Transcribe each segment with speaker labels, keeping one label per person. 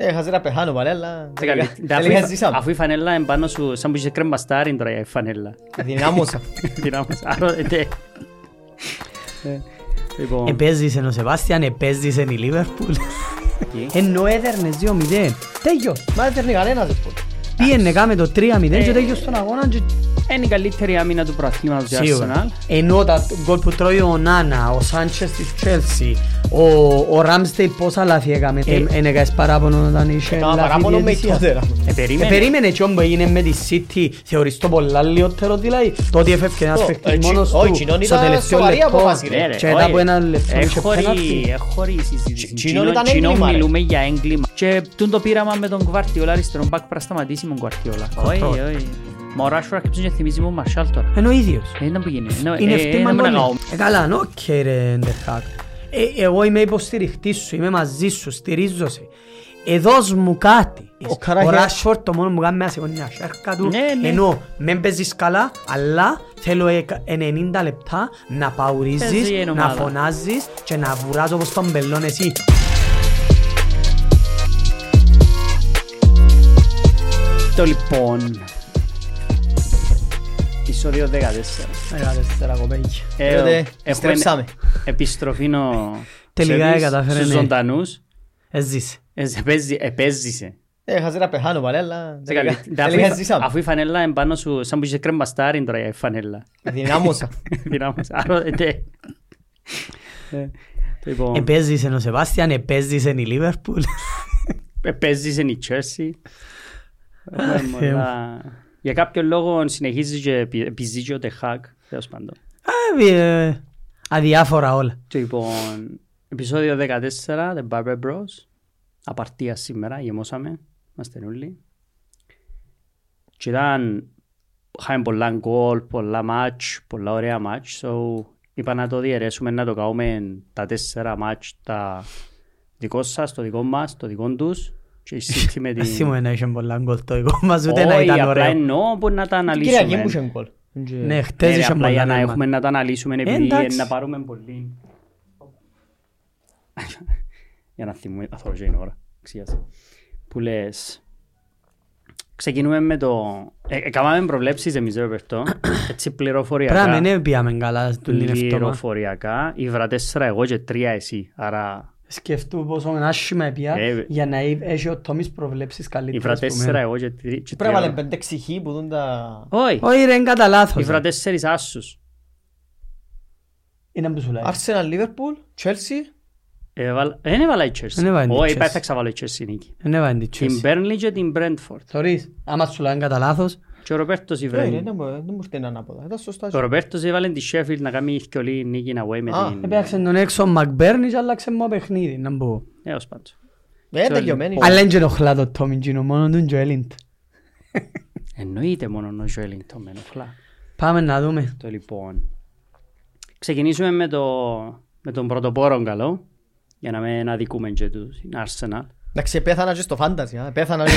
Speaker 1: Έχασε Ε, να πεθάνω πάλι, αλλά
Speaker 2: Σε καλή-
Speaker 1: τελικά ζήσαμε.
Speaker 2: Αφού η φανέλα είναι πάνω σου, σαν που είσαι κρεμπαστάρι τώρα η φανέλα.
Speaker 1: Δυνάμωσα.
Speaker 2: Δυνάμεις. Άρα, ε, τε. Ε, Λοιπόν,
Speaker 3: Επέζησε ο Σεβάστιαν, επέζησε η Λίβερπουλ. Ενώ έδερνες 2-0. Τέλειος.
Speaker 1: Μα δεν τέρνει κανένας δεν μπορεί.
Speaker 3: Πήγαινε κάμε το 3-0
Speaker 1: Ε.
Speaker 3: και τέλειος στον αγώνα και
Speaker 2: είναι η καλύτερη άμυνα του προαθλήματος της Arsenal.
Speaker 3: Σίγουρα. Ενώ τα γκολ που τρώει ο Νάνα, ο Σάντσες της Τσέλσι, ο, ο Ράμστεϊ πόσα λάθη έκαμε.
Speaker 2: Ε,
Speaker 3: Ε, Εν έκαμε παράπονο όταν είχε
Speaker 1: Κάμα
Speaker 3: λάθη
Speaker 1: Ε, παράπονο με
Speaker 3: διαιτησία.
Speaker 1: τότερα.
Speaker 2: Ε,
Speaker 3: Ε,
Speaker 2: περίμενε.
Speaker 3: περίμενε και όμως έγινε με τη City, θεωρείς το πολλά λιότερο δηλαδή, το ότι έφευκε ένας
Speaker 1: Το, ε,
Speaker 3: παίκτης
Speaker 1: τσι-
Speaker 3: μόνος
Speaker 1: ο, η
Speaker 3: του,
Speaker 1: Τσινόν
Speaker 3: στο
Speaker 1: ήταν
Speaker 3: τελευταίο
Speaker 1: σοβαρή
Speaker 3: λεπτό,
Speaker 1: απόφαση,
Speaker 2: Ναι, ρε,
Speaker 3: και μετά
Speaker 2: όχι.
Speaker 3: από ένα
Speaker 1: ε,
Speaker 3: λεπτό είχε
Speaker 2: Έχω
Speaker 3: πέναλτι.
Speaker 2: ρί- έχω ρί συζήτηση.
Speaker 1: Τσι- Τσινόν ήταν
Speaker 2: Τσινόν
Speaker 1: έγκλημα, ρε.
Speaker 2: μιλούμε για έγκλημα. Και τούν το πείραμα με τον Κουαρτιόλα, αριστερόν μπακ, πρέπει να σταματήσει με τον Κουαρτιόλα. Όχι,
Speaker 3: Control.
Speaker 2: όχι. Μα ο Ράσφορντ και ψήνει, θυμίζει μου ο Μαρσάλ τώρα.
Speaker 3: Ενώ ο ίδιος.
Speaker 2: Ε, να που γίνει. Ε,
Speaker 3: Είναι
Speaker 2: ε,
Speaker 3: φτύμα
Speaker 2: να μην
Speaker 3: γκολ.
Speaker 2: αγαούμε.
Speaker 3: Ε, καλά, ναι, οκ ρε Ντεχάκ. Ε, εγώ είμαι υποστηριχτής σου, είμαι μαζί σου, στηρίζω σε. Ε, δώσ' μου κάτι.
Speaker 1: Ο Καραγιά-
Speaker 3: Ο Ράσφορτ το μόνο που κάνει να σηκώνει μια σέρκα του.
Speaker 2: Ναι, ναι.
Speaker 3: Ενώ μεν παίζεις καλά, αλλά θέλω εκα- 90 λεπτά να
Speaker 2: Παίζει η
Speaker 3: παουρίζεις, να
Speaker 2: ομάδα.
Speaker 3: φωνάζεις και να βουράζω όπως τον πελόν εσύ.
Speaker 2: Το λοιπόν. Επεισόδιο 14.
Speaker 3: Έλα, τέσσερα κοπέγγια.
Speaker 2: Ε,
Speaker 1: Τότε,
Speaker 2: έχουμε
Speaker 1: επιστρέψαμε.
Speaker 2: Επιστροφή ο
Speaker 3: Τελικά
Speaker 2: Σεβίς
Speaker 3: κατάφερε,
Speaker 2: στους
Speaker 3: ναι.
Speaker 2: ζωντανούς.
Speaker 3: Έζησε.
Speaker 2: Ε, επέζη- Επέζησε.
Speaker 1: Έχασε Ε, να πεθάνω πάλι, αλλά
Speaker 2: Σε καλή-
Speaker 1: τελικά-
Speaker 2: Τα αφού
Speaker 1: τελικά
Speaker 2: η-
Speaker 1: ζήσαμε.
Speaker 2: Αφού η φανέλα είναι πάνω σου, σαν που είσαι κρεμπαστάρι τώρα η φανέλα.
Speaker 1: Δυνάμωσα.
Speaker 2: Δυνάμεις. Άρα, ε, τε. Ε, Λοιπόν,
Speaker 3: Επέζησε ο Σεβάστιαν, επέζησε η Λίβερπουλ.
Speaker 2: επέζησε ε, η Τσέρσι. Έχουμε
Speaker 3: Αχ, Θεέ μου.
Speaker 2: πολλά- Για κάποιο λόγο συνεχίζεις και επι- επιζύγει ο Τεχάκ, τέλος πάντων.
Speaker 3: Ε, ε, Αδιάφορα όλα.
Speaker 2: Και Λοιπόν, επεισόδιο 14, The Barber Bros. Απαρτία σήμερα, γεμώσαμε, είμαστε όλοι. Και ήταν, είχαμε πολλά γκολ, πολλά μάτς, πολλά ωραία μάτς. So, είπα να το διαιρέσουμε, να το κάνουμε τα τέσσερα μάτς, τα δικό σας, το δικό μας, το δικό τους. Και η City με
Speaker 3: Δεν
Speaker 2: την...
Speaker 3: θυμούμαι να είχε ναι, πολλά γκολ το εγώ μας, ούτε να
Speaker 2: Όχι,
Speaker 3: ήταν
Speaker 2: απλά
Speaker 3: ωραίο.
Speaker 2: εννοώ που να τα
Speaker 1: Την Κυριακή μου είχε
Speaker 2: αναλύσουμε.
Speaker 1: γκολ. Ε,
Speaker 3: Ναι,
Speaker 2: Ναι,
Speaker 3: χτες
Speaker 2: ρε,
Speaker 3: είχε
Speaker 2: απλά για
Speaker 3: πολλά
Speaker 2: να
Speaker 3: νόημα.
Speaker 2: έχουμε να τα αναλύσουμε επειδή
Speaker 3: Ε, εντάξει.
Speaker 2: να πάρουμε πολύ. Για να θυμούμε, αθώρο και είναι ώρα. Ξίας. Που λες... Ξεκινούμε με το... ε, ε, Κάμαμε προβλέψεις εμείς ρε παιχτό. Έτσι
Speaker 3: Πράγμα,
Speaker 2: πληροφοριακά.
Speaker 3: ναι, πήγαμε καλά του Λινευτόμα.
Speaker 2: Πληροφοριακά. Ήβρα τέσσερα εγώ και τρία εσύ. Άρα
Speaker 3: Σκεφτού πόσο άσχημα
Speaker 2: Ε,
Speaker 3: έπια για να εί- έχει ο Τόμις προβλέψεις
Speaker 2: ήβρα
Speaker 3: καλύτερες. που
Speaker 2: τέσσερα
Speaker 3: μένα.
Speaker 2: εγώ και τρι- και
Speaker 1: Πρέπει να βάλε
Speaker 2: τρία.
Speaker 1: πέντε ξυχή που δουν τα...
Speaker 2: Όχι.
Speaker 3: Όχι ρε, είναι κατά λάθος.
Speaker 2: Ήβρα τέσσερις άσους.
Speaker 3: Είναι που
Speaker 2: Ε.
Speaker 3: σου λέει.
Speaker 1: Arsenal, Liverpool, Chelsea. Ε,
Speaker 2: Έβαλα- Ε, Δεν έβαλα η Chelsea.
Speaker 3: Δεν έβαλε η
Speaker 2: Όχι,
Speaker 3: Chelsea.
Speaker 2: είπα θα ξαβάλω η Chelsea νίκη.
Speaker 3: Δεν έβαλε την
Speaker 2: Την
Speaker 3: Chelsea.
Speaker 2: Burnley και την Brentford.
Speaker 3: ναι, Θωρείς, άμα σου λέει είναι κατά λάθος,
Speaker 2: Και ο Ροπέρτος
Speaker 1: Ε, ρε,
Speaker 2: Ιβρανή.
Speaker 1: Δεν μου- δεν μου έρθει έναν ανάποδα. Ήταν σωστά.
Speaker 2: Ο Ροπέρτος έβαλε τη Sheffield να κάνει ευκολή νίκη να way με
Speaker 1: Α,
Speaker 2: την...
Speaker 3: έπαιξε τον έξω ο Μακμπέρνι και άλλαξε μόνο παιχνίδι, να μπω.
Speaker 2: Έως πάντως.
Speaker 1: Ε,
Speaker 2: Sorry.
Speaker 1: τελειωμένη.
Speaker 3: Αλλά δεν ενοχλά το Τόμι Τζίνο, μόνο τον Τζοέλιντ.
Speaker 2: E Εννοείται μόνο ο Joelinton με ενοχλά.
Speaker 3: Πάμε να δούμε.
Speaker 2: Το λοιπόν. Ξεκινήσουμε με, το, με τον πρωτοπόρο καλό. Για να μην αδικούμε και τους. Είναι Arsenal.
Speaker 1: Εντάξει, πέθανα και στο fantasy, α. Πέθανα και...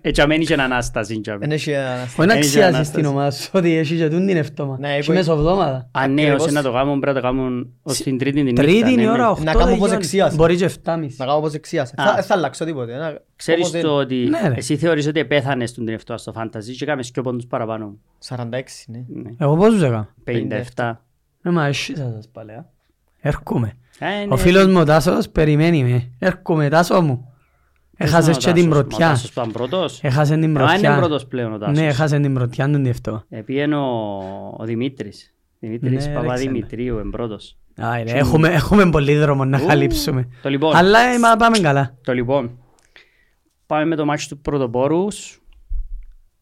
Speaker 2: Έτσι αμένει και έναν Ανάσταση. τζάμε.
Speaker 1: Εν έχει αναστ-
Speaker 3: Όχι να
Speaker 2: Έχει
Speaker 3: αξιάζεις
Speaker 2: ανάσταση.
Speaker 3: την ομάδα σου ότι έχει και τούν την ευτόμα.
Speaker 1: Ναι,
Speaker 3: Και
Speaker 1: υπο-
Speaker 3: μεσοβδόμαδα.
Speaker 2: Αν ναι,
Speaker 1: ακριβώς.
Speaker 2: ώστε να το κάνουν, πρέπει να το κάνουν ως την τρίτη την νύχτα.
Speaker 3: Τρίτη
Speaker 2: ναι,
Speaker 3: η
Speaker 2: ναι.
Speaker 3: ώρα 8
Speaker 1: κάνω
Speaker 3: δεν
Speaker 1: πως
Speaker 3: γιώνει.
Speaker 1: εξιάζει.
Speaker 3: Μπορεί και 7.30.
Speaker 1: Να κάνω πως εξίασα.
Speaker 2: Α.
Speaker 1: Θα- Δεν θα αλλάξω τίποτε. Να-
Speaker 2: Ξέρεις
Speaker 1: όπως δεν-
Speaker 2: το ότι
Speaker 3: Ναι, ρε.
Speaker 2: εσύ θεωρείς ότι επέθανες τον τελευταίο στο fantasy e και κάμες και πόντους παραπάνω.
Speaker 1: 46, ναι.
Speaker 2: Ναι.
Speaker 3: Εγώ πόσους έκανα.
Speaker 2: 57.
Speaker 3: Ναι, μα εσύ θα σας παλαιά. Έρχομαι.
Speaker 2: Ε, ναι.
Speaker 3: Ο φίλος μου ο Τάσος περιμένει με. Έρχομαι Τάσο μου. Έχασες και την
Speaker 2: Ο
Speaker 3: πρωτιά.
Speaker 2: Τάσος ήταν πρώτος.
Speaker 3: Έχασε την
Speaker 2: Α, είναι
Speaker 3: πρωτιά.
Speaker 2: πρώτος πλέον ο
Speaker 3: Ναι,
Speaker 2: Τάσος.
Speaker 3: έχασε την πρωτιά τον διευτό.
Speaker 2: Επίεν ο, ο Δημήτρης.
Speaker 3: Ναι,
Speaker 2: Δημήτρης
Speaker 3: ρε,
Speaker 2: Παπαδημητρίου, εν πρώτος.
Speaker 3: Άι, ρε, Έχουμε, έχουμε πολύ δρόμο να καλύψουμε.
Speaker 2: Το λοιπόν,
Speaker 3: Αλλά ε, μα, πάμε καλά.
Speaker 2: το λοιπόν. Πάμε με το μάτι του πρωτοπόρους.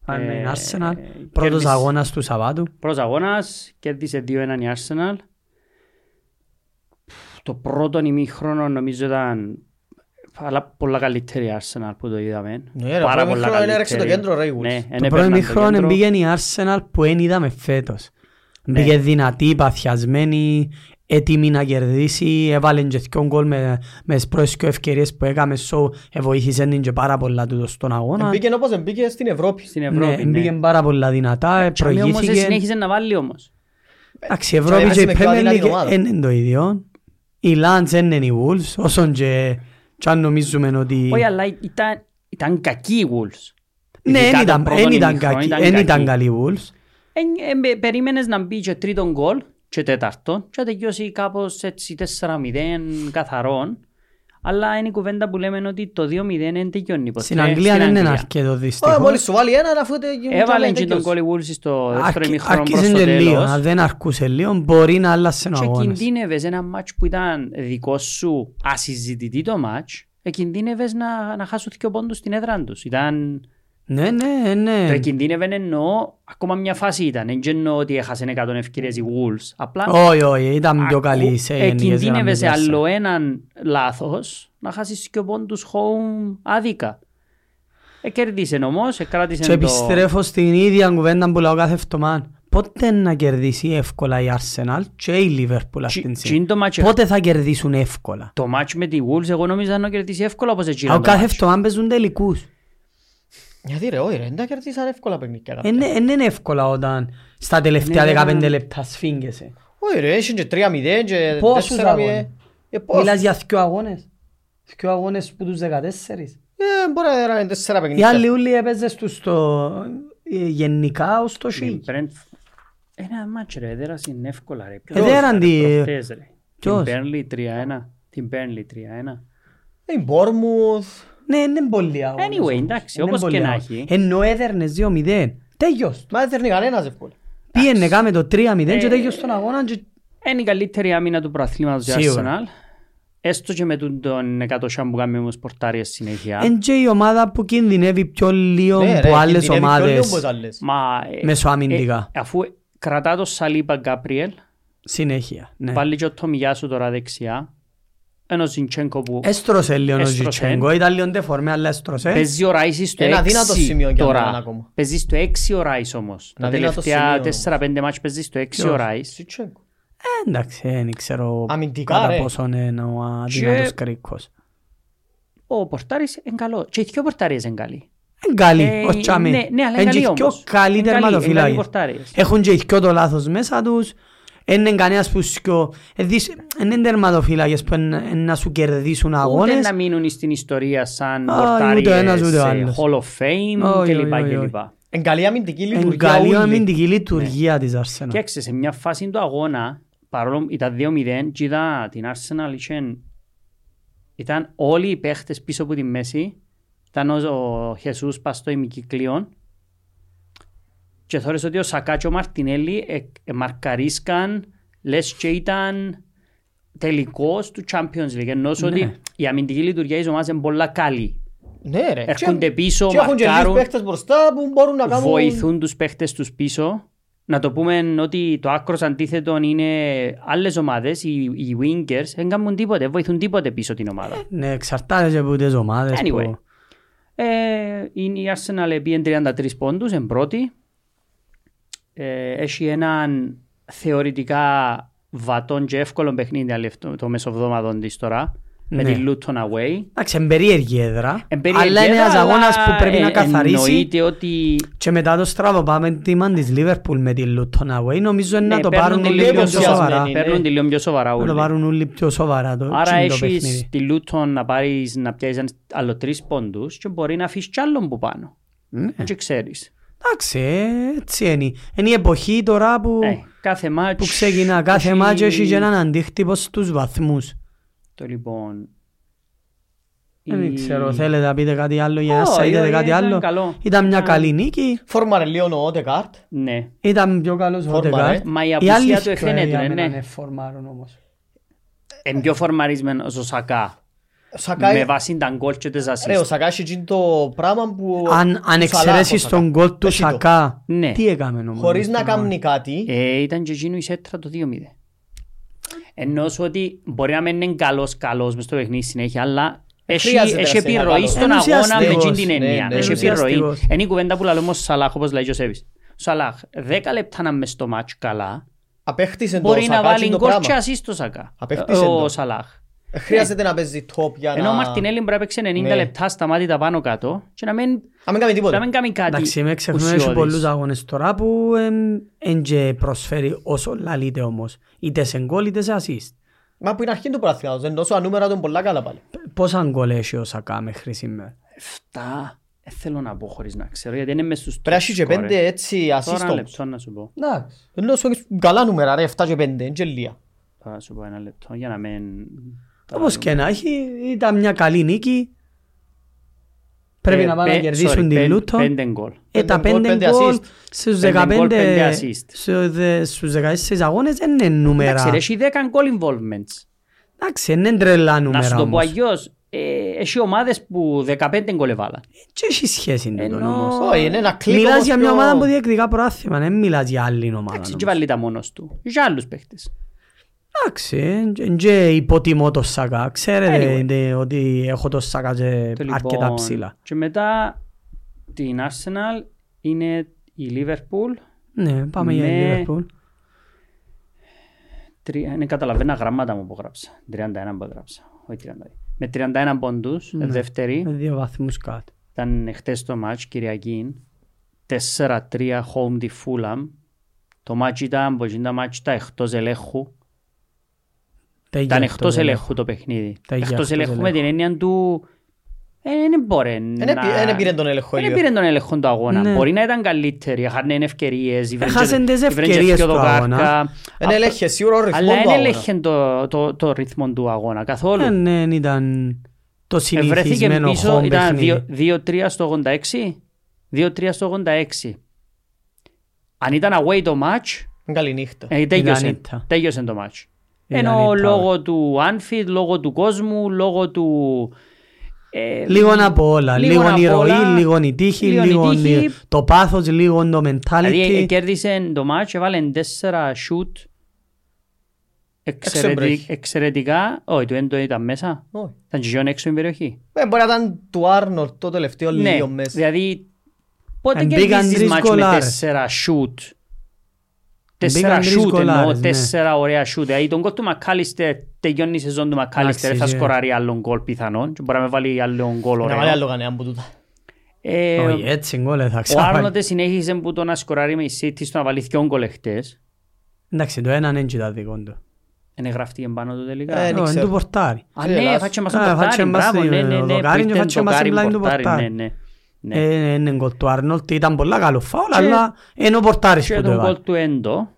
Speaker 3: Πάμε
Speaker 2: Ε,
Speaker 3: Arsenal.
Speaker 2: ε,
Speaker 3: Πρώτος
Speaker 2: κέρδισε.
Speaker 3: αγώνας του Σαββάτου.
Speaker 2: Πρώτος αγώνας, κέρδισε 2-1 η Arsenal. Το πρώτο ημίχρονο νομίζω ήταν αλλά πολλά καλύτερη η Arsenal που το είδαμε.
Speaker 1: Ναι, ρε, πρώτο ημίχρονο έρεξε το κέντρο, ρε, η Wolves.
Speaker 2: Ναι,
Speaker 3: Το πρώτο μήχρονο πήγε η Arsenal που δεν είδαμε φέτος.
Speaker 2: Ναι.
Speaker 3: Μπήκε δυνατή, παθιασμένη, έτοιμη να κερδίσει, έβαλε και δυο γκολ με, με τις πρώτες δυο ευκαιρίες που έκαμε, so εβοήθησε την και πάρα πολλά τούτο στον αγώνα.
Speaker 1: Ε, Μπήκε όπως μπήκε στην Ευρώπη.
Speaker 2: στην
Speaker 3: Ναι,
Speaker 2: Ευρώπη.
Speaker 3: μπήκε πάρα πολλά δυνατά, ε,
Speaker 2: Τσάμε όμως δεν
Speaker 3: προηγήθηκε.
Speaker 2: συνέχισε να βάλει όμως.
Speaker 3: Εντάξει, η Ευρώπη
Speaker 1: έπαιξε
Speaker 3: και η
Speaker 1: με πιο
Speaker 3: Premier
Speaker 1: αδύνατη
Speaker 3: League
Speaker 1: ομάδα.
Speaker 3: δεν είναι το ίδιο. Η Lance δεν είναι η Wolves, όσον και Και αν νομίζουμε ότι...
Speaker 2: Όχι, αλλά ήταν, ήταν κακοί οι Wolves.
Speaker 3: Ναι,
Speaker 2: Ειδικά
Speaker 3: δεν
Speaker 2: τον
Speaker 3: ήταν,
Speaker 2: πρώτον
Speaker 3: εν ήταν
Speaker 2: ημίχρονο,
Speaker 3: κακοί,
Speaker 2: ήταν
Speaker 3: εν
Speaker 2: κακοί.
Speaker 3: ήταν καλοί οι Wolves.
Speaker 2: Ε, ε, ε, περίμενες να μπει και τρίτον γκολ και τέταρτον και να τελειώσει κάπως έτσι 4-0 καθαρόν. Αλλά είναι η κουβέντα που λέμε ότι το 2-0 δεν τελειώνει ποτέ.
Speaker 3: Στην Αγγλία δεν είναι αρκετό
Speaker 1: Ω,
Speaker 3: δυστυχώς.
Speaker 1: μόλις σου βάλει έναν αφού τε-
Speaker 2: Έβαλε Ε, και
Speaker 1: τελειώσει.
Speaker 2: τον κόλλη Wolves στο δεύτερο
Speaker 3: Αρκεί-
Speaker 2: ημίχρονο προς
Speaker 3: Αρκείσαν
Speaker 2: το
Speaker 3: και λίγο,
Speaker 2: τέλος.
Speaker 3: αν δεν αρκούσε λίγο μπορεί να άλλασε ο
Speaker 2: Και
Speaker 3: αγώνας.
Speaker 2: κινδύνευες ένα μάτς που ήταν δικό σου ασυζητητή το μάτς, ε, κινδύνευες να, να χάσουν και πόντους στην έδρα τους. Ήταν...
Speaker 3: Ναι, ναι, ναι.
Speaker 2: Το κινδύνευε εννοώ, ακόμα μια φάση ήταν. Δεν εννοώ ότι έχασαν 100 ευκαιρίες οι Wolves. Απλά
Speaker 3: Όχι, όχι, ήταν πιο
Speaker 2: Ακού-
Speaker 3: καλή σε
Speaker 2: ε,
Speaker 3: γενικές
Speaker 2: κινδύνευε
Speaker 3: γραμμές.
Speaker 2: σε άλλο έναν λάθος να χάσεις και ο πόντους home άδικα. Ε, κερδίσεν όμως, ε, κράτησεν
Speaker 3: Και
Speaker 2: το...
Speaker 3: επιστρέφω στην ίδια κουβέντα που λέω κάθε εβδομάδα. Πότε να κερδίσει εύκολα η Arsenal και η Liverpool
Speaker 2: Τσι-
Speaker 3: αυτήν την
Speaker 2: τσι είναι το μάτσο.
Speaker 3: Πότε θα κερδίσουν εύκολα.
Speaker 2: Το μάτς με τη Wolves εγώ νόμιζα να κερδίσει εύκολα όπως έτσι
Speaker 3: Από κάθε εβδομάδα παίζουν τελικούς.
Speaker 1: Γιατί ρε, όχι ρε, δεν τα κερδίσαν εύκολα παιχνίδια.
Speaker 3: Ε, ναι, ε, ναι Είναι εύκολα όταν
Speaker 2: Ναι,
Speaker 3: στα τελευταία
Speaker 2: Είναι ένα-
Speaker 3: 15 λεπτά σφίγγεσαι.
Speaker 1: Όχι ρε, έχει και 3-0 και
Speaker 3: Πόσους
Speaker 1: 4-0.
Speaker 3: αγώνες?
Speaker 1: Ε, πόσους.
Speaker 3: Μιλάς για δυο αγώνες. Δυο αγώνες που τους 14.
Speaker 1: Ε, μπορεί να είναι τέσσερα
Speaker 3: Οι
Speaker 1: παιχνίδια.
Speaker 3: άλλοι ούλοι έπαιζες τους στο... ε, γενικά ως το
Speaker 2: Η
Speaker 3: σιλ.
Speaker 2: Brentf- Ένα μάτς ρε, δέρασε είναι εύκολα ρε.
Speaker 3: Ε, δέραν τη-
Speaker 2: προχτές, ρε. Την
Speaker 3: Ποιος?
Speaker 2: Burnley 3-1. Την Burnley 3-1.
Speaker 1: Ε, η Bournemouth.
Speaker 3: Ναι, είναι πολλοί αγώνες.
Speaker 2: Anyway,
Speaker 3: όμως.
Speaker 2: εντάξει,
Speaker 3: Είναι
Speaker 2: όπως
Speaker 3: πολλοί
Speaker 2: και να
Speaker 3: αγώνες.
Speaker 2: έχει.
Speaker 3: Ενώ έδερνες 2-0. Τέλειος.
Speaker 1: Μα δεν θέλει κανένας εύκολα.
Speaker 3: Πήγαινε κάμε το 3-0 και τέλειος τον αγώνα και...
Speaker 2: Είναι η καλύτερη άμυνα του προαθλήματος της
Speaker 3: Σίγουρα.
Speaker 2: Arsenal. Έστω και με τον- τον εκατοσιά που κάνουμε όμως πορτάριες συνέχεια.
Speaker 3: Είναι και η ομάδα που κινδυνεύει πιο λίγο
Speaker 1: Ναι, ρε,
Speaker 3: από άλλες
Speaker 1: κινδυνεύει πιο λίγο από
Speaker 3: ομάδες
Speaker 1: τις άλλες.
Speaker 2: Μα, ε,
Speaker 3: μεσοαμυντικά.
Speaker 2: ε, αφού κρατά το Σαλίπα Γκάπριελ,
Speaker 3: Συνέχεια. ναι.
Speaker 2: πάλι και ο Τομιάσου τώρα δεξιά, ενώ ο Ζιντσέγκο που
Speaker 3: Έστρωσε λίγο ο
Speaker 2: Έστρωσε. Ε,
Speaker 3: Ζιτσέγκο. Ήταν λίγο ντεφορμέ, αλλά έστρωσε.
Speaker 2: παίζει ο Ράις στο
Speaker 1: Ένα αδύνατο
Speaker 2: 6
Speaker 1: σημείο για έναν
Speaker 2: τώρα.
Speaker 1: ακόμα.
Speaker 2: Παίζει στο 6 ο Ράις όμως. Τα
Speaker 1: Ένα αδύνατο
Speaker 2: τελευταία
Speaker 1: σημείο.
Speaker 2: 4-5 μάτς παίζει στο 6 ο Ράις.
Speaker 1: Σιτσέγκο.
Speaker 3: Ε, Εντάξει, δεν ξέρω
Speaker 1: Αμυντικά,
Speaker 3: κατά
Speaker 1: ρε.
Speaker 3: πόσο είναι ο αδυνατός κρίκος.
Speaker 2: Ο Πορτάρης είναι καλό. Και οι δυο Πορτάρες είναι καλοί.
Speaker 3: Είναι καλή,
Speaker 2: Ε,
Speaker 3: ως τσάμι.
Speaker 2: ναι, ναι, αλλά είναι
Speaker 3: Είναι
Speaker 2: καλή
Speaker 3: και οι πιο
Speaker 2: όμως.
Speaker 3: καλοί
Speaker 2: Είναι καλή, είναι καλή
Speaker 3: τερματοφυλάκες.
Speaker 2: πορτάριες.
Speaker 3: Έχουν και οι πιο το λάθος μέσα τους. Εν Είναι κανένας που σκιο... ε, δεις, εν Είναι τερματοφυλάκες που εν- εν να σου κερδίσουν
Speaker 2: Ούτε
Speaker 3: αγώνες.
Speaker 2: να μείνουν στην ιστορία σαν
Speaker 3: Α, ούτε ένας,
Speaker 2: πορτάριες,
Speaker 3: ούτε ο
Speaker 2: ε,
Speaker 3: άλλος.
Speaker 2: Hall of
Speaker 3: Όχι,
Speaker 2: Fame
Speaker 3: όχι,
Speaker 2: κλπ.
Speaker 3: όχι,
Speaker 2: κλπ.
Speaker 1: Εν καλή αμυντική
Speaker 3: Είναι
Speaker 1: λειτουργία
Speaker 3: καλή
Speaker 1: όλοι.
Speaker 3: αμυντική λειτουργία της Arsenal.
Speaker 2: Ναι. Και έξε, σε μια φάση του αγώνα, παρόλο που ήταν 2-0, και είδα την Arsenal είχε... Ήταν όλοι οι παίχτες πίσω από τη μέση. Ήταν ο, ο Χεσούς πας στο ημικυκλίον. Και θόρες ότι ο Σακά και ο Μαρτινέλη ε, ε, μαρκαρίσκαν, λες και ήταν τελικός του Champions League. Ενώ
Speaker 3: Ναι.
Speaker 2: σου ότι η αμυντική λειτουργία της ομάδας είναι πολλά καλή.
Speaker 1: Ναι ρε.
Speaker 2: Έρχονται πίσω,
Speaker 1: Και έχουν και λίγους
Speaker 2: μαρκάρουν.
Speaker 1: παίχτες μπροστά που μπορούν να κάνουν...
Speaker 2: βοηθούν τους παίχτες τους πίσω. Να το πούμε ότι το άκρος αντίθετο είναι άλλες ομάδες, οι, οι wingers, δεν κάνουν τίποτε, δεν βοηθούν τίποτε πίσω την ομάδα.
Speaker 3: Ναι, εξαρτάται και από τις ομάδες.
Speaker 2: Anyway.
Speaker 3: που-
Speaker 2: Ε, είναι η Arsenal επί 33 πόντους, εν πρώτη. Ε, έχει έναν θεωρητικά βατόν και εύκολο παιχνίδι αλλά αυτό- το μεσοβδόμαδο της τώρα, με
Speaker 3: Ναι.
Speaker 2: τη Luton away.
Speaker 3: Εντάξει, είναι περίεργη έδρα.
Speaker 2: Εν
Speaker 3: Αλλά
Speaker 2: περίεργη
Speaker 3: είναι ένας
Speaker 2: έδρα,
Speaker 3: αγώνας που
Speaker 2: αλλά
Speaker 3: πρέπει να
Speaker 2: ε,
Speaker 3: καθαρίσει.
Speaker 2: Εννοείται ότι
Speaker 3: Και μετά το στραβό πάμε τιμάν της Λίβερπουλ με τη Λούτον Away. Νομίζω να
Speaker 2: ναι,
Speaker 3: το
Speaker 2: παίρνουν
Speaker 3: πάρουν
Speaker 2: τη
Speaker 3: όλοι
Speaker 2: λίγο
Speaker 3: πιο
Speaker 2: πιο σοβαρά.
Speaker 3: σοβαρά. Ναι.
Speaker 1: ενθουσιασμένοι.
Speaker 2: Παίρνουν τη λίγο πιο σοβαρά
Speaker 3: Να το
Speaker 2: όλοι.
Speaker 3: πάρουν όλοι πιο σοβαρά το
Speaker 2: ναι, Άρα
Speaker 3: τσιν το
Speaker 2: έχεις
Speaker 3: παιχνίδι.
Speaker 2: τη Λούτον να πάρεις να πιάσεις έναν- άλλο τρεις πόντους και μπορεί να αφήσεις κι άλλον που πάνω.
Speaker 3: Ναι.
Speaker 2: Και ξέρεις.
Speaker 3: Εντάξει, ε, έτσι είναι. Είναι η εποχή τώρα που,
Speaker 2: Ε, κάθε μάτς...
Speaker 3: που ξεκινά. Κάθε μάτσο έχει και έναν αντίκτυπο στους βαθμούς.
Speaker 2: Το λοιπόν...
Speaker 3: Δεν
Speaker 2: η-
Speaker 3: ξέρω, θέλετε να πείτε κάτι άλλο για
Speaker 2: Όχι,
Speaker 3: να είδετε
Speaker 2: όχι,
Speaker 3: κάτι
Speaker 2: ήταν
Speaker 3: άλλο.
Speaker 2: καλό.
Speaker 3: Ήταν μια καλή νίκη.
Speaker 1: Φόρμαρε λίγο ο Οντεκάρτ.
Speaker 2: Ναι.
Speaker 3: Ήταν πιο καλός ο
Speaker 1: Φόρμα,
Speaker 3: Οντεγκάρτ.
Speaker 1: ε.
Speaker 2: Μα η
Speaker 3: Οι άλλοι
Speaker 2: απουσία του
Speaker 3: δυο, ε,
Speaker 2: εφαίνεται,
Speaker 3: για
Speaker 2: ναι.
Speaker 3: μένα είναι φορμάρων όμως.
Speaker 2: Εν πιο φορμαρισμένος ο Σακά.
Speaker 1: Σακάι...
Speaker 2: Με βάση τα γκολ και
Speaker 3: Ε,
Speaker 2: τις
Speaker 1: Ρε, ο
Speaker 2: ασίστ.
Speaker 1: Σακάι έχει γίνει το πράγμα που...
Speaker 3: Αν,
Speaker 1: του
Speaker 3: αν εξαιρέσεις
Speaker 1: Σαλάχ ο
Speaker 3: τον
Speaker 1: Σακά.
Speaker 3: γκολ του
Speaker 1: Έχει το.
Speaker 3: Σακά,
Speaker 2: Ναι.
Speaker 3: τι έκαμε όμως.
Speaker 1: Χωρίς να κάνει κάτι,
Speaker 2: Ε, ήταν και εκείνο η σέτρα το 2-0. Ενώ σου ότι μπορεί να μην είναι καλός καλός μες στο παιχνίδι συνέχεια, αλλά έχει,
Speaker 1: χρειάζεται
Speaker 2: έχει
Speaker 1: να είσαι
Speaker 2: επιρροή
Speaker 1: καλός.
Speaker 2: στον αγώνα με
Speaker 3: Ενθουσιαστικός.
Speaker 2: εκείνη την
Speaker 1: Ναι,
Speaker 2: έννοια.
Speaker 1: ναι,
Speaker 2: έχει
Speaker 3: ενθουσιαστικός.
Speaker 2: επιρροή. Είναι η κουβέντα που λαλούμε ο Σαλάχ, όπως λέει ο Σεβής. Σαλάχ, 10 λεπτά να είμαι στο μάτς καλά,
Speaker 1: απέκτησε το
Speaker 2: μπορεί να
Speaker 1: Σακά
Speaker 2: βάλει
Speaker 1: γίνει το
Speaker 2: γκολ και
Speaker 1: πράγμα.
Speaker 2: ασύς το Σακά.
Speaker 1: Απέκτησε
Speaker 2: Ο
Speaker 1: το.
Speaker 2: Σαλάχ.
Speaker 1: Ε, Χρειάζεται να παίζει top για να...
Speaker 2: Ενώ ο Μαρτινέλη πρέπει να παίξει 90
Speaker 1: Ναι.
Speaker 2: λεπτά σταμάτητα πάνω κάτω και να
Speaker 1: Να
Speaker 2: μην,
Speaker 1: μην κάνει
Speaker 2: να
Speaker 1: τίποτα.
Speaker 2: μην κάνει κάτι
Speaker 3: Εντάξει, με ξεχνούμε έχει
Speaker 2: ουσιώδες.
Speaker 3: πολλούς αγώνες τώρα που δεν προσφέρει όσο λαλείται όμως. Είτε σε γκολ είτε σε assist.
Speaker 1: Μα που είναι αρχή του πρωταθλήματος, ενώ τα νούμερα του είναι πολλά καλά πάλι.
Speaker 3: Πόσα γκολ έχει ο Σακά μέχρι σήμερα.
Speaker 2: Εφτά. Ε, θέλω να πω χωρίς να ξέρω, γιατί είναι μες στους
Speaker 1: Πρέπει να έχει και
Speaker 2: top scorer.
Speaker 1: πέντε έτσι
Speaker 2: Τώρα ένα
Speaker 1: ασύστο.
Speaker 2: λεπτό να σου πω.
Speaker 3: Εντάξει.
Speaker 1: Ενώ σου έχεις καλά νούμερα ρε, 7 και 5, είναι και λίγα.
Speaker 2: Τώρα να σου πω ένα λεπτό για να μην...
Speaker 3: Όπως και να έχει, ήταν μια καλή νίκη. Πρέπει
Speaker 2: Ε,
Speaker 3: να πάνε να
Speaker 2: πέ-
Speaker 3: κερδίσουν
Speaker 2: sorry,
Speaker 3: την
Speaker 2: πεν-
Speaker 3: Λούτον.
Speaker 2: Πέντε γκολ.
Speaker 3: Ε, τα
Speaker 1: Πέντε γκολ,
Speaker 3: 5
Speaker 1: πέντε
Speaker 3: γκολ
Speaker 1: assist.
Speaker 3: στους
Speaker 2: Πέντε γκολ,
Speaker 3: 15
Speaker 2: πέντε assist.
Speaker 3: στους δε- στους 16 αγώνες δεν είναι νούμερα.
Speaker 2: Εντάξει, ρε, έχει δέκα γκολ involvements.
Speaker 3: Εντάξει, δεν είναι τρελά
Speaker 2: Να σου
Speaker 3: νούμερα
Speaker 2: το πω
Speaker 3: όμως.
Speaker 2: αλλιώς, ε, έχει ομάδες που 15 γκολ έβαλαν.
Speaker 3: Τι έχει σχέση με τον
Speaker 2: Ενώ-
Speaker 3: όμως.
Speaker 1: Όχι, είναι ένα κλικ
Speaker 3: Μιλάς
Speaker 1: όμως
Speaker 3: για μια
Speaker 1: πιο-
Speaker 3: ομάδα που διεκδικά προάθλημα, δεν μιλάς για άλλη ομάδα.
Speaker 2: Εντάξει,
Speaker 3: όμως.
Speaker 2: και βάλει τα μόνος του. Για άλλους παίχτες.
Speaker 3: Εντάξει, εν- και υποτιμώ το Σακά. Ξέρετε
Speaker 2: Anyway.
Speaker 3: ναι, ότι έχω το Σακά και
Speaker 2: Το
Speaker 3: Ε,
Speaker 2: λοιπόν-
Speaker 3: αρκετά ψηλά.
Speaker 2: Και μετά την Arsenal είναι η Liverpool.
Speaker 3: Ναι, πάμε για
Speaker 2: Ναι.
Speaker 3: Liverpool.
Speaker 2: Τρία, είναι καταλαβαίνα γραμμάτα μου που γράψα. 31 που γράψα. Όχι 32. Με 31 πόντους,
Speaker 3: Ναι.
Speaker 2: δεύτερη.
Speaker 3: Με δύο βαθμούς κάτω.
Speaker 2: Ήταν χτες το μάτς, Κυριακή. 4-3 home τη Fulham. Το μάτς ήταν, πως είναι τα μάτς τα εκτός ελέγχου.
Speaker 3: Τα
Speaker 2: Ήταν
Speaker 3: είχε
Speaker 2: εκτός
Speaker 3: το
Speaker 2: ελέγχου το παιχνίδι.
Speaker 3: Τα είχε
Speaker 2: εκτός
Speaker 3: εκτός
Speaker 2: ελέγχου με
Speaker 3: ελέγχου.
Speaker 2: την έννοια του... ε, Δεν μπορεί να...
Speaker 1: Δεν επι- δεν πήρε τον έλεγχο η
Speaker 2: Δεν
Speaker 1: Liverpool.
Speaker 2: πήρε τον έλεγχο του αγώνα.
Speaker 3: Ναι.
Speaker 2: Μπορεί να ήταν καλύτερη, έχανε ευκαιρίες. η Βρέντζερ-
Speaker 3: Έχασαν τις
Speaker 2: η Βρέντζερ
Speaker 3: ευκαιρίες
Speaker 2: πιο
Speaker 3: του
Speaker 2: δοκάρκα.
Speaker 3: αγώνα.
Speaker 1: Δεν έλεγχε σίγουρα ο ρυθμό
Speaker 2: Αλλά
Speaker 1: του
Speaker 2: δεν
Speaker 1: αγώνα.
Speaker 2: έλεγχε το, το, το ρυθμό του αγώνα καθόλου.
Speaker 3: Ναι, ναι, ήταν το
Speaker 2: Ε, Βρέθηκε
Speaker 3: συνηθισμένο
Speaker 2: πίσω,
Speaker 3: home
Speaker 2: ήταν
Speaker 3: παιχνίδι.
Speaker 2: 2-3 στο 86. 2-3 στο 86. Αν ήταν away το match,
Speaker 1: Καλή νύχτα.
Speaker 2: ε, τέλειωσε,
Speaker 3: ήττα.
Speaker 2: τέλειωσε το match.
Speaker 3: Ήταν
Speaker 2: Ενώ
Speaker 3: ήττα,
Speaker 2: λόγω του Anfield, λόγω του κόσμου, λόγω του... ε,
Speaker 3: Λίγο από όλα.
Speaker 2: λίγον
Speaker 3: Λίγο
Speaker 2: απ'
Speaker 3: η
Speaker 2: όλα.
Speaker 3: ροή, λίγο η τύχη,
Speaker 2: Λίγον η
Speaker 3: λίγο
Speaker 2: τύχη.
Speaker 3: το πάθος, λίγο το
Speaker 2: Δηλαδή ε,
Speaker 3: mentality.
Speaker 2: κέρδισε το μάτς, έβαλε τέσσερα σούτ
Speaker 1: break.
Speaker 2: εξαιρετικά. Όχι, του έντο ήταν μέσα.
Speaker 1: Όχι.
Speaker 2: Ήταν και γιον έξω η περιοχή.
Speaker 1: Ε, Μπορεί να ήταν του Άρνορ το τελευταίο
Speaker 2: Ναι,
Speaker 1: λίγο μέσα.
Speaker 2: δηλαδή πότε
Speaker 3: Εν μπήκαν
Speaker 2: κερδίζεις
Speaker 3: τρεις
Speaker 2: μάτς με
Speaker 3: γκολάρες.
Speaker 2: τέσσερα σούτ. Τέσσερα
Speaker 3: μπήκαν τρεις
Speaker 2: σούτ εννοώ,
Speaker 3: γκολάρες, ναι.
Speaker 2: τέσσερα ωραία σούτ. Δηλαδή τον κόλ του Μακάλιστερ τελειώνει η σεζόν του Μακάλιστερ,
Speaker 3: Εντάξει,
Speaker 2: θα
Speaker 3: και-
Speaker 2: σκοράρει άλλον γκολ πιθανόν και μπορεί να με βάλει άλλον γκολ
Speaker 1: Να βάλει
Speaker 2: ωραίο.
Speaker 1: άλλο κανένα από τούτα.
Speaker 2: Ε,
Speaker 3: Όχι, έτσι γκολ θα
Speaker 2: Ο
Speaker 3: ξαφάει.
Speaker 2: Άρνοντε συνέχισε που το να σκοράρει με η City στο να βάλει δυο γκολ εχθές.
Speaker 3: Εντάξει, το έναν έτσι τα δικών του.
Speaker 2: Είναι γραφτεί εμπάνω του
Speaker 1: Ε,
Speaker 2: τελικά.
Speaker 1: δεν
Speaker 3: Ω, Είναι
Speaker 1: ξέρω.
Speaker 3: του πορτάρι.
Speaker 2: Α,
Speaker 1: Φίλε,
Speaker 2: ναι,
Speaker 1: λάθος.
Speaker 2: φάτσε μας
Speaker 3: ναι. Α,
Speaker 2: τον
Speaker 3: φάτσε
Speaker 2: πορτάρι,
Speaker 3: μας
Speaker 2: μπράβο,
Speaker 3: τη-
Speaker 2: ναι, ναι,
Speaker 3: το
Speaker 2: ναι,
Speaker 3: δοκάρι
Speaker 2: που
Speaker 3: και
Speaker 2: ήταν
Speaker 3: φάτσε
Speaker 2: το
Speaker 3: μας την
Speaker 2: κάρι
Speaker 3: πλάτη του
Speaker 2: πορτάρι,
Speaker 3: πορτάρι.
Speaker 2: ναι, ναι, ναι.
Speaker 3: Ε, Είναι γκολ του Άρνολτ, ήταν πολλά καλό φάουλ,
Speaker 2: Και-
Speaker 3: αλλά είναι ο πορτάρις
Speaker 2: Και
Speaker 3: που το
Speaker 2: τον
Speaker 3: έβαλε.
Speaker 2: κόλ του Έντο,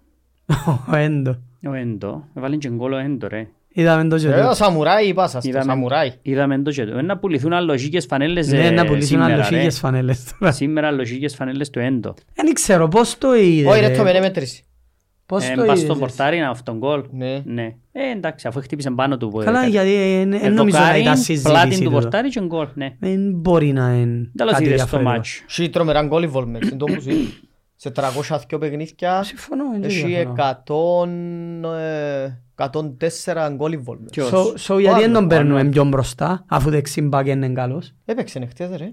Speaker 3: Ο Έντο.
Speaker 2: ο Έντο, έβαλε και γκολ ο Έντο ρε.
Speaker 3: Είδαμε το και
Speaker 1: Ε, ο
Speaker 3: το.
Speaker 1: Σαμουράι είπα σας, το
Speaker 2: Είδαμε.
Speaker 1: Σαμουράι.
Speaker 2: Είδαμε το και το. Ε, να πουληθούν αλλογικές φανέλες ε,
Speaker 3: Ναι, να πουλήσουν
Speaker 2: σήμερα, ρε.
Speaker 3: αλλοχίγες φανέλες τώρα. Ε,
Speaker 2: Σήμερα αλλογικές φανέλες του Έντο.
Speaker 3: Δεν ξέρω πώς το είδε.
Speaker 1: Όχι,
Speaker 3: ρε.
Speaker 1: ρε, το με μέτρηση.
Speaker 3: Πώς
Speaker 2: Ε,
Speaker 3: το
Speaker 2: μπας
Speaker 3: είδες.
Speaker 2: στο πορτάρι να αυτόν γκολ.
Speaker 1: Ναι.
Speaker 2: Ναι. Ε, εντάξει, αφού χτύπησε πάνω του. που
Speaker 3: Καλά,
Speaker 2: έκανε.
Speaker 3: γιατί ε, ε,
Speaker 2: Ε,
Speaker 3: δεν νομίζω να
Speaker 2: δοκάρι,
Speaker 3: ήταν
Speaker 2: Πλάτη
Speaker 3: συζήτηση
Speaker 2: του
Speaker 3: τούτο.
Speaker 2: πορτάρι και γκολ, ναι.
Speaker 3: Δεν μπορεί να είναι
Speaker 2: Τέλος
Speaker 3: κάτι
Speaker 2: είδες το
Speaker 3: διαφορετικό.
Speaker 2: μάτς.
Speaker 1: Έχει τρομερά γκολ involvement, είναι το που σου είπα. Σε 302 παιχνίδια
Speaker 3: Συμφωνώ, δεν
Speaker 1: έχει
Speaker 2: ε.
Speaker 3: διαφωνώ.
Speaker 1: 100, ε, 104 γκολ involvement.
Speaker 2: Ποιος?
Speaker 3: So- So γιατί δεν
Speaker 1: Άρνολτ,
Speaker 3: τον παίρνουμε
Speaker 1: Άρνολτ.
Speaker 3: πιο μπροστά, αφού δεξιμπάκ είναι καλός.
Speaker 1: Έπαιξε χτες ρε.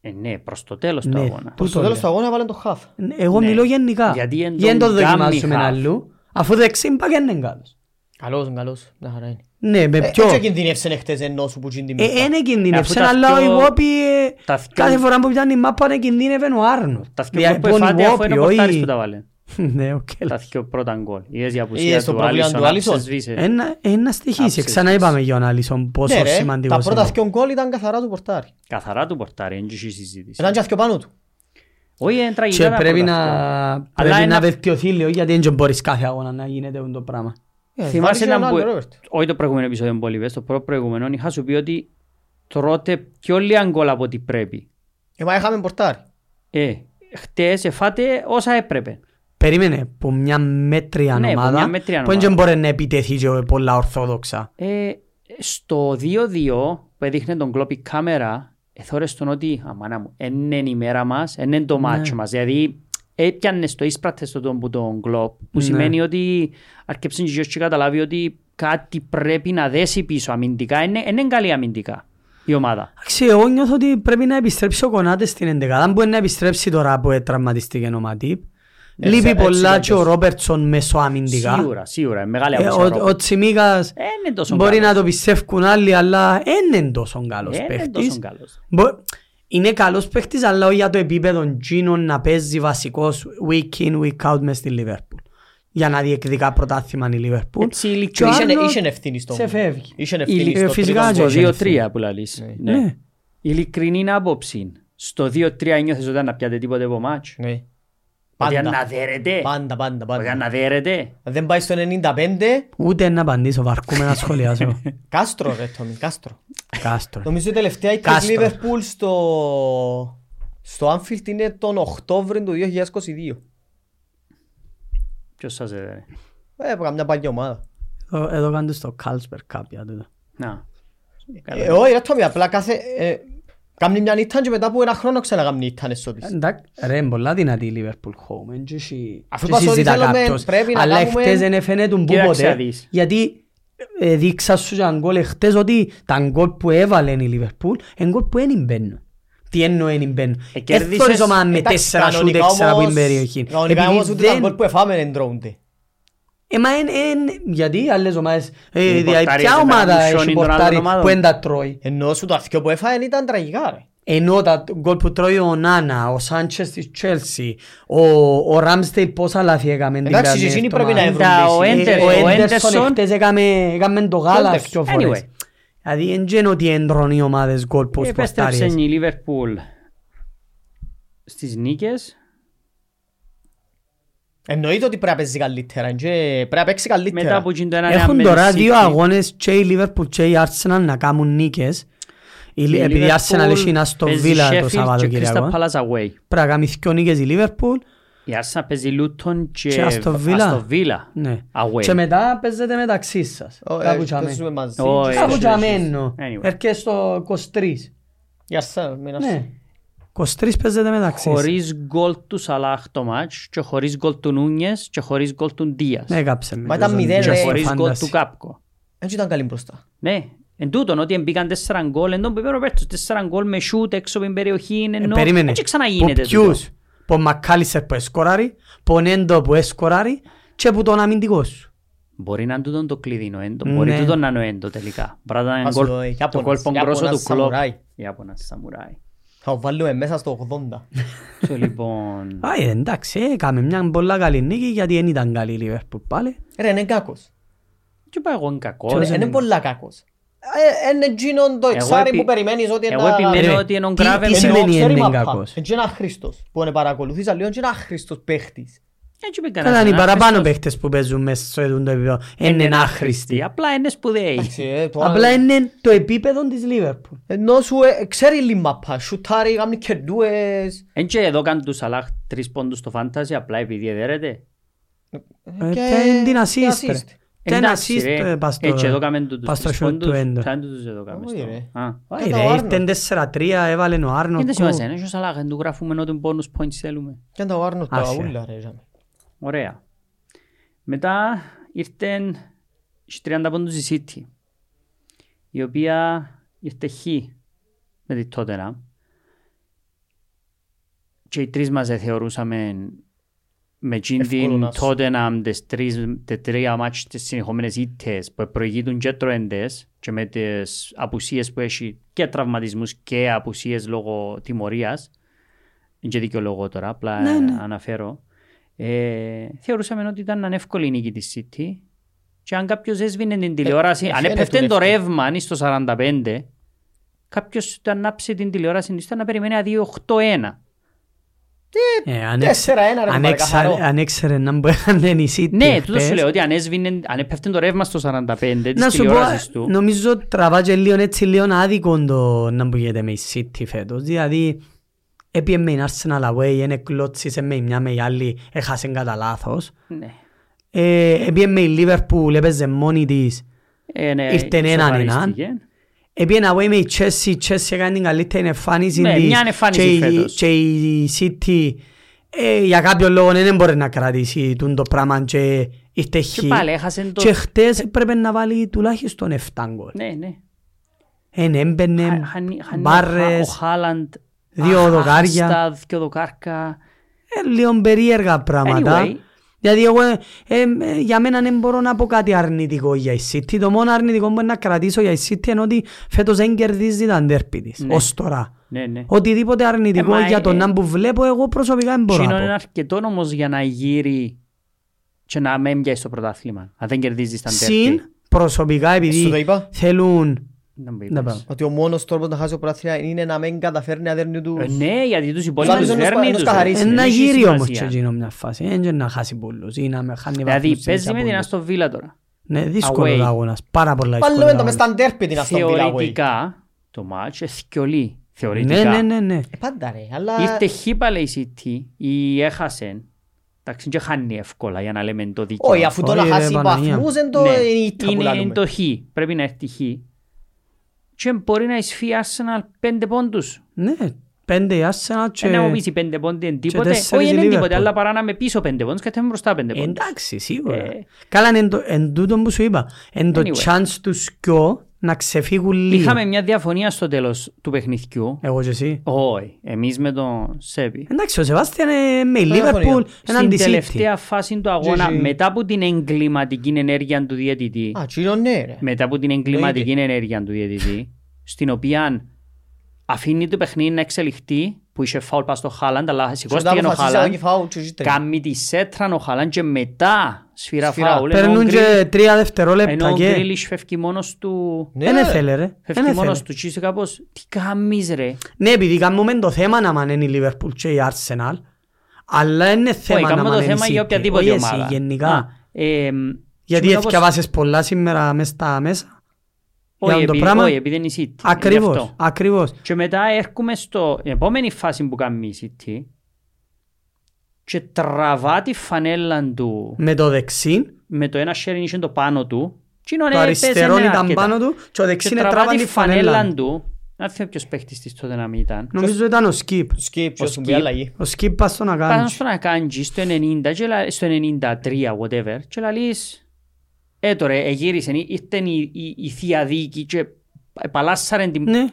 Speaker 2: Ε, ναι, προς το τέλος του
Speaker 3: Ναι.
Speaker 2: αγώνα.
Speaker 3: Πού
Speaker 1: Στο
Speaker 3: το
Speaker 1: τέλος
Speaker 3: λέω.
Speaker 1: του αγώνα βάλαν το χαφ.
Speaker 3: Εγώ
Speaker 2: Ναι.
Speaker 3: μιλώ γενικά.
Speaker 2: Γιατί εν
Speaker 3: Γιατί δεν
Speaker 2: τον
Speaker 3: τον
Speaker 2: κάνει
Speaker 3: δοκιμάσουμε
Speaker 2: half.
Speaker 3: αλλού, αφού δεξιμπάκ είναι καλός.
Speaker 1: Καλός, καλός. Να χαρά είναι.
Speaker 3: Ναι, με
Speaker 1: Ε,
Speaker 3: ποιο.
Speaker 1: Έτσι κινδυνεύσαν χτες ενώ σου που Ναι, γίνει τη
Speaker 3: Ε,
Speaker 1: μύχτα.
Speaker 3: Ένα κινδύνευσε,
Speaker 2: Ε, αφού τα
Speaker 3: αλλά ο
Speaker 2: πιο-
Speaker 3: Ιβόπι
Speaker 2: τα πιο-
Speaker 3: κάθε φορά που πιάνει η μάπα να κινδύνευε ο Άρνος.
Speaker 2: Τα δυο γκολ που
Speaker 3: Λοιπόν,
Speaker 2: εφάτε αφού
Speaker 3: Ιβόπι,
Speaker 2: είναι ο
Speaker 3: όχι-
Speaker 2: πορτάρις που τα βάλε.
Speaker 3: Ναι, οκ.
Speaker 2: τα δυο πρώτα γκολ. Είδες η απουσία
Speaker 1: Είδες το
Speaker 2: του
Speaker 1: πρόβλημα
Speaker 2: Άλισον,
Speaker 1: του Άλισον.
Speaker 2: άψε σβήσε.
Speaker 3: Ένα- Ένα στοιχείσαι.
Speaker 2: Άψε,
Speaker 3: Ξανά είπαμε για τον Άλισον
Speaker 1: Ναι,
Speaker 3: πόσο
Speaker 1: ρε, Τα
Speaker 3: σημαντικός
Speaker 1: πρώτα
Speaker 3: είναι.
Speaker 1: δυο γκολ ήταν καθαρά του πορτάρι.
Speaker 2: Καθαρά του πορτάρι, δεν είχε συζήτηση.
Speaker 1: Έναν και δυο πάνω του.
Speaker 2: Όχι, ε, είναι τραγικά
Speaker 3: Και
Speaker 2: τα
Speaker 3: πρέπει
Speaker 2: πρώτα
Speaker 3: να,
Speaker 2: αυτά.
Speaker 3: πρέπει
Speaker 2: ένα-
Speaker 3: να βελτιωθεί λίγο γιατί δεν μπορείς κάθε αγώνα να γίνεται αυτό το πράγμα.
Speaker 1: Ε,
Speaker 2: Θυμάσαι
Speaker 1: βάλεις και
Speaker 2: να
Speaker 1: έναν
Speaker 2: μπο-
Speaker 1: άλλο, Ρόμπερτ.
Speaker 2: Όχι το προηγούμενο επεισόδιο που είπες, το πρώτο προηγούμενο είχα σου πει ότι τρώτε πιο λίγα γκολ από ό,τι πρέπει.
Speaker 1: Ε, μα είχαμε πορτάρι.
Speaker 2: Ε, χτες εφάτε όσα έπρεπε.
Speaker 3: Περίμενε που μια μέτρια
Speaker 2: Ναι, που μια
Speaker 3: ομάδα
Speaker 2: μέτρια
Speaker 3: που
Speaker 2: ομάδα.
Speaker 3: δεν μπορεί να επιτεθεί και πολλά ορθόδοξα.
Speaker 2: Ε, στο 2-2 που έδειχνε τον κλόπι κάμερα, εθώρες τον ότι αμάνα μου, εν είναι η μέρα μας, εν είναι το μάτσο
Speaker 1: Ναι.
Speaker 2: μας. Δηλαδή έπιανε το ίσπρακτες στον τον, που τον κλόπ, που
Speaker 3: Ναι.
Speaker 2: σημαίνει ότι αρκεψήν και γιος και καταλάβει ότι κάτι πρέπει να δέσει πίσω αμυντικά. Είναι, είναι καλή αμυντικά η ομάδα.
Speaker 3: Εντάξει, εγώ νιώθω ότι πρέπει να επιστρέψει ο Κονάτες στην 11. Αν μπορεί να επιστρέψει τώρα που τραυματιστήκε ο Ματίπ.
Speaker 2: Ε,
Speaker 1: Έτσι,
Speaker 3: Λείπει
Speaker 1: έτσι
Speaker 3: πολλά
Speaker 1: ήταν
Speaker 3: και ο Ρόμπερτσον μεσοαμυντικά.
Speaker 2: Σίγουρα, σίγουρα. είναι Μεγάλη
Speaker 3: Ε,
Speaker 2: απουσία.
Speaker 3: ο- Ο
Speaker 2: Ρόμπερτ.
Speaker 3: Τσιμίκας
Speaker 2: Ε, είναι τόσο
Speaker 3: μπορεί
Speaker 2: καλός.
Speaker 3: να το πιστεύουν άλλοι αλλά δεν είναι τόσο καλός
Speaker 2: Ε, είναι
Speaker 3: παίχτης.
Speaker 2: τόσο καλός.
Speaker 3: Μπο- Είναι καλός παίχτης αλλά όχι για το επίπεδο Gino να παίζει βασικός week in, week out μες στη Liverpool. για να διεκδικά πρωτάθλημα η Λίβερπουλ.
Speaker 2: Έτσι η
Speaker 3: Και ο
Speaker 1: Είχε-
Speaker 3: Άρνολτ
Speaker 1: είχε ευθύνη στο-
Speaker 3: σε φεύγει.
Speaker 1: είχε ευθύνη
Speaker 2: Η-
Speaker 1: στο
Speaker 3: φυσικά,
Speaker 1: τρίτο
Speaker 3: Τζο.
Speaker 1: γκολ.
Speaker 3: Τζο.
Speaker 2: Στο 2-3 που λαλείς. Ναι.
Speaker 3: Ναι.
Speaker 2: Ειλικρινή άποψη. Στο 2-3 νιώθεις ότι να πιάτε τίποτε από μάτσο.
Speaker 1: Ναι.
Speaker 2: Ότι αν
Speaker 1: Πάντα.
Speaker 2: να δέρετε.
Speaker 1: Πάντα, πάντα,
Speaker 2: Ότι αν
Speaker 1: πάντα.
Speaker 2: να δέρετε.
Speaker 1: Αν Δεν πάει στο 95,
Speaker 3: Ούτε να απαντήσω, βαρκούμε να σχολιάσω.
Speaker 1: κάστρο ρε Τόμι, κάστρο.
Speaker 3: Κάστρο.
Speaker 1: Νομίζω η τελευταία η
Speaker 3: Κάστρο.
Speaker 1: Liverpool στο... στο Anfield είναι τον Οκτώβριο του 2022.
Speaker 2: Ποιος σας έδερε.
Speaker 1: Ε, Έπρεπε μια παλιά ομάδα.
Speaker 3: Εδώ, εδώ κάνουν στο Κάλσπερ κάποια τούτα.
Speaker 2: Να. Καλά.
Speaker 1: Ε, όχι ρε Τόμι, απλά κάθε... ε, Κάμνει μια νύχτα και μετά από ένα χρόνο ξανακάμνει νύχτα ναι, εσώτης.
Speaker 3: Ε, Εντάξει, ρε, είναι πολλά δυνατή η Λίβερπουλ home. Εν τούχει-
Speaker 1: Αφού
Speaker 3: και
Speaker 1: είπα ότι
Speaker 3: συζητά
Speaker 1: θέλουμε,
Speaker 3: κάποιος.
Speaker 1: πρέπει να
Speaker 3: Αλλά
Speaker 1: κάνουμε-
Speaker 3: χτες δεν φαίνεται που
Speaker 2: Κοίταξε να
Speaker 3: ποτέ.
Speaker 2: δεις.
Speaker 3: Γιατί ε, δείξα σου και αν γκολ χτες ότι τα γκολ που έβαλε η Λίβερπουλ είναι γκολ που δεν μπαίνουν. Τι εννοώ δεν μπαίνουν.
Speaker 2: Ε,
Speaker 3: Δεν
Speaker 2: κέρδισες-
Speaker 3: θωρείς ομάδα με
Speaker 1: Εντάξει,
Speaker 3: τέσσερα σούτ
Speaker 1: κανονικά
Speaker 3: έξερα που είναι
Speaker 1: όμως-
Speaker 3: περιοχή.
Speaker 1: Κανονικά
Speaker 3: Επειδή
Speaker 1: όμως ούτε τα
Speaker 3: δεν-
Speaker 1: γκολ που εφάμε δεν ντρώνται.
Speaker 3: Ε, μα εν, εν, γιατί άλλες ομάδες, ε,
Speaker 2: Οι
Speaker 3: δια-
Speaker 2: πορτάριες
Speaker 3: ποια
Speaker 2: δεν τα
Speaker 3: ομάδα
Speaker 2: μουσώνει
Speaker 3: έχει
Speaker 2: των άλλων
Speaker 3: πορτάρι
Speaker 2: ομάδων.
Speaker 3: που δεν τα τρώει.
Speaker 1: Ενώ σου το αρχείο που έφαγε ήταν τραγικά ρε.
Speaker 3: Ενώ τα γκολ που τρώει ο Νάνα, ο Σάντσες της Τσέλσι, ο, ο Ράμστεϊ πόσα λάθη έκαμε την
Speaker 1: Εντάξει,
Speaker 3: περασμένη
Speaker 1: εκείνοι πρέπει να
Speaker 3: εβδομάδα.
Speaker 1: ευρούν
Speaker 2: Τα- ο
Speaker 1: λύση.
Speaker 2: Έντερ-
Speaker 3: Ε, Ο Έντερσον
Speaker 2: Έντερσον-
Speaker 3: χτες έκαμε, έκαμε το γάλα
Speaker 1: Έντερσον.
Speaker 3: δυο φορές.
Speaker 2: Anyway.
Speaker 3: Δηλαδή εν γένω ότι εντρώνει οι ομάδες γκολ πως
Speaker 2: Επέστρεψε
Speaker 3: πορτάριες.
Speaker 2: η Λίβερπουλ στις νίκες
Speaker 1: Εννοείται ότι πρέπει να παίζει καλύτερα και πρέπει να παίξει καλύτερα.
Speaker 2: μετά που γίνει το ένα
Speaker 3: Έχουν τώρα δύο αγώνες και η Λίβερπουλ και η Arsenal να κάνουν νίκες. Η- Επειδή η Arsenal έχει να στο Βίλα το Σαββατοκυριακό.
Speaker 2: Crystal Palace away.
Speaker 3: Πρέπει να κάνει δυο νίκες η Λίβερπουλ.
Speaker 2: Η Arsenal παίζει Luton
Speaker 3: Και
Speaker 2: και
Speaker 3: Aston Villa.
Speaker 2: Aston Villa.
Speaker 3: Ναι.
Speaker 2: Away.
Speaker 3: Και μετά παίζετε μεταξύ σας.
Speaker 1: Ω, ε,
Speaker 3: Κάπου τσαμέ.
Speaker 1: παίζουμε μαζί.
Speaker 2: Ω, ε,
Speaker 3: Κάπου
Speaker 2: έχεις,
Speaker 3: τσαμέ
Speaker 2: έχεις.
Speaker 3: εννοώ.
Speaker 2: Anyway.
Speaker 3: Έρχεσαι Ε, στο 23.
Speaker 1: Για σένα, μην ας-
Speaker 3: Ναι. 23 παίζετε μεταξύ σας.
Speaker 2: Χωρίς γκολ του Σαλάχ το μάτς και χωρίς γκολ του Νούνιες και χωρίς γκολ του Ντίας.
Speaker 3: Ναι, κάψε με.
Speaker 1: Μα ήταν
Speaker 3: Παίζουν
Speaker 1: μηδέν,
Speaker 3: και
Speaker 2: Και
Speaker 1: ρε.
Speaker 2: χωρίς
Speaker 3: στο
Speaker 2: γκολ
Speaker 3: fantasy.
Speaker 2: του Κάπκο.
Speaker 1: Έτσι ήταν καλή μπροστά.
Speaker 2: Ναι. Εν τούτον ότι μπήκαν τέσσερα γκολ, εν τόν που είπε ο Ροπέρτος, τέσσερα γκολ με σούτ έξω από την περιοχή,
Speaker 3: Ε,
Speaker 2: ενώ
Speaker 3: Περίμενε.
Speaker 2: έτσι ξαναγίνεται.
Speaker 3: Που
Speaker 2: τούτο.
Speaker 3: ποιους. Που Μακάλισερ που εσκοράρει, που Νέντο που εσκοράρει και που τον αμυντικός σου.
Speaker 2: Μπορεί να είναι τούτον το κλειδί νοέντο.
Speaker 3: Ναι.
Speaker 2: Μπορεί τούτον να είναι νοέντο τελικά. Μπορεί να είναι
Speaker 1: Ας
Speaker 2: γκολ-
Speaker 1: το, ε,
Speaker 2: το
Speaker 1: Ιάπωνας,
Speaker 2: γκολ που
Speaker 1: Ιάπωνας
Speaker 2: γκρόσο του κλόπ.
Speaker 1: σαμουράι.
Speaker 2: Ιάπωνας σαμουράι.
Speaker 1: Θα το βάλουμε μέσα στο 80.
Speaker 2: So, Λοιπόν,
Speaker 3: Α, ε, εντάξει, έκαμε μια πολλά καλή νίκη γιατί δεν ήταν καλή η Λίβερπουλ πάλι.
Speaker 1: Ρε, είναι κάκος.
Speaker 2: και είπα εγώ είναι κακό.
Speaker 1: Είναι-
Speaker 3: ναι.
Speaker 1: Είναι πολλά κάκος. Ε, Είναι εκείνον το εξάρι
Speaker 2: επι-
Speaker 1: που περιμένεις ότι
Speaker 2: Εγώ
Speaker 1: να-
Speaker 2: επιμένω
Speaker 3: Ρε,
Speaker 2: ότι είναι ο
Speaker 3: Ναι, τι-
Speaker 2: Γκράβεν-
Speaker 3: τι
Speaker 2: Ενώ
Speaker 3: σημαίνει
Speaker 1: ε, ξέρει
Speaker 3: είναι
Speaker 1: μαπά.
Speaker 3: κακός.
Speaker 1: Είναι και ένα Χρήστος που είναι παρακολουθείς, αλλά είναι και ένα Χρήστος παίχτης.
Speaker 2: Έτσι είπε κανένας.
Speaker 3: Καλά, είναι οι
Speaker 2: ένας
Speaker 3: παραπάνω
Speaker 2: χρηστός.
Speaker 3: παίχτες που παίζουν μέσα στο ειδούν το επίπεδο. Είναι άχρηστοι.
Speaker 2: Απλά είναι σπουδαίοι.
Speaker 1: Εντάξει, ε, το
Speaker 3: Απλά
Speaker 1: άλλο-
Speaker 3: είναι το επίπεδο της Λίβερπουλ.
Speaker 1: Ενώ σου ε, ξέρει λίγο μαπά, σουτάρει, κάνει κερδούες.
Speaker 2: Εν και εδώ κάνουν τους Σαλάχ τρεις πόντους στο φάνταζι απλά επειδή εδέρεται.
Speaker 3: Ε,
Speaker 1: Και-
Speaker 3: Eh, Ten την
Speaker 1: και
Speaker 3: assist. ρε.
Speaker 1: assist.
Speaker 3: Ten eh,
Speaker 2: Εντάξει,
Speaker 3: assist
Speaker 2: ρε.
Speaker 3: ε, πας στο-
Speaker 2: Έτσι εδώ κάμεν τους
Speaker 3: πας στο
Speaker 2: τρεις
Speaker 3: shoot του
Speaker 2: πόντους.
Speaker 3: Endo.
Speaker 2: Σαν τούτους εδώ κάμεν
Speaker 1: Όχι,
Speaker 2: στο-
Speaker 1: ρε.
Speaker 2: Α.
Speaker 1: Ε,
Speaker 3: Ε,
Speaker 1: το
Speaker 3: ρε,
Speaker 1: Άρνολτ.
Speaker 3: ήρθεν 4-3, έβαλε ο
Speaker 2: Και
Speaker 3: Άρνολτ
Speaker 2: Δεν
Speaker 3: γκολ.
Speaker 2: σημασία, είναι και ο Σαλάχ, εν του γράφουμε ό,τι πόνους points θέλουμε.
Speaker 1: Και αν τα βάρνω τα
Speaker 3: Άσε.
Speaker 1: ούλα, ρε, για μέ.
Speaker 2: Ωραία. Μετά ήρθεν στους 30 πόντους η City, η οποία ήρθε χ με τη Tottenham. Και οι τρεις μας θεωρούσαμε με εκείνη
Speaker 1: Εύκολο
Speaker 2: την
Speaker 1: να σου-
Speaker 2: Tottenham τις τρεις, τα τρία μάτς τις συνεχόμενες ήττες που προηγείτουν και τροέντες και με τις απουσίες που έχει και τραυματισμούς και απουσίες λόγω τιμωρίας είναι και δικαιολογώ τώρα, απλά
Speaker 3: Ναι, ναι.
Speaker 2: αναφέρω. Ε, θεωρούσαμε ότι ήταν ανεύκολη η νίκη της City και αν κάποιος έσβηνε την τηλεόραση,
Speaker 1: ε,
Speaker 2: αν
Speaker 1: φαίνεται
Speaker 2: έπεφτε το
Speaker 1: εύκολο.
Speaker 2: ρεύμα αν είσαι στο 45, κάποιος το ανάψει την τηλεόραση ήταν να περιμένει ένα 2-8-1.
Speaker 3: Ε, αν έξε-
Speaker 1: 4-1 ρε,
Speaker 3: αν
Speaker 1: μπαρ,
Speaker 3: έξα-
Speaker 1: καθαρό.
Speaker 3: Αν έξερε να μπορεί να είναι η City eh.
Speaker 2: Ναι, τούτος σου
Speaker 3: χτες,
Speaker 2: λέω ότι αν έσβηνε, αν έπεφτε το ρεύμα στο 45
Speaker 3: Να
Speaker 2: της
Speaker 3: σου πω,
Speaker 2: τηλεόρασης του.
Speaker 3: νομίζω τραβά και λίγο έτσι λίγο άδικο το να μπούγεται με η City φέτος. Δηλαδή, έπιε με η Arsenal away, είναι κλώτσισε με η μια με η άλλη, έχασε κατά λάθος.
Speaker 2: Ναι.
Speaker 3: Ε, Έπιε με η Liverpool, e έπαιζε μόνη της.
Speaker 2: Ε, ναι,
Speaker 3: Ήρθεν έναν έναν.
Speaker 2: ισοφαρίστηκε.
Speaker 3: Έπιε να βγει με η Chelsea, η Chelsea έκανε την καλύτερη εμφάνιση
Speaker 2: Ναι,
Speaker 3: της.
Speaker 2: μια εμφάνιση
Speaker 3: και η-
Speaker 2: φέτος.
Speaker 3: Και η City ε, για κάποιο λόγο δεν μπορεί να κρατήσει τούτο το πράγμα και ήρθε χ.
Speaker 2: Και πάλι έχασε το...
Speaker 3: Και χτες έπρεπε να βάλει τουλάχιστον 7 γκολ.
Speaker 2: Ναι, ναι.
Speaker 3: Εν έμπαινε,
Speaker 2: Χα- χάνει- χάνει ο Χα- Ο
Speaker 3: μπάρες,
Speaker 2: Χάλαντ.
Speaker 3: δύο
Speaker 2: αχ,
Speaker 3: δοκάρια.
Speaker 2: αχάστα, Δύο δοκάρκα.
Speaker 3: ε, λίγο περίεργα πράγματα.
Speaker 2: Anyway.
Speaker 3: Δηλαδή εγώ, ε, ε, ε, για μένα δεν μπορώ να πω κάτι αρνητικό για η City. Το μόνο αρνητικό που μπορώ να κρατήσω για η City είναι ότι φέτος δεν κερδίζει τα ντέρπι της,
Speaker 2: Ναι.
Speaker 3: ως τώρα.
Speaker 2: Ναι, ναι.
Speaker 3: Οτιδήποτε αρνητικό
Speaker 2: Ε, μα,
Speaker 3: για τον
Speaker 2: ε,
Speaker 3: να που βλέπω εγώ προσωπικά δεν μπορώ
Speaker 2: Τσίνο
Speaker 3: να
Speaker 2: είναι
Speaker 3: πω.
Speaker 2: αρκετό όμως για να γύρει και να μην πιάσεις το πρωτάθλημα. Αν δεν κερδίζεις τα
Speaker 3: Συν
Speaker 2: ντέρπι.
Speaker 3: προσωπικά
Speaker 1: Σου το
Speaker 3: επειδή
Speaker 1: είπα
Speaker 3: θέλουν
Speaker 2: Να μου
Speaker 3: Να
Speaker 2: είπες.
Speaker 3: πάμε.
Speaker 1: ότι ο μόνος τρόπος να χάσει το πρωτάθλημα είναι να μην καταφέρνει αδέρνη τους.
Speaker 2: Ε, Ναι, γιατί τους υπόλοιπους
Speaker 1: Άλλος ενός πα-
Speaker 2: φέρνει
Speaker 1: ενός
Speaker 2: τους.
Speaker 1: καθαρίσει.
Speaker 2: Δεν
Speaker 3: ένα
Speaker 2: έχει
Speaker 3: γύρι
Speaker 2: Ε, σημασία.
Speaker 3: Ε, όμως και εκείνο μια φάση. Ε, Δεν είναι να χάσει πολλούς ή να με χάνει
Speaker 2: Δηλαδή
Speaker 3: βαθμούς σε
Speaker 2: παίζει με την
Speaker 3: πολλούς.
Speaker 2: Αστον Βίλα τώρα.
Speaker 3: Ναι, δύσκολο
Speaker 2: Away.
Speaker 3: ο αγώνας. Πάρα πολλά δύσκολο
Speaker 1: Πάλι το μες
Speaker 3: αγώνας.
Speaker 1: στα ντέρπι την Aston Villa, güey.
Speaker 2: Θεωρητικά το μάτς εθιολεί.
Speaker 3: Ναι, ναι,
Speaker 2: Θεωρητικά.
Speaker 3: ναι, ναι.
Speaker 1: Ε, Πάντα ρε, αλλά...
Speaker 2: Ήρθε χίπα λέει η City ή έχασε. Εντάξει, και χάνει εύκολα για να λέμε το δίκαιο.
Speaker 1: Όχι, αφού το να
Speaker 3: Όχι, ρε,
Speaker 1: χάσει
Speaker 3: Παναγία.
Speaker 1: βαθμούς είναι το
Speaker 2: Ναι.
Speaker 1: είναι η ήττα που
Speaker 2: είναι,
Speaker 1: λάλλουμε.
Speaker 2: είναι το χ. Πρέπει να έρθει χ. Και μπορεί να εισφύει η Arsenal πέντε πόντους.
Speaker 3: Ναι, πέντε η Arsenal
Speaker 2: Και... Να μου
Speaker 3: και...
Speaker 2: πεις οι πέντε πόντοι είναι τίποτε.
Speaker 3: τέσσερις
Speaker 2: Όχι,
Speaker 3: η
Speaker 2: είναι τίποτε,
Speaker 3: Liverpool.
Speaker 2: αλλά παρά να είμαι πίσω πέντε πόντους και θα είμαι μπροστά πέντε πόντους.
Speaker 3: Εντάξει, σίγουρα.
Speaker 2: Ε.
Speaker 3: Καλά, είναι το- εν τούτο που σου είπα. Εν το
Speaker 2: Anyway.
Speaker 3: chance τους κιό να ξεφύγουν λίγο.
Speaker 2: Είχαμε μια διαφωνία στο τέλος του παιχνιδιού.
Speaker 3: Εγώ και εσύ.
Speaker 2: Όχι, εμείς με τον Σέπι.
Speaker 3: Εντάξει, ο Σεβάστιαν ε, με η Λίβερπουλ
Speaker 1: διαφωνία.
Speaker 2: Στην
Speaker 3: έναν τη City.
Speaker 2: τελευταία φάση του αγώνα,
Speaker 1: GG.
Speaker 2: μετά από την εγκληματική ενέργεια του διαιτητή,
Speaker 1: Α, τσίνο ναι ρε.
Speaker 2: μετά από την εγκληματική ενέργεια του διαιτητή, στην οποία αφήνει το παιχνίδι να εξελιχθεί, που είχε φάουλ πας στο Χάλαντ, αλλά σηκώστηκε ο Χάλαντ, κάνει τη σέτρα ο Χάλαντ και μετά σφυρά
Speaker 1: Σφυρά.
Speaker 2: φάουλ. ενώ ο
Speaker 3: Παίρνουν
Speaker 2: Γκρι-
Speaker 3: και τρία δευτερόλεπτα
Speaker 2: Ενώ ο
Speaker 3: και...
Speaker 2: Γκρίλις φεύγει μόνος του...
Speaker 1: Ναι.
Speaker 3: Δεν έφελε ρε. Δεν
Speaker 2: Φεύγει μόνος
Speaker 3: έφελε.
Speaker 2: του και είσαι κάπως, τι κάνεις ρε.
Speaker 3: Ναι, επειδή κάνουμε το θέμα να μαν είναι η Λίβερπουλ και η Arsenal, αλλά είναι θέμα να
Speaker 2: κάνουμε το
Speaker 3: μαν είναι η
Speaker 2: θέμα για
Speaker 3: City.
Speaker 2: οποιαδήποτε
Speaker 3: Όχι εσύ,
Speaker 2: ομάδα. Α,
Speaker 3: γενικά.
Speaker 2: ε,
Speaker 3: Γιατί
Speaker 2: σημαίνει όπως-
Speaker 3: εθιαβάσες πολλά σήμερα μες στα μέσα.
Speaker 2: Όχι,
Speaker 3: Για το
Speaker 2: επειδή-
Speaker 3: πράγμα-
Speaker 2: όχι, επειδή είναι η City. Είναι γι'
Speaker 3: Ακριβώς,
Speaker 2: αυτό.
Speaker 3: ακριβώς.
Speaker 2: Και μετά έρχομαι στο η επόμενη φάση που κάνει η City και τραβά τη φανέλα του
Speaker 3: Με το δεξί,
Speaker 2: με το ένα sharing είχε το πάνω του και είναι
Speaker 3: το
Speaker 2: ωραία,
Speaker 3: αριστερό
Speaker 2: παίζει ένα
Speaker 3: ήταν
Speaker 2: αρκετά.
Speaker 3: πάνω του και
Speaker 2: και
Speaker 3: ο δεξί είναι
Speaker 2: τραβά
Speaker 3: τράβαν
Speaker 2: τη
Speaker 3: τη φανέλα.
Speaker 2: φανέλα του να θυμάμαι ποιος παίχτης της τότε να μην ήταν
Speaker 3: Νομίζω ήταν ο Σκύπ.
Speaker 1: Σκύπ,
Speaker 2: Ο
Speaker 1: ποιος του πει
Speaker 2: Skip.
Speaker 1: αλλαγή.
Speaker 3: Ο Σκύπ πας στον
Speaker 2: πάνω
Speaker 3: Αγκάντζ.
Speaker 2: στον Ακάντζη στο 90 και λα- στο 93 whatever και λαλείς ε τώρα εγύρισε ήρθε η, η, η θεία δίκη και επαλάσσαρε την
Speaker 3: Ναι.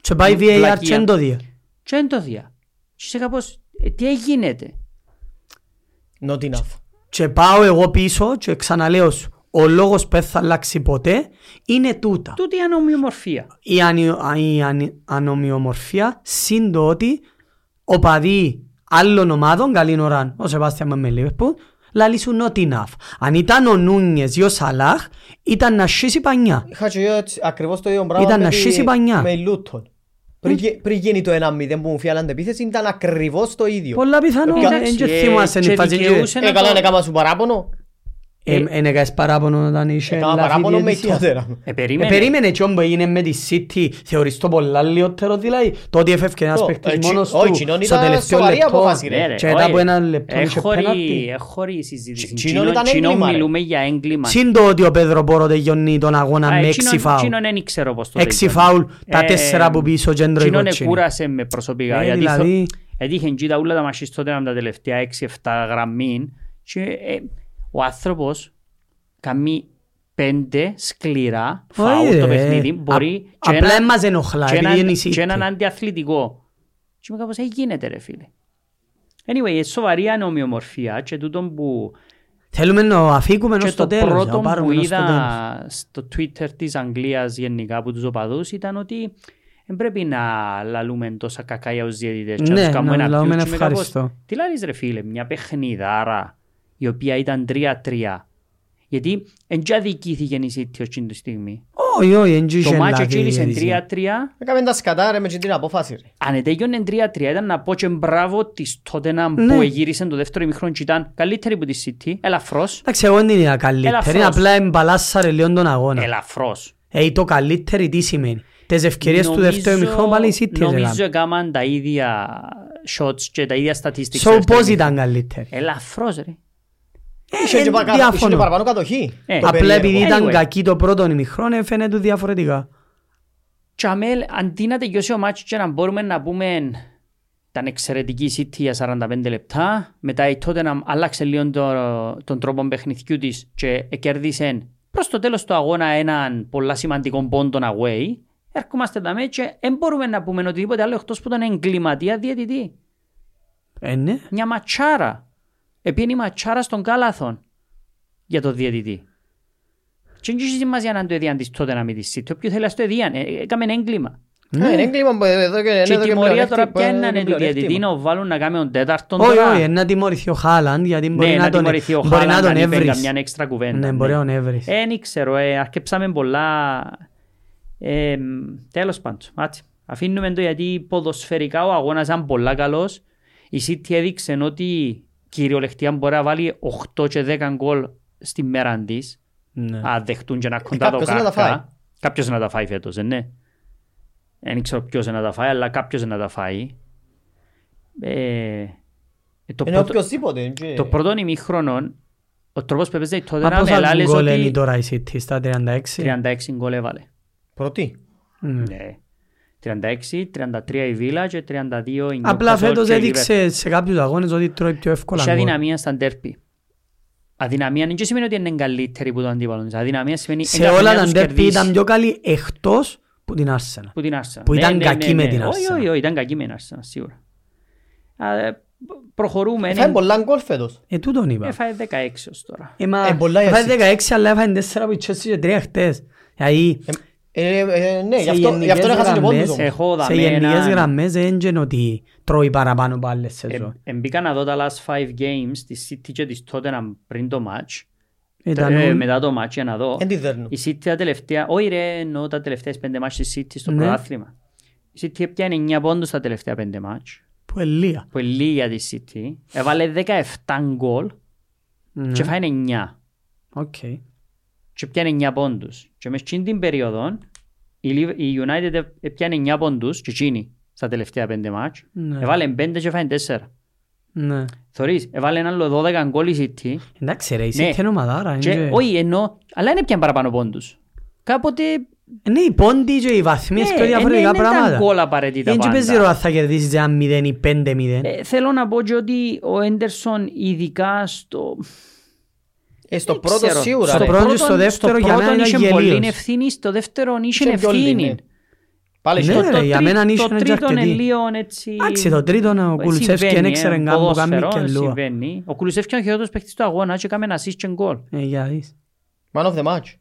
Speaker 3: Και πάει VAR
Speaker 2: Βλακεία.
Speaker 3: και εν το δει.
Speaker 2: και δεν το διά και είσαι κάπως ε, τι έγινε
Speaker 1: Not enough.
Speaker 3: Και πάω εγώ πίσω και ξαναλέω σου. Ο λόγος που δεν θα αλλάξει ποτέ είναι τούτα.
Speaker 2: τούτη η ανομοιομορφία
Speaker 3: η, ανι- α- η ανι- ανομοιομορφία συν το ότι οπαδοί άλλων ομάδων, καλή ώρα, ο Σεβάστιαν με Λίβερπουλ, λαλεί σου not enough. Αν ήταν ο Νούνιες ή ο Σαλάχ, ήταν να σχίσει πανιά.
Speaker 1: Είχα και εγώ έτσι- ακριβώς το ίδιο πράγμα
Speaker 3: Ήταν
Speaker 1: με
Speaker 3: να
Speaker 1: τη-
Speaker 3: σχίσει πανιά.
Speaker 1: Με η Λούτον. Πριν γι- Πριν γίνει το 1-0 που μου φύγανε αντεπίθεση ήταν ακριβώς το ίδιο.
Speaker 3: Πολλά πιθανό.
Speaker 1: Ε,
Speaker 3: Δεν και θυμάσαι την φάση.
Speaker 2: δικαιούσε
Speaker 1: Ε,
Speaker 2: να
Speaker 1: καλά,
Speaker 2: το-
Speaker 1: να κάμα σου παράπονο.
Speaker 3: Ενέκαες παράπονο όταν είχε
Speaker 1: Έκανα
Speaker 3: λάθη
Speaker 1: παράπονο με
Speaker 3: διαιτησίας.
Speaker 1: τότερα.
Speaker 2: Ε,
Speaker 3: Ε,
Speaker 2: περίμενε.
Speaker 3: Περίμενε και όμως έγινε με τη City, θεωρείς το πολλά λιότερο δηλαδή, το ότι έφευκε ένας
Speaker 1: Το-
Speaker 3: παίκτης
Speaker 1: ε, τσι-
Speaker 3: μόνος
Speaker 1: όχι,
Speaker 3: του,
Speaker 1: τσινόν
Speaker 3: στο
Speaker 1: ήταν
Speaker 3: τελευταίο
Speaker 1: σοβαρή
Speaker 3: λεπτό,
Speaker 1: απόφαση,
Speaker 2: Ναι, ρε,
Speaker 3: και μετά από
Speaker 2: όχι.
Speaker 3: ένα λεπτό είχε
Speaker 2: Εχωρή-
Speaker 3: πέναλτι.
Speaker 2: εχωρή η συζήτηση.
Speaker 1: Τσι- τσινόν
Speaker 2: Τσινόν-
Speaker 1: ήταν
Speaker 2: τσινόν
Speaker 1: έγκλημα, ρε.
Speaker 2: μιλούμε για έγκλημα.
Speaker 3: Συν το ότι ο Πέδρο Πόρο τελειώνει τον αγώνα
Speaker 2: Α,
Speaker 3: με
Speaker 2: ε,
Speaker 3: έξι
Speaker 2: τσινόν-
Speaker 3: φάουλ.
Speaker 2: τσινόν δεν ήξερα πώς το
Speaker 3: Έξι
Speaker 2: τελειώνει.
Speaker 3: φάουλ, τα
Speaker 2: Ε,
Speaker 3: τέσσερα από πίσω, κέντρο η
Speaker 2: τσινόν
Speaker 3: κότσινη.
Speaker 2: εκούρασε με προσωπικά.
Speaker 3: Ε,
Speaker 2: γιατί
Speaker 3: δηλαδή-
Speaker 2: θω- γιατί είχε γίνει τα ούλα τα μαχής τότε από τα τελευταία 6-7 γραμμήν και ε, ο άνθρωπος κάνει πέντε σκληρά φάουλ
Speaker 3: Όχι,
Speaker 2: το
Speaker 3: ρε.
Speaker 2: παιχνίδι. Μπορεί
Speaker 3: Α-
Speaker 2: και
Speaker 3: Απλά
Speaker 2: ένα-
Speaker 3: μας ενοχλά,
Speaker 2: και
Speaker 3: επειδή είναι
Speaker 2: έναν-
Speaker 3: η
Speaker 2: και έναν
Speaker 3: City.
Speaker 2: αντιαθλητικό. Και είμαι κάπως, «Ε, γίνεται ρε φίλε. Anyway, ε, σοβαρή ανομοιομορφία και τούτο που...
Speaker 3: Θέλουμε να αφήκουμε
Speaker 2: Και
Speaker 3: ενός
Speaker 2: το
Speaker 3: στο τέλος, να
Speaker 2: πρώτο που
Speaker 3: πάρουμε ενός στο τέλος.
Speaker 2: είδα στο Twitter της Αγγλίας γενικά από τους οπαδούς ήταν ότι δεν πρέπει να λαλούμε τόσα κακά για τους διαιτητές και
Speaker 3: Ναι,
Speaker 2: τους κάνουμε
Speaker 3: να
Speaker 2: να
Speaker 3: λαλούμε
Speaker 2: πιούν και με κάπως,
Speaker 3: ευχαριστώ.
Speaker 2: Τι λάλλεις ρε φίλε, μια παιχνιδάρα η οποία ήταν 3-3. Γιατί εν τζα δικήθηκε η City ως την στιγμή.
Speaker 3: Όχι, όχι, εν τζι
Speaker 2: Το
Speaker 3: είχε
Speaker 2: μάτσο
Speaker 3: λάθη η
Speaker 2: εκείνησε
Speaker 3: διαιτησία.
Speaker 2: 3-3
Speaker 1: Έκαμε τα σκατά ρε με την απόφαση ρε.
Speaker 2: αν ετέγιωνε 3-3 ήταν να πω και μπράβο της Tottenham
Speaker 3: Ναι.
Speaker 2: που εγύρισε το δεύτερο ημιχρόν και ήταν καλύτερη από τη City, ελαφρώς,
Speaker 3: Εντάξει, εγώ δεν είναι καλύτερη,
Speaker 2: Ελαφρώς.
Speaker 3: απλά εμπαλάσσαρε λίγο τον αγώνα.
Speaker 2: ελαφρώς.
Speaker 3: Ε, το καλύτερη τι σημαίνει. Τις ευκαιρίες του δεύτερου ημιχρόνου πάλι η City
Speaker 2: Νομίζω
Speaker 3: έλαβε.
Speaker 2: έκαναν τα ίδια shots και τα ίδια statistics. στο
Speaker 3: So
Speaker 2: δεύτερο
Speaker 3: πώς
Speaker 2: ημίχρονο.
Speaker 3: ήταν καλύτερη.
Speaker 2: Ελαφρώς ρε.
Speaker 1: Είχε και
Speaker 3: ε,
Speaker 1: παρα- είχε και
Speaker 3: διαφωνώ.
Speaker 1: παραπάνω κατοχή.
Speaker 2: Ε,
Speaker 1: Το
Speaker 3: Απλά
Speaker 1: περίεργο.
Speaker 3: επειδή ήταν
Speaker 2: Anyway.
Speaker 3: κακή το πρώτο ημιχρόνο έφαινε του διαφορετικά.
Speaker 2: Τσαμέλ, αντί να τελειώσει ο μάτσο και να μπορούμε να πούμε ήταν εξαιρετική η City για 45 λεπτά, μετά η Tottenham άλλαξε λίγο το, τον τρόπο παιχνιδιού της και κέρδισε προς το τέλος του αγώνα έναν πολλά σημαντικό πόντο away, έρχομαστε τα και δεν μπορούμε να πούμε οτιδήποτε άλλο εκτός που τον εγκληματία διαιτητή.
Speaker 3: Ε, ναι.
Speaker 2: μια ματσάρα. Επίνει η ματσάρα στον Κάλαθον για το διαιτητή. Και δεν έχει σημασία αν το έδιαν της τότε να μην της City. Όποιο θέλει ας το έδιαν. Ε, Έκαμε έγκλημα.
Speaker 1: Ναι, είναι έγκλημα που εδώ
Speaker 3: Ε,
Speaker 1: και
Speaker 3: ναι,
Speaker 2: Και η
Speaker 1: εδώ και πλεονέκτημα,
Speaker 2: τιμωρία τώρα ποια
Speaker 1: εδώ και
Speaker 2: είναι να είναι του
Speaker 1: πλεονέκτημα.
Speaker 2: διαιτητή να βάλουν να κάνει τον τέταρτον
Speaker 3: Όχι,
Speaker 2: τώρα.
Speaker 3: όχι, να τιμωρηθεί ο Χάλαντ, γιατί μπορεί
Speaker 2: Ναι,
Speaker 3: να
Speaker 2: να
Speaker 3: τον, ε,
Speaker 2: τιμωρηθεί ο
Speaker 3: μπορεί να
Speaker 2: Χάλαντ
Speaker 3: τον
Speaker 2: αν είπε
Speaker 3: έβρεις.
Speaker 2: καμιά έξτρα κουβέντα.
Speaker 3: Ναι, μπορεί να τον έβρεις.
Speaker 2: Ε, δεν ξέρω, ε, αρκεψάμε πολλά. Ε, τέλος πάντων, άτσι. Αφήνουμε το γιατί ποδοσφαιρικά ο αγώνας ήταν πολλά καλός. Η City έδειξε ότι κυριολεκτικά μπορεί να βάλει 8 και 10 γκολ στη μέρα της.
Speaker 3: Ναι.
Speaker 2: Αν δεχτούν και να κοντά το
Speaker 1: Ε, κάποιος να τα φάει.
Speaker 2: κάρτα. Κάποιος να τα φάει φέτος, ε, ναι. Δεν ξέρω ποιος να τα φάει, αλλά κάποιος να τα φάει. Ε, το
Speaker 1: Είναι
Speaker 2: πρώτο-
Speaker 1: οποιοσδήποτε. είναι και-
Speaker 2: το πρώτο ημίχρονο, ο τρόπος που έπαιζε η
Speaker 3: Μα
Speaker 2: Τότεναμ
Speaker 3: πόσα
Speaker 2: ελάλες
Speaker 3: γκολ είναι
Speaker 2: ότι
Speaker 3: τώρα η City στα 36.
Speaker 2: 36 γκολ έβαλε.
Speaker 1: Πρώτη.
Speaker 3: Ναι.
Speaker 2: Ναι. 36, 33 η Βίλα και 32 η Νιούκασολ
Speaker 3: Απλά
Speaker 2: και
Speaker 3: φέτος
Speaker 2: η
Speaker 3: έδειξε σε κάποιους αγώνες ότι τρώει πιο
Speaker 2: Liverpool.
Speaker 3: εύκολα
Speaker 2: Είχε
Speaker 3: γκολ.
Speaker 2: αδυναμία στα ντέρπι. Αδυναμία δεν σημαίνει ότι είναι καλύτερη που το αντίπαλο της. Αδυναμία σημαίνει
Speaker 3: Σε
Speaker 2: εγκαθαριά
Speaker 3: όλα τα
Speaker 2: τους
Speaker 3: ντέρπι
Speaker 2: κερδίσεις
Speaker 3: ήταν πιο καλή εκτός που την Arsenal.
Speaker 2: Που την Ναι, Άρσενα.
Speaker 3: Που ήταν κακή με την
Speaker 2: Όχι,
Speaker 3: Arsenal.
Speaker 2: όχι, όχι, ήταν κακή με την Άρσενα, σίγουρα. Α, ε, Προχωρούμε. ναι.
Speaker 1: Φάει
Speaker 2: είναι-
Speaker 1: πολλά γκολ φέτος.
Speaker 3: Ε, τούτον είπα.
Speaker 2: Έφαγε 16 ως τώρα.
Speaker 3: Ε, μα
Speaker 1: Ε, πολλά η
Speaker 3: έφαγε 16 αλλά έφαγε 4 από η Chelsea και 3 χτες. Δηλαδή,
Speaker 1: Ε, ε, Ναι, γι'
Speaker 3: σε
Speaker 1: αυτό- γι'
Speaker 3: γενικές
Speaker 1: αυτό έχασε και πόντους
Speaker 3: γραμμές,
Speaker 1: όμως.
Speaker 2: Έχω
Speaker 3: σε
Speaker 2: δαμένα-
Speaker 3: γενικές γραμμές δεν είναι ότι τρώει παραπάνω από άλλες σεζόν.
Speaker 2: Ε, μπήκα να δω τα last five games της City και της Tottenham πριν το match.
Speaker 3: Ήταν
Speaker 2: ε,
Speaker 3: όλοι-
Speaker 2: μετά το match για να δω.
Speaker 1: Εν τη δέρνουν.
Speaker 2: Η City τα τελευταία, όχι ρε, εννοώ τα τελευταία πέντε μάτς της City στο
Speaker 3: Ναι.
Speaker 2: πρωτάθλημα. Η City έπιανε 9 πόντους τα τελευταία πέντε μάτς.
Speaker 3: που είναι λίγα.
Speaker 2: Που είναι λίγα της City. Έβαλε 17 γκολ
Speaker 3: Ναι.
Speaker 2: και φάει 9.
Speaker 3: Οκ.
Speaker 2: Και πιάνε 9 πόντους. Και μες εκείνη την περίοδο η Liv- η United πιάνε 9 πόντους και εκείνη στα τελευταία πέντε μάτς.
Speaker 3: Ναι.
Speaker 2: Έβαλε 5 και φάει 4.
Speaker 3: Ναι.
Speaker 2: Θωρείς, έβαλε ένα άλλο 12 γκολ η City.
Speaker 3: Εντάξει ρε, η
Speaker 2: Ναι.
Speaker 3: City είναι ομαδάρα. είναι
Speaker 2: Και,
Speaker 3: και-
Speaker 2: όχι, εννοώ, αλλά είναι πια παραπάνω πόντους. Κάποτε.
Speaker 3: Ναι, οι πόντοι και οι
Speaker 2: Ναι,
Speaker 3: βαθμοί
Speaker 2: ε,
Speaker 3: είναι πιο διαφορετικά
Speaker 2: Δεν
Speaker 3: πράγματα.
Speaker 2: ήταν γκολ απαραίτητα.
Speaker 3: Δεν και παίζει
Speaker 2: πάντα.
Speaker 3: ρόλο αν θα κερδίσεις ένα 0 ή 5-0.
Speaker 2: Ε, θέλω να πω και ότι ο Έντερσον ειδικά στο.
Speaker 1: Ε, Στο
Speaker 2: δεν
Speaker 1: πρώτο
Speaker 2: ξέρω,
Speaker 1: σίγουρα.
Speaker 3: Στο
Speaker 1: ρε.
Speaker 3: πρώτο και
Speaker 2: πρώτον-
Speaker 3: στο δεύτερο για μένα
Speaker 2: πρώτον
Speaker 3: ήταν
Speaker 2: είχε
Speaker 3: γελίος.
Speaker 2: πολλή ευθύνη, στο δεύτερο είχε
Speaker 1: Είχε πιο
Speaker 2: ευθύνη.
Speaker 1: λίγη, ναι. Πάλι
Speaker 3: Ναι,
Speaker 1: στο-
Speaker 3: ρε.
Speaker 2: Το
Speaker 3: για
Speaker 2: τρί-
Speaker 3: μένα
Speaker 2: το
Speaker 3: ίσον είναι και
Speaker 2: τρίτον είναι
Speaker 3: αρκετή.
Speaker 2: λίγο έτσι.
Speaker 3: Εντάξει, το τρίτο ο Κουλουσεύσκι δεν
Speaker 2: Συμβαίνει,
Speaker 3: ήξερε
Speaker 2: ε,
Speaker 3: καν που κάνει
Speaker 2: ποδόσφαιρο,
Speaker 3: και λούα.
Speaker 2: συμβαίνει. Ο Κουλουσεύσκι είναι ο χειρότερος παίκτης του αγώνα και κάμε ένα assist και γκολ.
Speaker 3: Ε, για δεις.
Speaker 1: Man of the match.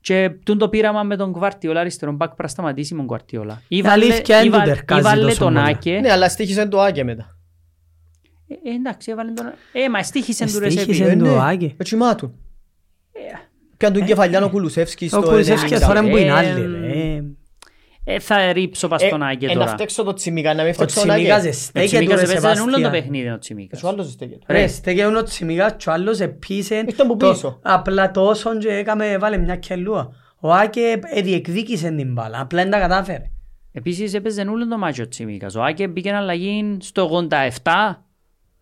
Speaker 2: Και τούν το πείραμα με τον Κουαρτιόλα αριστερόν μπακ πρέπει να σταματήσει με τον Κουαρτιόλα.
Speaker 3: αλήθεια, εν του τερκάζει
Speaker 2: Ήβαλε
Speaker 3: τόσο
Speaker 2: τον
Speaker 3: πολλά.
Speaker 2: Άκε.
Speaker 1: Ναι, αλλά στήχησε το Άκε μετά.
Speaker 2: Ε, εντάξει, έβαλε τον... Ε, μα στήχησε του
Speaker 3: Στήχησε
Speaker 2: Ρεσέπη.
Speaker 3: Είναι
Speaker 1: Ε,
Speaker 3: το
Speaker 1: ναι.
Speaker 3: Άκε.
Speaker 1: Ε, τσιμά του.
Speaker 2: Ε.
Speaker 1: Πιαν του κεφαλιάν ο Κουλουσεύσκης
Speaker 3: Ο
Speaker 1: στο
Speaker 3: Κουλουσεύσκι
Speaker 1: 90.
Speaker 3: τώρα που είναι
Speaker 2: Ε,
Speaker 3: άλλη ρε.
Speaker 2: Ε, θα ρίψω πας
Speaker 1: Ε,
Speaker 2: τον Άκε
Speaker 1: ε, να
Speaker 2: τώρα.
Speaker 1: φταίξω το Τσιμίκα, να μην
Speaker 3: Ο
Speaker 1: φταίξω τον Άκε.
Speaker 3: Τσιμίκας
Speaker 2: Ο
Speaker 3: στέκεται του
Speaker 2: Τσιμίκας
Speaker 3: ρε
Speaker 2: έπαιζε όλο Ε, το
Speaker 3: Σεβαστιάν.
Speaker 2: παιχνίδι ο
Speaker 1: Ε,
Speaker 2: Τσιμίκας.
Speaker 1: σου άλλος στέκεται.
Speaker 3: Ρε, στέκεται ο Τσιμίκας και ο άλλος επίσε
Speaker 1: Ήταν που
Speaker 3: το-
Speaker 1: πίσω.
Speaker 3: Απλά τόσο και έκαμε, έβαλε μια κελούα. Ο Άκε ε, διεκδίκησε την μπάλα, απλά δεν τα κατάφερε.
Speaker 2: Επίσης έπαιζε όλο το μάτσο ο Τσιμίκας. Ο Άκε μπήκε αλλαγή στο 87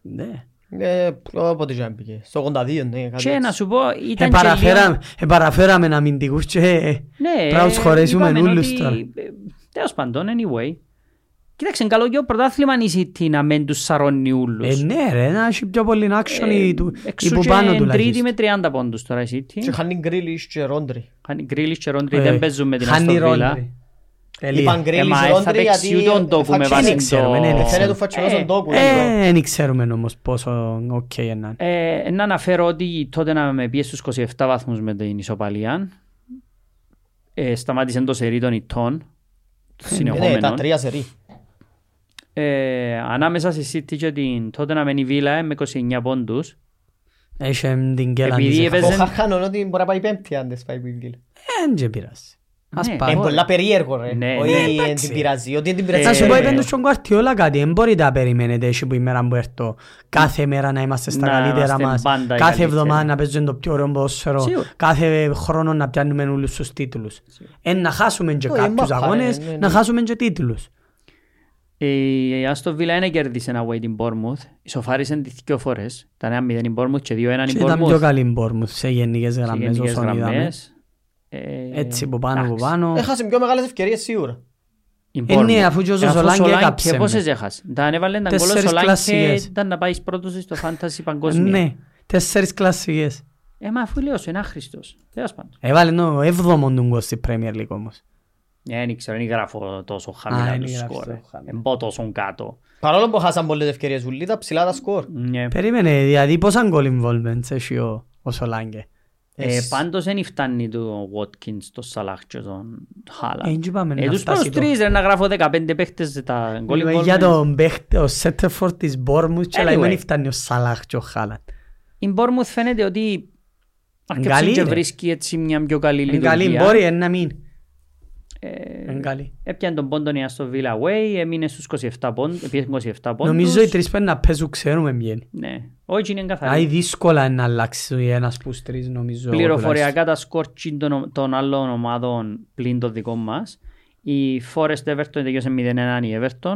Speaker 3: Ναι.
Speaker 1: Ε, πότε και να μπήκε. Στο 82, ναι. κάτι
Speaker 2: και
Speaker 1: έτσι.
Speaker 2: να σου πω
Speaker 3: Ε,
Speaker 2: ήταν και λίγο...
Speaker 3: Επαραφέραμε, επαραφέραμε ε, να μην τυγούς και
Speaker 2: Ναι,
Speaker 3: πρέπει να τους χωρέσουμε
Speaker 2: είπαμε
Speaker 3: όλους
Speaker 2: ότι-
Speaker 3: τώρα.
Speaker 2: ε, Τέλος πάντων, anyway. Κοίταξε, καλό και ο πρωτάθλημα είναι η City να μεν τους σαρώνει
Speaker 3: Ε,
Speaker 2: όλους.
Speaker 3: ναι ρε, να έχει πιο πολύ action
Speaker 2: Ε,
Speaker 3: η του- η
Speaker 2: Εξού
Speaker 3: που
Speaker 2: και
Speaker 3: πάνω
Speaker 2: εν τρίτη
Speaker 3: τουλάχιστον.
Speaker 2: με 30 πόντους τώρα η
Speaker 1: Και
Speaker 2: City.
Speaker 1: χάνει Γκρίλις και Ρόντρι.
Speaker 2: Χάνει Γκρίλις και Ρόντρι
Speaker 3: Ε,
Speaker 2: δεν παίζουν με την
Speaker 3: χάνει
Speaker 2: Αστον Βίλα.
Speaker 3: Ρόντρι.
Speaker 1: Είπαν
Speaker 3: Τελεία.
Speaker 2: Ε,
Speaker 1: Γκρίλις
Speaker 2: μα,
Speaker 1: Ρόντρι
Speaker 2: θα παίξεις
Speaker 1: γιατί
Speaker 2: ούτε ο Ντόκου με
Speaker 1: φάτσισε.
Speaker 2: βάση
Speaker 1: Είναι
Speaker 2: το-
Speaker 3: ξέρουμε, ναι, ναι,
Speaker 1: Φαίνεται
Speaker 3: ξέρουμε.
Speaker 1: ο φατσιμένος
Speaker 2: Ε,
Speaker 1: τον Ντόκου. είναι
Speaker 3: Ε, Δεν ξέρουμε όμως πόσο οκ είναι.
Speaker 2: Ε, να αναφέρω ότι τότε να με πήγε στους 27 βαθμούς με την ισοπαλία. Ε, σταμάτησε το σερί των ητών.
Speaker 1: το- Ναι, τα
Speaker 2: Συνεχόμενων.
Speaker 1: τρία σερί.
Speaker 2: Ε, ανάμεσα στη City και την τότε να μένει Βίλα με 29 πόντους.
Speaker 3: Έχει εμ, την κέλα
Speaker 2: Επειδή
Speaker 3: της
Speaker 2: έπαιζε-
Speaker 1: Ο
Speaker 2: Παίζεν-
Speaker 1: Χαχάνον ότι μπορεί να πάει πέμπτη αν δεν σπάει που είναι γκίλ.
Speaker 3: Ε, Δεν και πειράζει. Ας
Speaker 2: Ναι.
Speaker 1: Είναι
Speaker 3: πάμε.
Speaker 1: πολλά περίεργο ρε.
Speaker 2: Ναι,
Speaker 1: Όχι
Speaker 2: ναι,
Speaker 1: εν
Speaker 3: εντάξει.
Speaker 1: την πειράζει, ότι εν την πειράζει.
Speaker 2: Ε,
Speaker 3: Να σου πω
Speaker 2: ε,
Speaker 3: επέντως στον Κουαρτιόλα κάτι, δεν μπορείτε να περιμένετε έτσι που η μέρα που έρθω κάθε μέρα να είμαστε στα
Speaker 2: Να
Speaker 3: καλύτερα
Speaker 2: είμαστε
Speaker 3: μας,
Speaker 2: πάντα οι
Speaker 3: κάθε
Speaker 2: καλύτεροι.
Speaker 3: εβδομάδα να παίζουμε το πιο ωραίο ποδόσφαιρο,
Speaker 2: Σίγουρα.
Speaker 3: κάθε χρόνο να πιάνουμε όλους τους τίτλους. Ε, να χάσουμε και
Speaker 1: Όχι,
Speaker 3: κάποιους
Speaker 1: μα,
Speaker 3: αγώνες,
Speaker 1: ναι, ναι, ναι.
Speaker 3: να χάσουμε και τίτλους.
Speaker 2: Ε, Η Άστο Βίλα δεν κέρδισε ένα waiting Bournemouth. Ισοφάρισαν τις δύο φορές. Ήταν ένα 0 η Bournemouth και 2-1 η
Speaker 3: Και ήταν πιο
Speaker 2: Bournemouth.
Speaker 3: καλή η Bournemouth σε γενικές
Speaker 2: Σε
Speaker 3: γραμμές
Speaker 2: γενικές
Speaker 3: όσον είδαμε.
Speaker 2: γραμμές. Ε,
Speaker 3: Έτσι από πάνω από
Speaker 2: εντάξει. Ε,
Speaker 3: πάνω.
Speaker 1: Έχασε Ε, πιο μεγάλες ευκαιρίες σίγουρα.
Speaker 2: Η
Speaker 3: Ε, ναι,
Speaker 2: Bournemouth.
Speaker 3: αφού και ο
Speaker 2: Ε, αφού
Speaker 3: Σολάνκε
Speaker 2: Σολάνκε
Speaker 3: έκαψε με.
Speaker 2: Πόσες έχασε. Τα ανέβαλε έναν κόλλο
Speaker 3: Τέσσερις
Speaker 2: Σολάνκε
Speaker 3: κλασσικές.
Speaker 2: ήταν να πάει πρώτος στο fantasy παγκόσμιο.
Speaker 3: Ναι, τέσσερις κλασσικές.
Speaker 2: Ε, μα αφού λέω σου, είναι άχρηστος. Τέλος πάντων.
Speaker 3: Έβαλε το έβδομο του γκολ στη Premier League όμως.
Speaker 2: Ε, Δεν ξέρω, δεν γράφω τόσο
Speaker 3: Α,
Speaker 2: χαμηλά
Speaker 3: δεν
Speaker 2: τους
Speaker 3: γράφεις
Speaker 2: σκορ.
Speaker 3: τόσο χαμηλά.
Speaker 2: Δεν πω τόσο κάτω.
Speaker 1: Παρόλο που χάσαν πολλές ευκαιρίες ουλί, τα ψηλά τα σκορ.
Speaker 2: Ναι.
Speaker 3: Περίμενε, δηλαδή πόσα γκολ involvements έχει ο, ο Σολάνκε.
Speaker 2: Ε, πάντως δεν φτάνει του Watkins, το Σαλάχ και τον Χάλα.
Speaker 3: Ε, δεν
Speaker 2: Ε,
Speaker 3: είπαμε να
Speaker 2: τους πρώτους
Speaker 3: φτάσει το-
Speaker 2: τρεις ρε, να γράφω 15 παίχτες τα γκολ
Speaker 3: Μιλούμε
Speaker 2: γκολ.
Speaker 3: για τον παίχτη, ο Σέτερφορ της Μπόρμους και λέει
Speaker 2: Anyway.
Speaker 3: δεν φτάνει ο Σαλάχ και ο Χάλαντ.
Speaker 2: Η Μπόρμουθ φαίνεται ότι αρκεψή
Speaker 3: Καλή
Speaker 2: και
Speaker 3: είναι.
Speaker 2: βρίσκει έτσι μια πιο καλή
Speaker 3: Είναι καλή,
Speaker 2: λειτουργία.
Speaker 3: μπορεί ε, να μην.
Speaker 2: Ε,
Speaker 3: Είναι καλή.
Speaker 2: Έπιαν τον πόντο η Aston Villa away, έμεινε στους 27 πόντους. Επίεσαν 27 πόντους.
Speaker 3: Νομίζω οι τρεις πρέπει να παίζουν ξέρουμε ποιοι
Speaker 2: Ναι, όχι είναι
Speaker 3: είναι. Άι
Speaker 2: καθαρή.
Speaker 3: δύσκολα είναι να αλλάξει ένας πούς τρεις νομίζω. εγώ
Speaker 2: Πληροφοριακά τα σκορ τσιν των, των άλλων ομάδων πλην των δικών μας. Η Forest Everton τελειώσε 0-1 η Everton.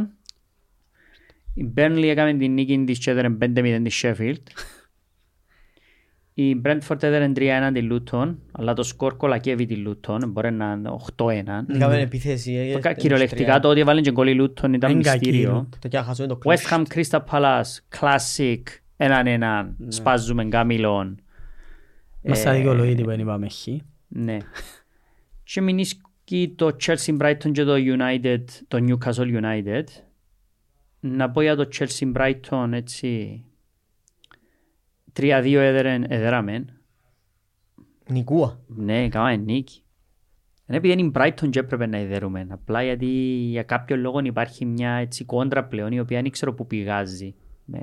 Speaker 2: Η Burnley έκανε την νίκη της και έδερε 5-0 της Sheffield. Η Brentford έδερε 3-1 τη Luton, αλλά το σκορ κολακεύει τη Luton, μπορεί να είναι 8-1.
Speaker 3: Ναι,
Speaker 1: Είχαμε επίθεση. ε,
Speaker 2: Το
Speaker 1: ε,
Speaker 2: κα-
Speaker 1: ε,
Speaker 2: Κυριολεκτικά το ότι έβαλε και γκολ η Luton ήταν
Speaker 3: Είναι κακή η
Speaker 2: μυστήριο.
Speaker 1: Το και να χάσουμε το
Speaker 2: West
Speaker 1: κλίμα.
Speaker 2: Ham Crystal Palace, Classic, έναν έναν, σπάζουμε κάμιλον.
Speaker 3: Μας
Speaker 2: Ε,
Speaker 3: θα δικαιολογεί τίποτα, είπαμε χει.
Speaker 2: Ναι. και μηνίσκει το Chelsea Brighton και το United, το Newcastle United. Να πω για το Chelsea Brighton έτσι. 3-2 έδερεν, έδεραμεν.
Speaker 1: Νικούα.
Speaker 2: Ναι, κάναμε νίκη. Δεν επειδή είναι η Brighton και έπρεπε να ιδερούμε. Απλά γιατί για κάποιο λόγο υπάρχει μια έτσι κόντρα πλέον η οποία δεν ξέρω που πηγάζει. Ε,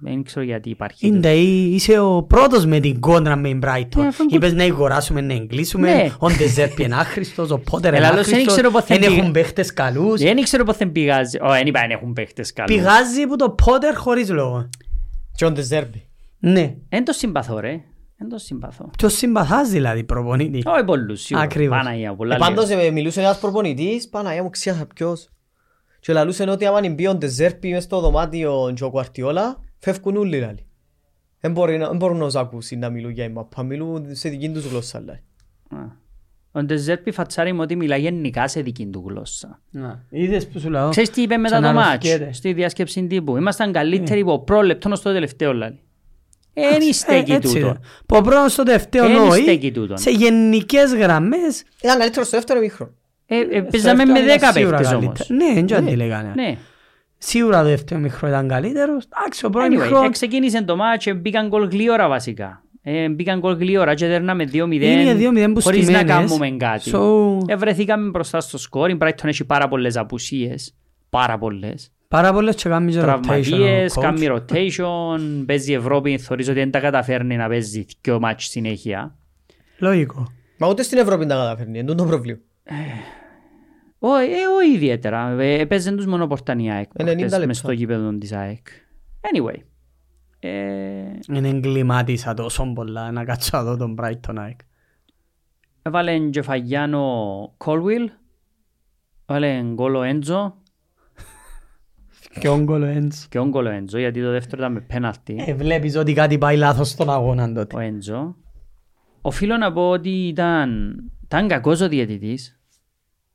Speaker 2: Δεν ξέρω γιατί υπάρχει.
Speaker 3: Είναι, εί- είσαι ο πρώτος με την κόντρα με την
Speaker 2: Ναι,
Speaker 3: Brighton.
Speaker 2: αφού είναι
Speaker 3: Είπες να αγοράσουμε, να
Speaker 2: Ναι.
Speaker 3: εγκλήσουμε, ο Ντεζέρπι είναι άχρηστος, ο Πότερ είναι
Speaker 2: Ελά, άλλος δεν
Speaker 3: άχρηστος,
Speaker 2: ξέρω πώς θα Ε,
Speaker 3: δεν
Speaker 2: πήγα-
Speaker 3: έχουν παίχτες καλούς.
Speaker 2: Δεν ξέρω πώς δεν πηγάζει. Ω, δεν είπα, δεν έχουν παίχτες καλούς.
Speaker 3: Πηγάζει που το Πότερ χωρίς λόγο.
Speaker 1: Και on the Zerbi.
Speaker 3: Ναι.
Speaker 2: Δεν το συμπαθώ ρε. Δεν το συμπαθώ.
Speaker 3: Το συμπαθάς δηλαδή προπονήτη.
Speaker 2: Όχι πολλούς, σίγουρα.
Speaker 3: Ακριβώς.
Speaker 2: Παναγία, πολλά
Speaker 1: Ε,
Speaker 2: λίγα.
Speaker 1: Πάντως ε, μιλούσε ένας προπονητής, Παναγιά μου ξέχασα ποιος. Και λαλούσε ότι άμα μπει ο Ντεζέρπι μες στο δωμάτιο και ο Κουαρτιόλα, φεύγουν όλοι λαλί. Δεν μπορεί να- δεν μπορούν να τους ακούσει να μιλούν για η μαπά, μιλούν σε δική τους γλώσσα. λαλεί.
Speaker 2: Α. Ο Ντεζέρπι φατσάρει μου ότι μιλάει γενικά σε δική του γλώσσα.
Speaker 3: Είδες που σου λέω.
Speaker 2: Ναι. Ξέρεις τι είπε μετά το μάτς
Speaker 3: Ξαναρωτιέται.
Speaker 2: στη διάσκεψη τύπου. Ήμασταν καλύτεροι από πρόλεπτο στο τελευταίο λαλί. Εν
Speaker 3: Ε,
Speaker 2: στέκει
Speaker 3: έτσι
Speaker 2: τούτο.
Speaker 3: είναι. Που ο πρώτος στο τελευταίο
Speaker 2: Εν
Speaker 3: νόη,
Speaker 2: στέκει τούτον.
Speaker 3: σε γενικές γραμμές,
Speaker 1: Ήταν καλύτερο στο δεύτερο μήχρονο.
Speaker 2: Ε, ε,
Speaker 3: στο
Speaker 2: Παίζαμε με
Speaker 3: δεύτερο ήταν
Speaker 2: 10
Speaker 3: σίγουρα
Speaker 2: παίχτες όμως.
Speaker 3: καλύτερο. Ναι, δεν ξέρω τι λέγανε.
Speaker 2: Ναι.
Speaker 3: Σίγουρα το δεύτερο μικρό ήταν καλύτερος. Εντάξει, ο πρώτος
Speaker 2: Anyway,
Speaker 3: μικρό
Speaker 2: ε, ξεκίνησε το μάτς, ε, μπήκαν γκολ γλύωρα βασικά. Ε, μπήκαν γκολ γλύωρα και δέρναμε 2-0
Speaker 3: Είναι 2-0 που
Speaker 2: χωρίς να
Speaker 3: στημένες.
Speaker 2: κάνουμε κάτι.
Speaker 3: So,
Speaker 2: Ε, βρεθήκαμε μπροστά στο σκορ. Η Brighton έχει πάρα πολλές απουσίες. Πάρα πολλές.
Speaker 3: πάρα πολλές και κάνουμε και rotation
Speaker 2: Τραυματίες,
Speaker 3: ο
Speaker 2: κάνει
Speaker 3: coach.
Speaker 2: rotation, παίζει η Ευρώπη, θεωρείς ότι δεν τα καταφέρνει να παίζει δυο μάτς συνέχεια.
Speaker 3: Λογικό.
Speaker 1: Μα ούτε στην Ευρώπη δεν τα καταφέρνει, εντούν το πρόβλημα.
Speaker 2: Ό, ε, όχι ιδιαίτερα, ε, έπαιζαν τους μονοπορτάν η ΑΕΚ
Speaker 3: Ε,
Speaker 1: 90
Speaker 2: χτες
Speaker 1: λεπτά.
Speaker 2: μες στο γήπεδο της ΑΕΚ. Anyway, ε,
Speaker 3: Είναι εγκλημάτισα τόσο πολλά να κάτσω να δω τον Brighton ΑΕΚ.
Speaker 2: έβαλε Τζεφαγιάνο Κόλουιλ, έβαλε γκόλο Έντζο
Speaker 3: Και ο Γκολ ο Έντς.
Speaker 2: και γκόλο Έντζο γιατί το δεύτερο ήταν με πέναλτι
Speaker 3: Ε, βλέπεις ότι κάτι πάει λάθος στον αγώνα τότε.
Speaker 2: ο Έντζο. Οφείλω να πω ότι ήταν, ήταν κακός ο διαιτητής,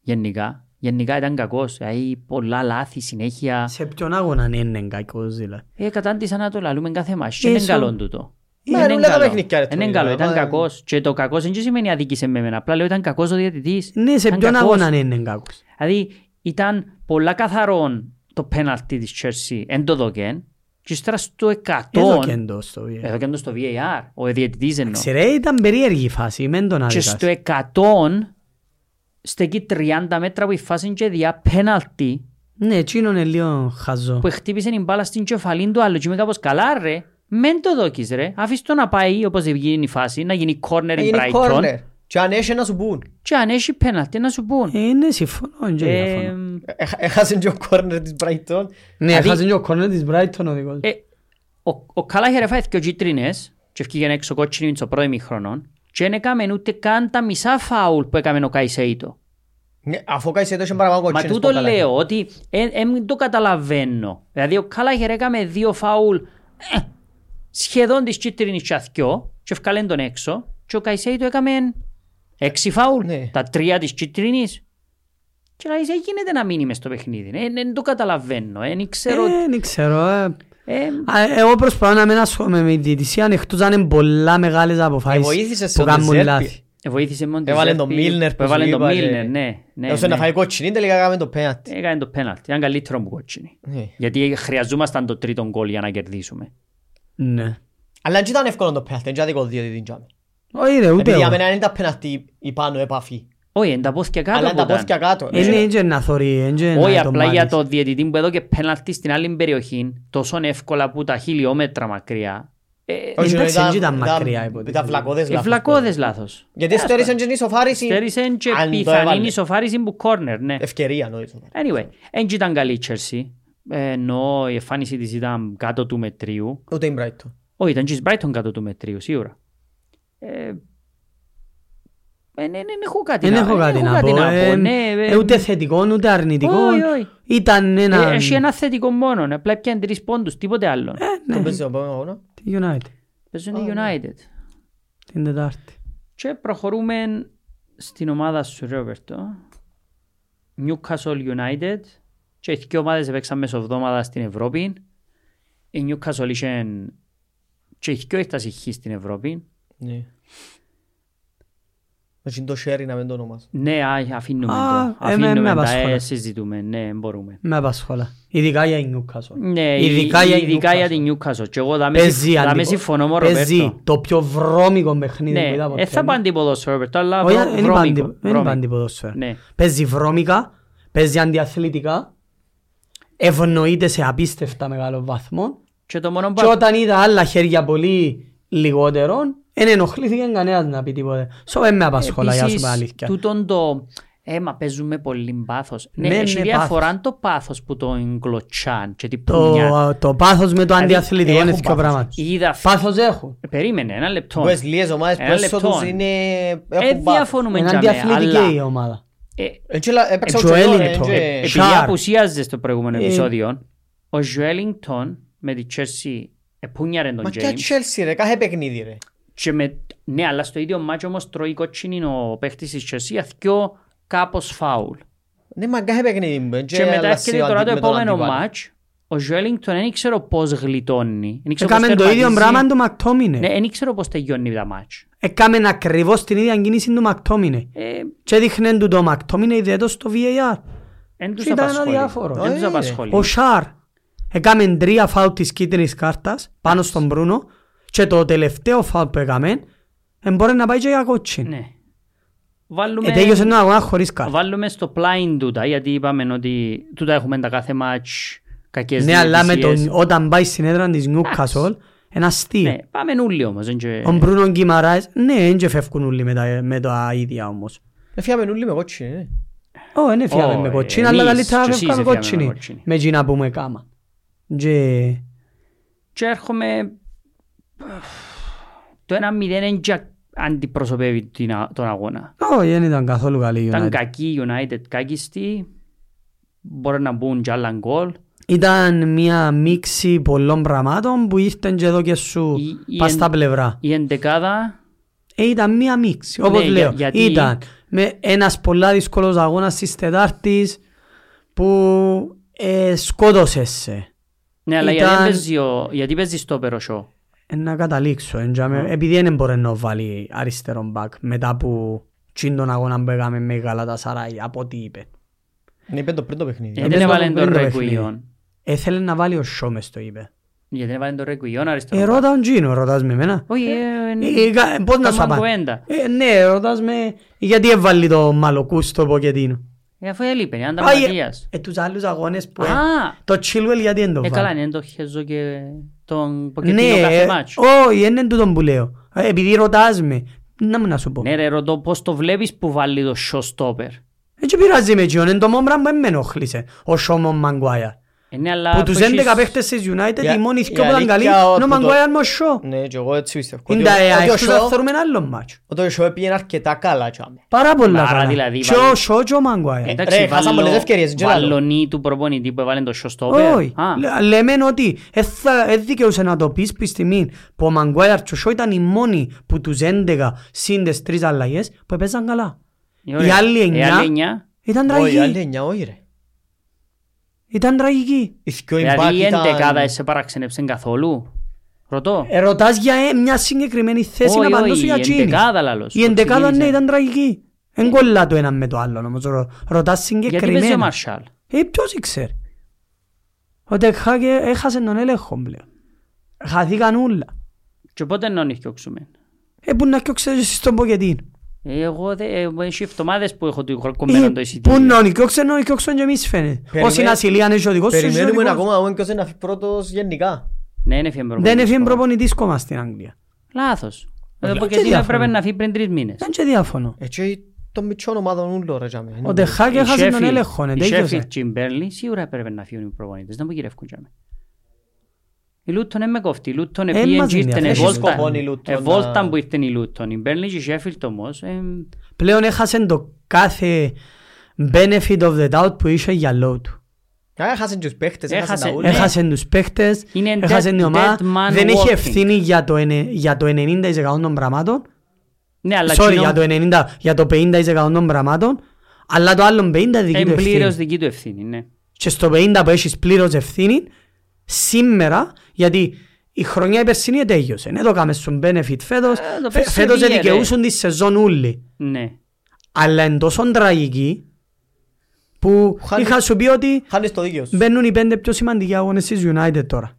Speaker 2: γενικά. Γενικά ήταν κακός, δηλαδή πολλά λάθη συνέχεια.
Speaker 3: Σε ποιον αγώνα είναι κακός δηλαδή.
Speaker 2: Ε, κατάντησα να το λαλούμε κάθε μάτς και είναι
Speaker 3: Ίσο.
Speaker 2: καλό τούτο.
Speaker 1: Μα,
Speaker 2: Ε, Είναι
Speaker 1: ρε, όλα τα
Speaker 2: καλό.
Speaker 1: παιχνίδια, ρε,
Speaker 2: Είναι
Speaker 1: τώρα,
Speaker 2: καλό,
Speaker 1: μα,
Speaker 2: ήταν
Speaker 1: ε.
Speaker 2: κακός. Και το κακός δεν σημαίνει αδίκησε με εμένα. Απλά λέω ήταν κακός ο διαιτητής.
Speaker 3: Ναι, σε
Speaker 2: Ήταν
Speaker 3: ποιον
Speaker 2: κακός.
Speaker 3: αγώνα είναι κακός.
Speaker 2: Δηλαδή ήταν πολλά καθαρόν το πέναλτι της Chelsea. Εν το δοκέν. Και ύστερα στο 100.
Speaker 3: Εδώ και εντός το βίαιο.
Speaker 2: Εδώ και το στο VAR. Ο διαιτητής εννοώ.
Speaker 3: Ξέρε, ήταν περίεργη η φάση, μεν τον
Speaker 2: Ναι. Και
Speaker 3: άδικας.
Speaker 2: στο 100 στέκει 30 μέτρα που η φάση και διά πέναλτι
Speaker 3: Ναι, εκείνο είναι λίγο χαζό.
Speaker 2: που χτύπησε την μπάλα στην κεφαλή του άλλου και είμαι κάπως καλά ρε. Μεν το δόκεις ρε. Αφήσ' το να πάει όπως γίνει η φάση, να γίνει corner in
Speaker 1: Έγινε
Speaker 2: Brighton.
Speaker 1: corner. Και αν έχει να σου πούν.
Speaker 2: Και αν έχει πέναλτι να σου πούν.
Speaker 3: Ε, ναι, συμφωνώ, και
Speaker 2: Ε,
Speaker 3: διαφωνώ.
Speaker 1: Ε, Έχασε και ο corner της Brighton.
Speaker 3: Ναι,
Speaker 2: δηλαδή-
Speaker 3: έχασε και ο κόρνερ της Brighton ο δικός.
Speaker 2: ε, ο- Ο Καλάχερ έφαγε και ο Κίτρινες και έφυγε έξω κότσινη στο πρώτο ημιχρονό και δεν έκαμε ούτε καν τα μισά φάουλ που έκαμε ο Καϊσέιτο.
Speaker 1: Ναι, Αφού καείς εδώ είχε παραπάνω
Speaker 2: Μα
Speaker 1: κοτσίνες.
Speaker 2: τούτο λέω ότι δεν το καταλαβαίνω. Δηλαδή ο Καλάχερ έκαμε δύο φάουλ ε, σχεδόν της κίτρινης και αθκιό και έφκαλεν τον έξω και ο Καϊσέιτο έκαμε έξι φάουλ,
Speaker 1: Ναι.
Speaker 2: τα τρία της κίτρινης. Και λέει, «Δεν γίνεται να μείνει μες στο παιχνίδι. Δεν το καταλαβαίνω. Δεν ξέρω.
Speaker 3: Ε, δεν ξέρω. ε.
Speaker 2: Ε,
Speaker 3: Α, ε, Εγώ προσπαθώ να μην ασχολούμαι με τη διαιτησία, εκτός αν είναι πολλά μεγάλες
Speaker 1: Ε,
Speaker 3: αποφάσεις
Speaker 1: βοήθησες
Speaker 3: που
Speaker 1: τον
Speaker 3: κάνουν
Speaker 1: Deserbi.
Speaker 3: λάθη.
Speaker 2: Ε, Βοήθησε μόνο
Speaker 1: Έβαλε τον Milner που
Speaker 2: Έβαλε
Speaker 1: σου
Speaker 2: τον
Speaker 1: είπα, ε.
Speaker 2: Μίλνερ, ναι. ναι,
Speaker 1: Έδωσε
Speaker 2: ναι. Ε.
Speaker 1: να φάει κότσινη, τελικά έκαμε το πέναλτι.
Speaker 2: Έκανε το πέναλτι. Ήταν καλύτερο που κότσινη.
Speaker 1: Ναι.
Speaker 2: Γιατί χρειαζόμασταν το τρίτο γκολ για να κερδίσουμε.
Speaker 3: Ναι.
Speaker 1: Αλλά δεν ήταν εύκολο το πέναλτι, δεν ήταν δικό διαιτητή τζάμε.
Speaker 3: Όχι ρε, ούτε
Speaker 1: Επειδή για
Speaker 3: εγώ.
Speaker 1: μένα είναι τα πέναλτι η πάνω επαφή.
Speaker 2: Όχι, είναι τα πόθηκια κάτω
Speaker 1: Αλλά είναι
Speaker 2: που
Speaker 1: τα
Speaker 2: ήταν.
Speaker 1: πόθηκια κάτω.
Speaker 3: Ε, ναι, Είναι έτσι να θωρεί, έτσι
Speaker 2: Όχι,
Speaker 3: να το
Speaker 2: απλά
Speaker 3: μάθεις.
Speaker 2: για το διαιτητή που έδωκε πέναλτι στην άλλη περιοχή, τόσο εύκολα που τα χιλιόμετρα μακριά. Ε,
Speaker 1: Όχι,
Speaker 3: Εντάξει,
Speaker 1: ήταν-
Speaker 3: δεν ήταν μακριά,
Speaker 1: ήταν-
Speaker 3: υποτίθεται.
Speaker 1: Ήταν βλακώδες
Speaker 2: ε,
Speaker 1: λάθος.
Speaker 2: Βλακώδες λάθος.
Speaker 1: Γιατί στέρισε και είναι ισοφάριση.
Speaker 2: Στέρισε και
Speaker 1: αν το
Speaker 2: πιθανή
Speaker 1: έβαλε. Ε,
Speaker 2: ισοφάριση που κόρνερ, ναι.
Speaker 1: Ευκαιρία νόη.
Speaker 2: Anyway, δεν ήταν καλή η Chelsea. Ε, Ενώ η εμφάνιση της ήταν κάτω του μετρίου.
Speaker 1: Ούτε η Brighton.
Speaker 2: Όχι, ήταν και η Brighton κάτω του μετρίου, σίγουρα. Ε, ε, ναι, ναι, ναι, έχω κάτι
Speaker 3: Δεν
Speaker 2: να-
Speaker 3: έχω
Speaker 2: ε,
Speaker 3: κάτι να πω. ε,
Speaker 2: ναι, ε,
Speaker 3: ε, Ούτε θετικό, ούτε αρνητικό.
Speaker 2: όχι, όχι.
Speaker 3: Ήταν ένα...
Speaker 2: Ε, Έχει ένα θετικό μόνο, ναι, απλά πιάνε τρεις πόντους, τίποτε άλλο.
Speaker 3: Ε, ναι.
Speaker 1: Το παίζει ο επόμενο αγώνα.
Speaker 3: Τη United.
Speaker 2: Παίζουν η United.
Speaker 3: Την Τετάρτη.
Speaker 2: Και προχωρούμε στην ομάδα σου, Ρόβερτο. Newcastle United. Και οι δύο ομάδες έπαιξαν μεσοβδόμαδα στην Ευρώπη. Η Newcastle είχε... Και οι δύο έφτασε χ στην Ευρώπη.
Speaker 1: Ναι. Έχει το χέρι να μην το ονομάσω.
Speaker 2: Ναι, α, αφήνουμε
Speaker 3: Α,
Speaker 2: το.
Speaker 3: ε, με- με
Speaker 2: Αφήνουμε τα,
Speaker 3: απασχολεί.
Speaker 2: ε, συζητούμε, ναι, μπορούμε.
Speaker 3: Με απασχολά. Ειδικά για η Newcastle.
Speaker 2: Ναι,
Speaker 3: ειδικά, για, η
Speaker 2: ειδικά για
Speaker 3: Newcastle.
Speaker 2: την Newcastle. Και εγώ δάμε,
Speaker 3: Παίζει
Speaker 2: συμφ- δάμε
Speaker 3: αντίπο-
Speaker 2: συμφωνώ με
Speaker 3: Παίζει
Speaker 2: Ρόβερτο.
Speaker 3: το πιο βρώμικο παιχνίδι που
Speaker 2: Ναι,
Speaker 3: είδα ποτέ.
Speaker 2: ε, θα πάνε τίποτα στο Ρόβερτο, αλλά
Speaker 3: Όχι,
Speaker 2: βρω-
Speaker 3: δεν είπα
Speaker 2: βρώμικο,
Speaker 3: αντι- δεν είπα
Speaker 2: βρώμικο.
Speaker 3: αντιποδόσφαιρα.
Speaker 2: Ναι.
Speaker 3: Παίζει βρώμικα, παίζει αντιαθλητικά, ευνοείται σε απίστευτα μεγάλο βαθμό
Speaker 2: Και το μόνο που
Speaker 3: και όταν είδα άλλα χέρια πολύ λιγότερων, δεν ενοχλήθηκε κανένας να πει τίποτε. Σω δεν με απασχολά, για να σου πω αλήθεια.
Speaker 2: τούτον το «Ε, μα παίζουμε πολύ πάθος». Ναι,
Speaker 3: Ναι,
Speaker 2: έχει
Speaker 3: ναι,
Speaker 2: διαφορά το πάθος που τον κλωτσάν και την πουνιά. Δηλαδή,
Speaker 3: Το, το πάθος με το αντιαθλητικό
Speaker 1: έχουν
Speaker 3: είναι πιο
Speaker 1: πάθος.
Speaker 3: πράγμα.
Speaker 2: Είδα...
Speaker 3: Πάθος έχουν.
Speaker 2: Περίμενε, ένα λεπτό.
Speaker 1: Που λίγες ομάδες
Speaker 2: Ένα
Speaker 1: που έσω
Speaker 2: λεπτό.
Speaker 1: τους είναι...
Speaker 2: Ε,
Speaker 1: έχουν πάθος.
Speaker 2: διαφωνούμε
Speaker 3: Είναι
Speaker 2: για μένα,
Speaker 3: αντιαθλητική η
Speaker 2: αλλά...
Speaker 3: ομάδα.
Speaker 2: ε,
Speaker 1: Ε, και λα- έπαιξα
Speaker 3: Ε,
Speaker 1: ο Τζελόρ,
Speaker 3: Joelinton.
Speaker 1: ε,
Speaker 3: Ε,
Speaker 1: και-
Speaker 3: ε,
Speaker 2: Επειδή
Speaker 3: Sharp.
Speaker 2: απουσίαζες στο προηγούμενο
Speaker 3: Ε.
Speaker 2: επεισόδιο, ο Ζουέλινγκτον με τη Τσέρσι επούνιαρε τον
Speaker 1: Μα και
Speaker 2: Τζέιμς.
Speaker 1: Chelsea ρε, κάθε παιχνίδι ρε.
Speaker 2: Και με... Ναι, αλλά στο ίδιο μάτσο όμως τρώει κότσινη ο παίχτης της Τσέρσι, αθκιό κάπως φάουλ.
Speaker 1: Ναι, μα κάθε παιχνίδι μου. ε,
Speaker 2: Και μετά
Speaker 1: αλλάζει
Speaker 2: έρχεται
Speaker 1: ο
Speaker 2: τώρα
Speaker 1: αντι-
Speaker 2: το
Speaker 1: με τον
Speaker 2: επόμενο
Speaker 1: αντίπαλο.
Speaker 2: μάτς. Ο Ζουέλινγκτον δεν ήξερε πώς γλιτώνει. Δεν ήξερε
Speaker 3: Έκαμε
Speaker 2: πώς
Speaker 3: Ε, το ίδιο
Speaker 2: τερματίζει.
Speaker 3: πράγμα του Μακτόμινε.
Speaker 2: Ναι, δεν ήξερε πώς τελειώνει τα μάτς.
Speaker 3: Έκαμε ακριβώς την ίδια κίνηση του Μακτόμινε.
Speaker 2: Ε,
Speaker 3: Και έδειχνε του το Μακτόμινε ιδιαίτερα στο VAR.
Speaker 2: Εν τους
Speaker 3: Και ήταν
Speaker 2: απασχολεί.
Speaker 3: αδιάφορο.
Speaker 2: Δεν τους
Speaker 1: Ε,
Speaker 2: απασχολεί.
Speaker 3: Ο Σάρ έκαμε τρία φάου της κίτρινης κάρτας πάνω στον Μπρούνο και το τελευταίο φάου που έκαμε ε, μπορεί να πάει και για κότσιν.
Speaker 2: Ναι. Βάλουμε...
Speaker 3: Ε, τέλειωσε ένα αγώνα χωρίς κάρτα.
Speaker 2: Βάλουμε στο πλάιν τούτα, γιατί είπαμε ότι τούτα έχουμε τα κάθε μάτς κακές
Speaker 3: Ναι, αλλά με
Speaker 2: διαιτησίες.
Speaker 3: τον, όταν πάει στην έδρα της Νιούκασολ, ένα αστείο.
Speaker 2: Ναι, πάμε νουλί όμως. δεν και-
Speaker 3: Ο Μπρούνο Γκυμαράες, ναι, δεν και φεύγουν όλοι με τα, με τα ίδια όμως.
Speaker 1: Ε, φύγαμε νουλί με κότσινη, ναι.
Speaker 3: Ω, δεν έφυγαμε
Speaker 2: Ω,
Speaker 3: με
Speaker 2: ε,
Speaker 3: κοτσίνα, αλλά
Speaker 2: εμείς
Speaker 3: καλύτερα
Speaker 2: και
Speaker 3: να
Speaker 2: εσείς
Speaker 3: φεύγαμε
Speaker 2: έφυγαμε με
Speaker 3: κοτσίνη.
Speaker 2: κότσινη.
Speaker 3: Με εκείνα που με κάμα. Και...
Speaker 2: Και έρχομαι... Το 1-0 δεν και αντιπροσωπεύει την α- τον αγώνα.
Speaker 3: Όχι, δεν ήταν καθόλου καλή η
Speaker 2: Ήταν
Speaker 3: United.
Speaker 2: κακή η United, κάκιστη. Μπορεί να μπουν και άλλα γκολ.
Speaker 3: Ήταν μια μίξη πολλών πραγμάτων που ήρθαν και εδώ και σου
Speaker 2: Η- η
Speaker 3: πας
Speaker 2: εν-
Speaker 3: στα πλευρά.
Speaker 2: Η εντεκάδα...
Speaker 3: Ε, ήταν μια μίξη, όπως
Speaker 2: Ναι,
Speaker 3: λέω.
Speaker 2: για- γιατί-
Speaker 3: Ήταν με ένας πολλά δύσκολος αγώνας της Τετάρτης που ε, σκότωσες σε.
Speaker 2: Ναι, αλλά γιατί
Speaker 3: Ήταν-
Speaker 2: παίζει ο- γιατί παίζει στο περοσό.
Speaker 3: Ε, να καταλήξω, εν τζάμε, επειδή δεν μπορεί να βάλει αριστερό μπακ μετά που τσιν τον αγώνα που έκαμε με καλά τα σαράι, από ό,τι είπε.
Speaker 1: Ναι, είπε το πριν το παιχνίδι.
Speaker 2: Γιατί
Speaker 3: παίζει
Speaker 2: δεν έβαλε
Speaker 3: το
Speaker 2: τον
Speaker 3: πριν το
Speaker 2: Ρεκουιόν.
Speaker 3: Έθελε Ε, να βάλει ο Σό μες το είπε.
Speaker 2: Γιατί δεν έβαλε τον Ρεκουιόν
Speaker 3: Ε,
Speaker 2: αριστερό.
Speaker 3: ρώτα τον Τζίνο, ρωτάς με εμένα.
Speaker 2: Όχι, ε,
Speaker 3: Ε, ε, κα- Πώς να
Speaker 2: καμάν
Speaker 3: σου απαντήσω.
Speaker 2: κουβέντα.
Speaker 3: Ε, ναι, ρωτάς με γιατί έβαλε το μαλοκού στο Ποκετίνο.
Speaker 2: Ε, αφού έλειπε, είναι
Speaker 3: Α, ε,
Speaker 2: ανταγωνίας.
Speaker 3: Ε, τους άλλους αγώνες που... ε,
Speaker 2: Α,
Speaker 3: Το Chilwell γιατί δεν το
Speaker 2: ε, καλά
Speaker 3: βάλει.
Speaker 2: είναι το Χέζο και τον
Speaker 3: Ναι,
Speaker 2: Ποκετίνο κάθε
Speaker 3: ε,
Speaker 2: μάτσο.
Speaker 3: όχι, δεν είναι τούτο που λέω. Ε, Επειδή ρωτάς με, να μου να σου πω.
Speaker 2: Ναι ρε, ρωτώ πώς το βλέπεις που βάλει το showstopper.
Speaker 3: Έτσι Ε, πειράζει με εκείνον, είναι το μόνο πράγμα που με ενοχλήσε. Ο Σόμον Μαγκουάια.
Speaker 2: Ε, ναι, αλλά
Speaker 3: Που τους
Speaker 2: αφού
Speaker 3: 11
Speaker 2: έχεις-
Speaker 3: παίχτες της United,
Speaker 1: Για-
Speaker 3: οι μόνοι
Speaker 1: η
Speaker 3: δυο που ήταν
Speaker 1: αλήθεια
Speaker 3: καλοί,
Speaker 1: ότι
Speaker 3: είναι ο
Speaker 1: το-
Speaker 3: Μαγκουάια με ο Σο.
Speaker 1: Ναι, και εγώ έτσι πιστεύω.
Speaker 3: Είναι
Speaker 1: Ότι ο-
Speaker 3: τα
Speaker 1: ότι ο
Speaker 3: αεκτούς
Speaker 1: Shaw-
Speaker 3: θα θεωρούμε άλλο μάτσο.
Speaker 1: ότι ο Shaw πήγαινε αρκετά καλά τσάμε.
Speaker 3: Πάρα πολλά
Speaker 2: Άρα
Speaker 3: καλά.
Speaker 2: δηλαδή
Speaker 3: Και
Speaker 2: βάλει-
Speaker 3: ο Σο και ο Μαγκουάια.
Speaker 2: Ε, Εντάξει,
Speaker 1: Ρε, χάσαμε
Speaker 2: βάλω-
Speaker 1: πολλές ευκαιρίες, δεν
Speaker 2: βάλω
Speaker 1: ξέρω.
Speaker 2: νη του προπονητή που έβαλε το showstopper.
Speaker 3: Όχι.
Speaker 2: Α,
Speaker 3: Λε- Λέμε ότι ε, θα- ε, δικαιούσε να το πεις πεις τιμήν που ο Μαγκουάιρ και ο Σο ήταν οι μόνοι που τους 11 συν τις τρεις αλλαγές που έπαιζαν καλά.
Speaker 2: ε, ωραία.
Speaker 3: οι άλλοι
Speaker 2: Οι
Speaker 3: εννιά-
Speaker 2: άλλοι εννιά.
Speaker 3: Ήταν
Speaker 1: Όχι, άλλοι
Speaker 3: τραγική.
Speaker 1: εννιά, όχι ρε.
Speaker 3: Ήταν τραγική.
Speaker 1: Οι δυο
Speaker 2: Δηλαδή
Speaker 1: impact
Speaker 2: η
Speaker 1: ήταν-
Speaker 2: εντεκάδα σε παραξενεύσαν καθόλου. Ρωτώ.
Speaker 3: Ε, Ρωτάς για ε, μια συγκεκριμένη θέση να
Speaker 2: Όχι,
Speaker 3: απαντήσω
Speaker 2: όχι,
Speaker 3: για
Speaker 2: η
Speaker 3: εκείνη.
Speaker 2: εντεκάδα λαλώς.
Speaker 3: Η
Speaker 2: που
Speaker 3: εντεκάδα ναι
Speaker 2: ξεκίνησε.
Speaker 3: ήταν τραγική. Εν κολλά το ένα με το άλλο όμως. Ρω- Ρωτάς
Speaker 2: Γιατί παίζει ο
Speaker 3: συγκεκριμένα.
Speaker 2: Μαρσάλ.
Speaker 3: Ε, ποιος ήξερε. Ο Τεχάκε έχασε τον έλεγχο πλέον. Χαθήκαν όλα.
Speaker 2: Και πότε να νιώξουμε.
Speaker 3: Ε, Ε, που να κοιόξετε εσείς τον Ποκετίν.
Speaker 2: Ε, Εγώ δεν- ε, έχει εβδομάδες που έχω το κομμένο το
Speaker 3: Ε, Πού
Speaker 2: εισιτήριο.
Speaker 3: να είναι κοιόξτε, να κοιόξτε και εμείς φαίνεται.
Speaker 1: Περιμένουμε-
Speaker 3: Όσοι είναι ασυλία, αν έχει ο δικός σου, έχει ο
Speaker 1: Περιμένουμε
Speaker 3: δικός σου.
Speaker 1: ακόμα να δούμε ποιος είναι να φύγει πρώτος γενικά.
Speaker 2: Ναι, είναι φιέμπρο.
Speaker 3: Δεν έφυγε προπονητής κόμμα στην Αγγλία.
Speaker 2: Λάθος. Ε,
Speaker 3: Λάθος.
Speaker 2: το
Speaker 3: Και
Speaker 2: Ποκετίνο
Speaker 3: διάφορα.
Speaker 2: έπρεπε να φύγει πριν τρεις μήνες.
Speaker 3: Δεν και διαφωνώ.
Speaker 2: Ε,
Speaker 1: Έτσι των μητσών ομάδων ούλο ρε τζάμε.
Speaker 3: Ο Ντεχάκ
Speaker 2: Η
Speaker 3: έχασε Ε, τον
Speaker 2: ναι. Sheffield-
Speaker 3: έλεγχο, ναι,
Speaker 2: η
Speaker 3: τέγιος.
Speaker 2: Sheffield και η Burnley σίγουρα έπρεπε να φύγουν οι προπονητές, να μην γυρεύκουν τζάμε. Η Λούτον δεν με κόφτει. Η Λούτον
Speaker 3: Ε,
Speaker 2: επήγαινε
Speaker 3: μας
Speaker 2: και ήρθε
Speaker 3: ενδιαφέρει.
Speaker 2: η βόλτα.
Speaker 1: Έχει σκοπό η Luton
Speaker 2: Ε, βόλτα
Speaker 1: να-
Speaker 2: που ήρθε η Λούτον. Η Burnley και η Sheffield όμως. ε,
Speaker 3: Πλέον έχασε το κάθε benefit of the doubt που είχε για λόγου του.
Speaker 1: Έχασαν τους παίχτες, έχασαν τα
Speaker 2: Έχασε-
Speaker 1: ούλα.
Speaker 3: Έχασε ε- τους παίχτες,
Speaker 2: Ναι. Είναι
Speaker 3: έχασε
Speaker 2: dead-
Speaker 3: την ομάδα,
Speaker 2: dead man
Speaker 3: δεν είχε
Speaker 2: walking.
Speaker 3: ευθύνη για το, ενε- για το 90% των πραγμάτων.
Speaker 2: Ναι, αλλά
Speaker 3: Sorry,
Speaker 2: κοινό-
Speaker 3: για το, 90, για το 50% των πραγμάτων. Αλλά το άλλο 50% δική του
Speaker 2: εν ε, πλήρως
Speaker 3: ευθύνη.
Speaker 2: δική του ευθύνη. ναι.
Speaker 3: Και στο 50% που έχεις πλήρως ευθύνη, σήμερα, γιατί η χρονιά η περσινή τέλειωσε. Ναι, το κάμε στον benefit φέτος.
Speaker 2: Ε, το
Speaker 3: Φε-
Speaker 2: πέρσι
Speaker 3: φέτος
Speaker 2: πήγε, ρε.
Speaker 3: δικαιούσαν τη σεζόν όλοι.
Speaker 2: Ναι.
Speaker 3: Αλλά είναι τόσο τραγική που
Speaker 1: Χάνει-
Speaker 3: είχα σου πει ότι
Speaker 1: Χάνεις το δίκαιο σου.
Speaker 3: μπαίνουν οι πέντε πιο σημαντικοί αγώνες της United τώρα.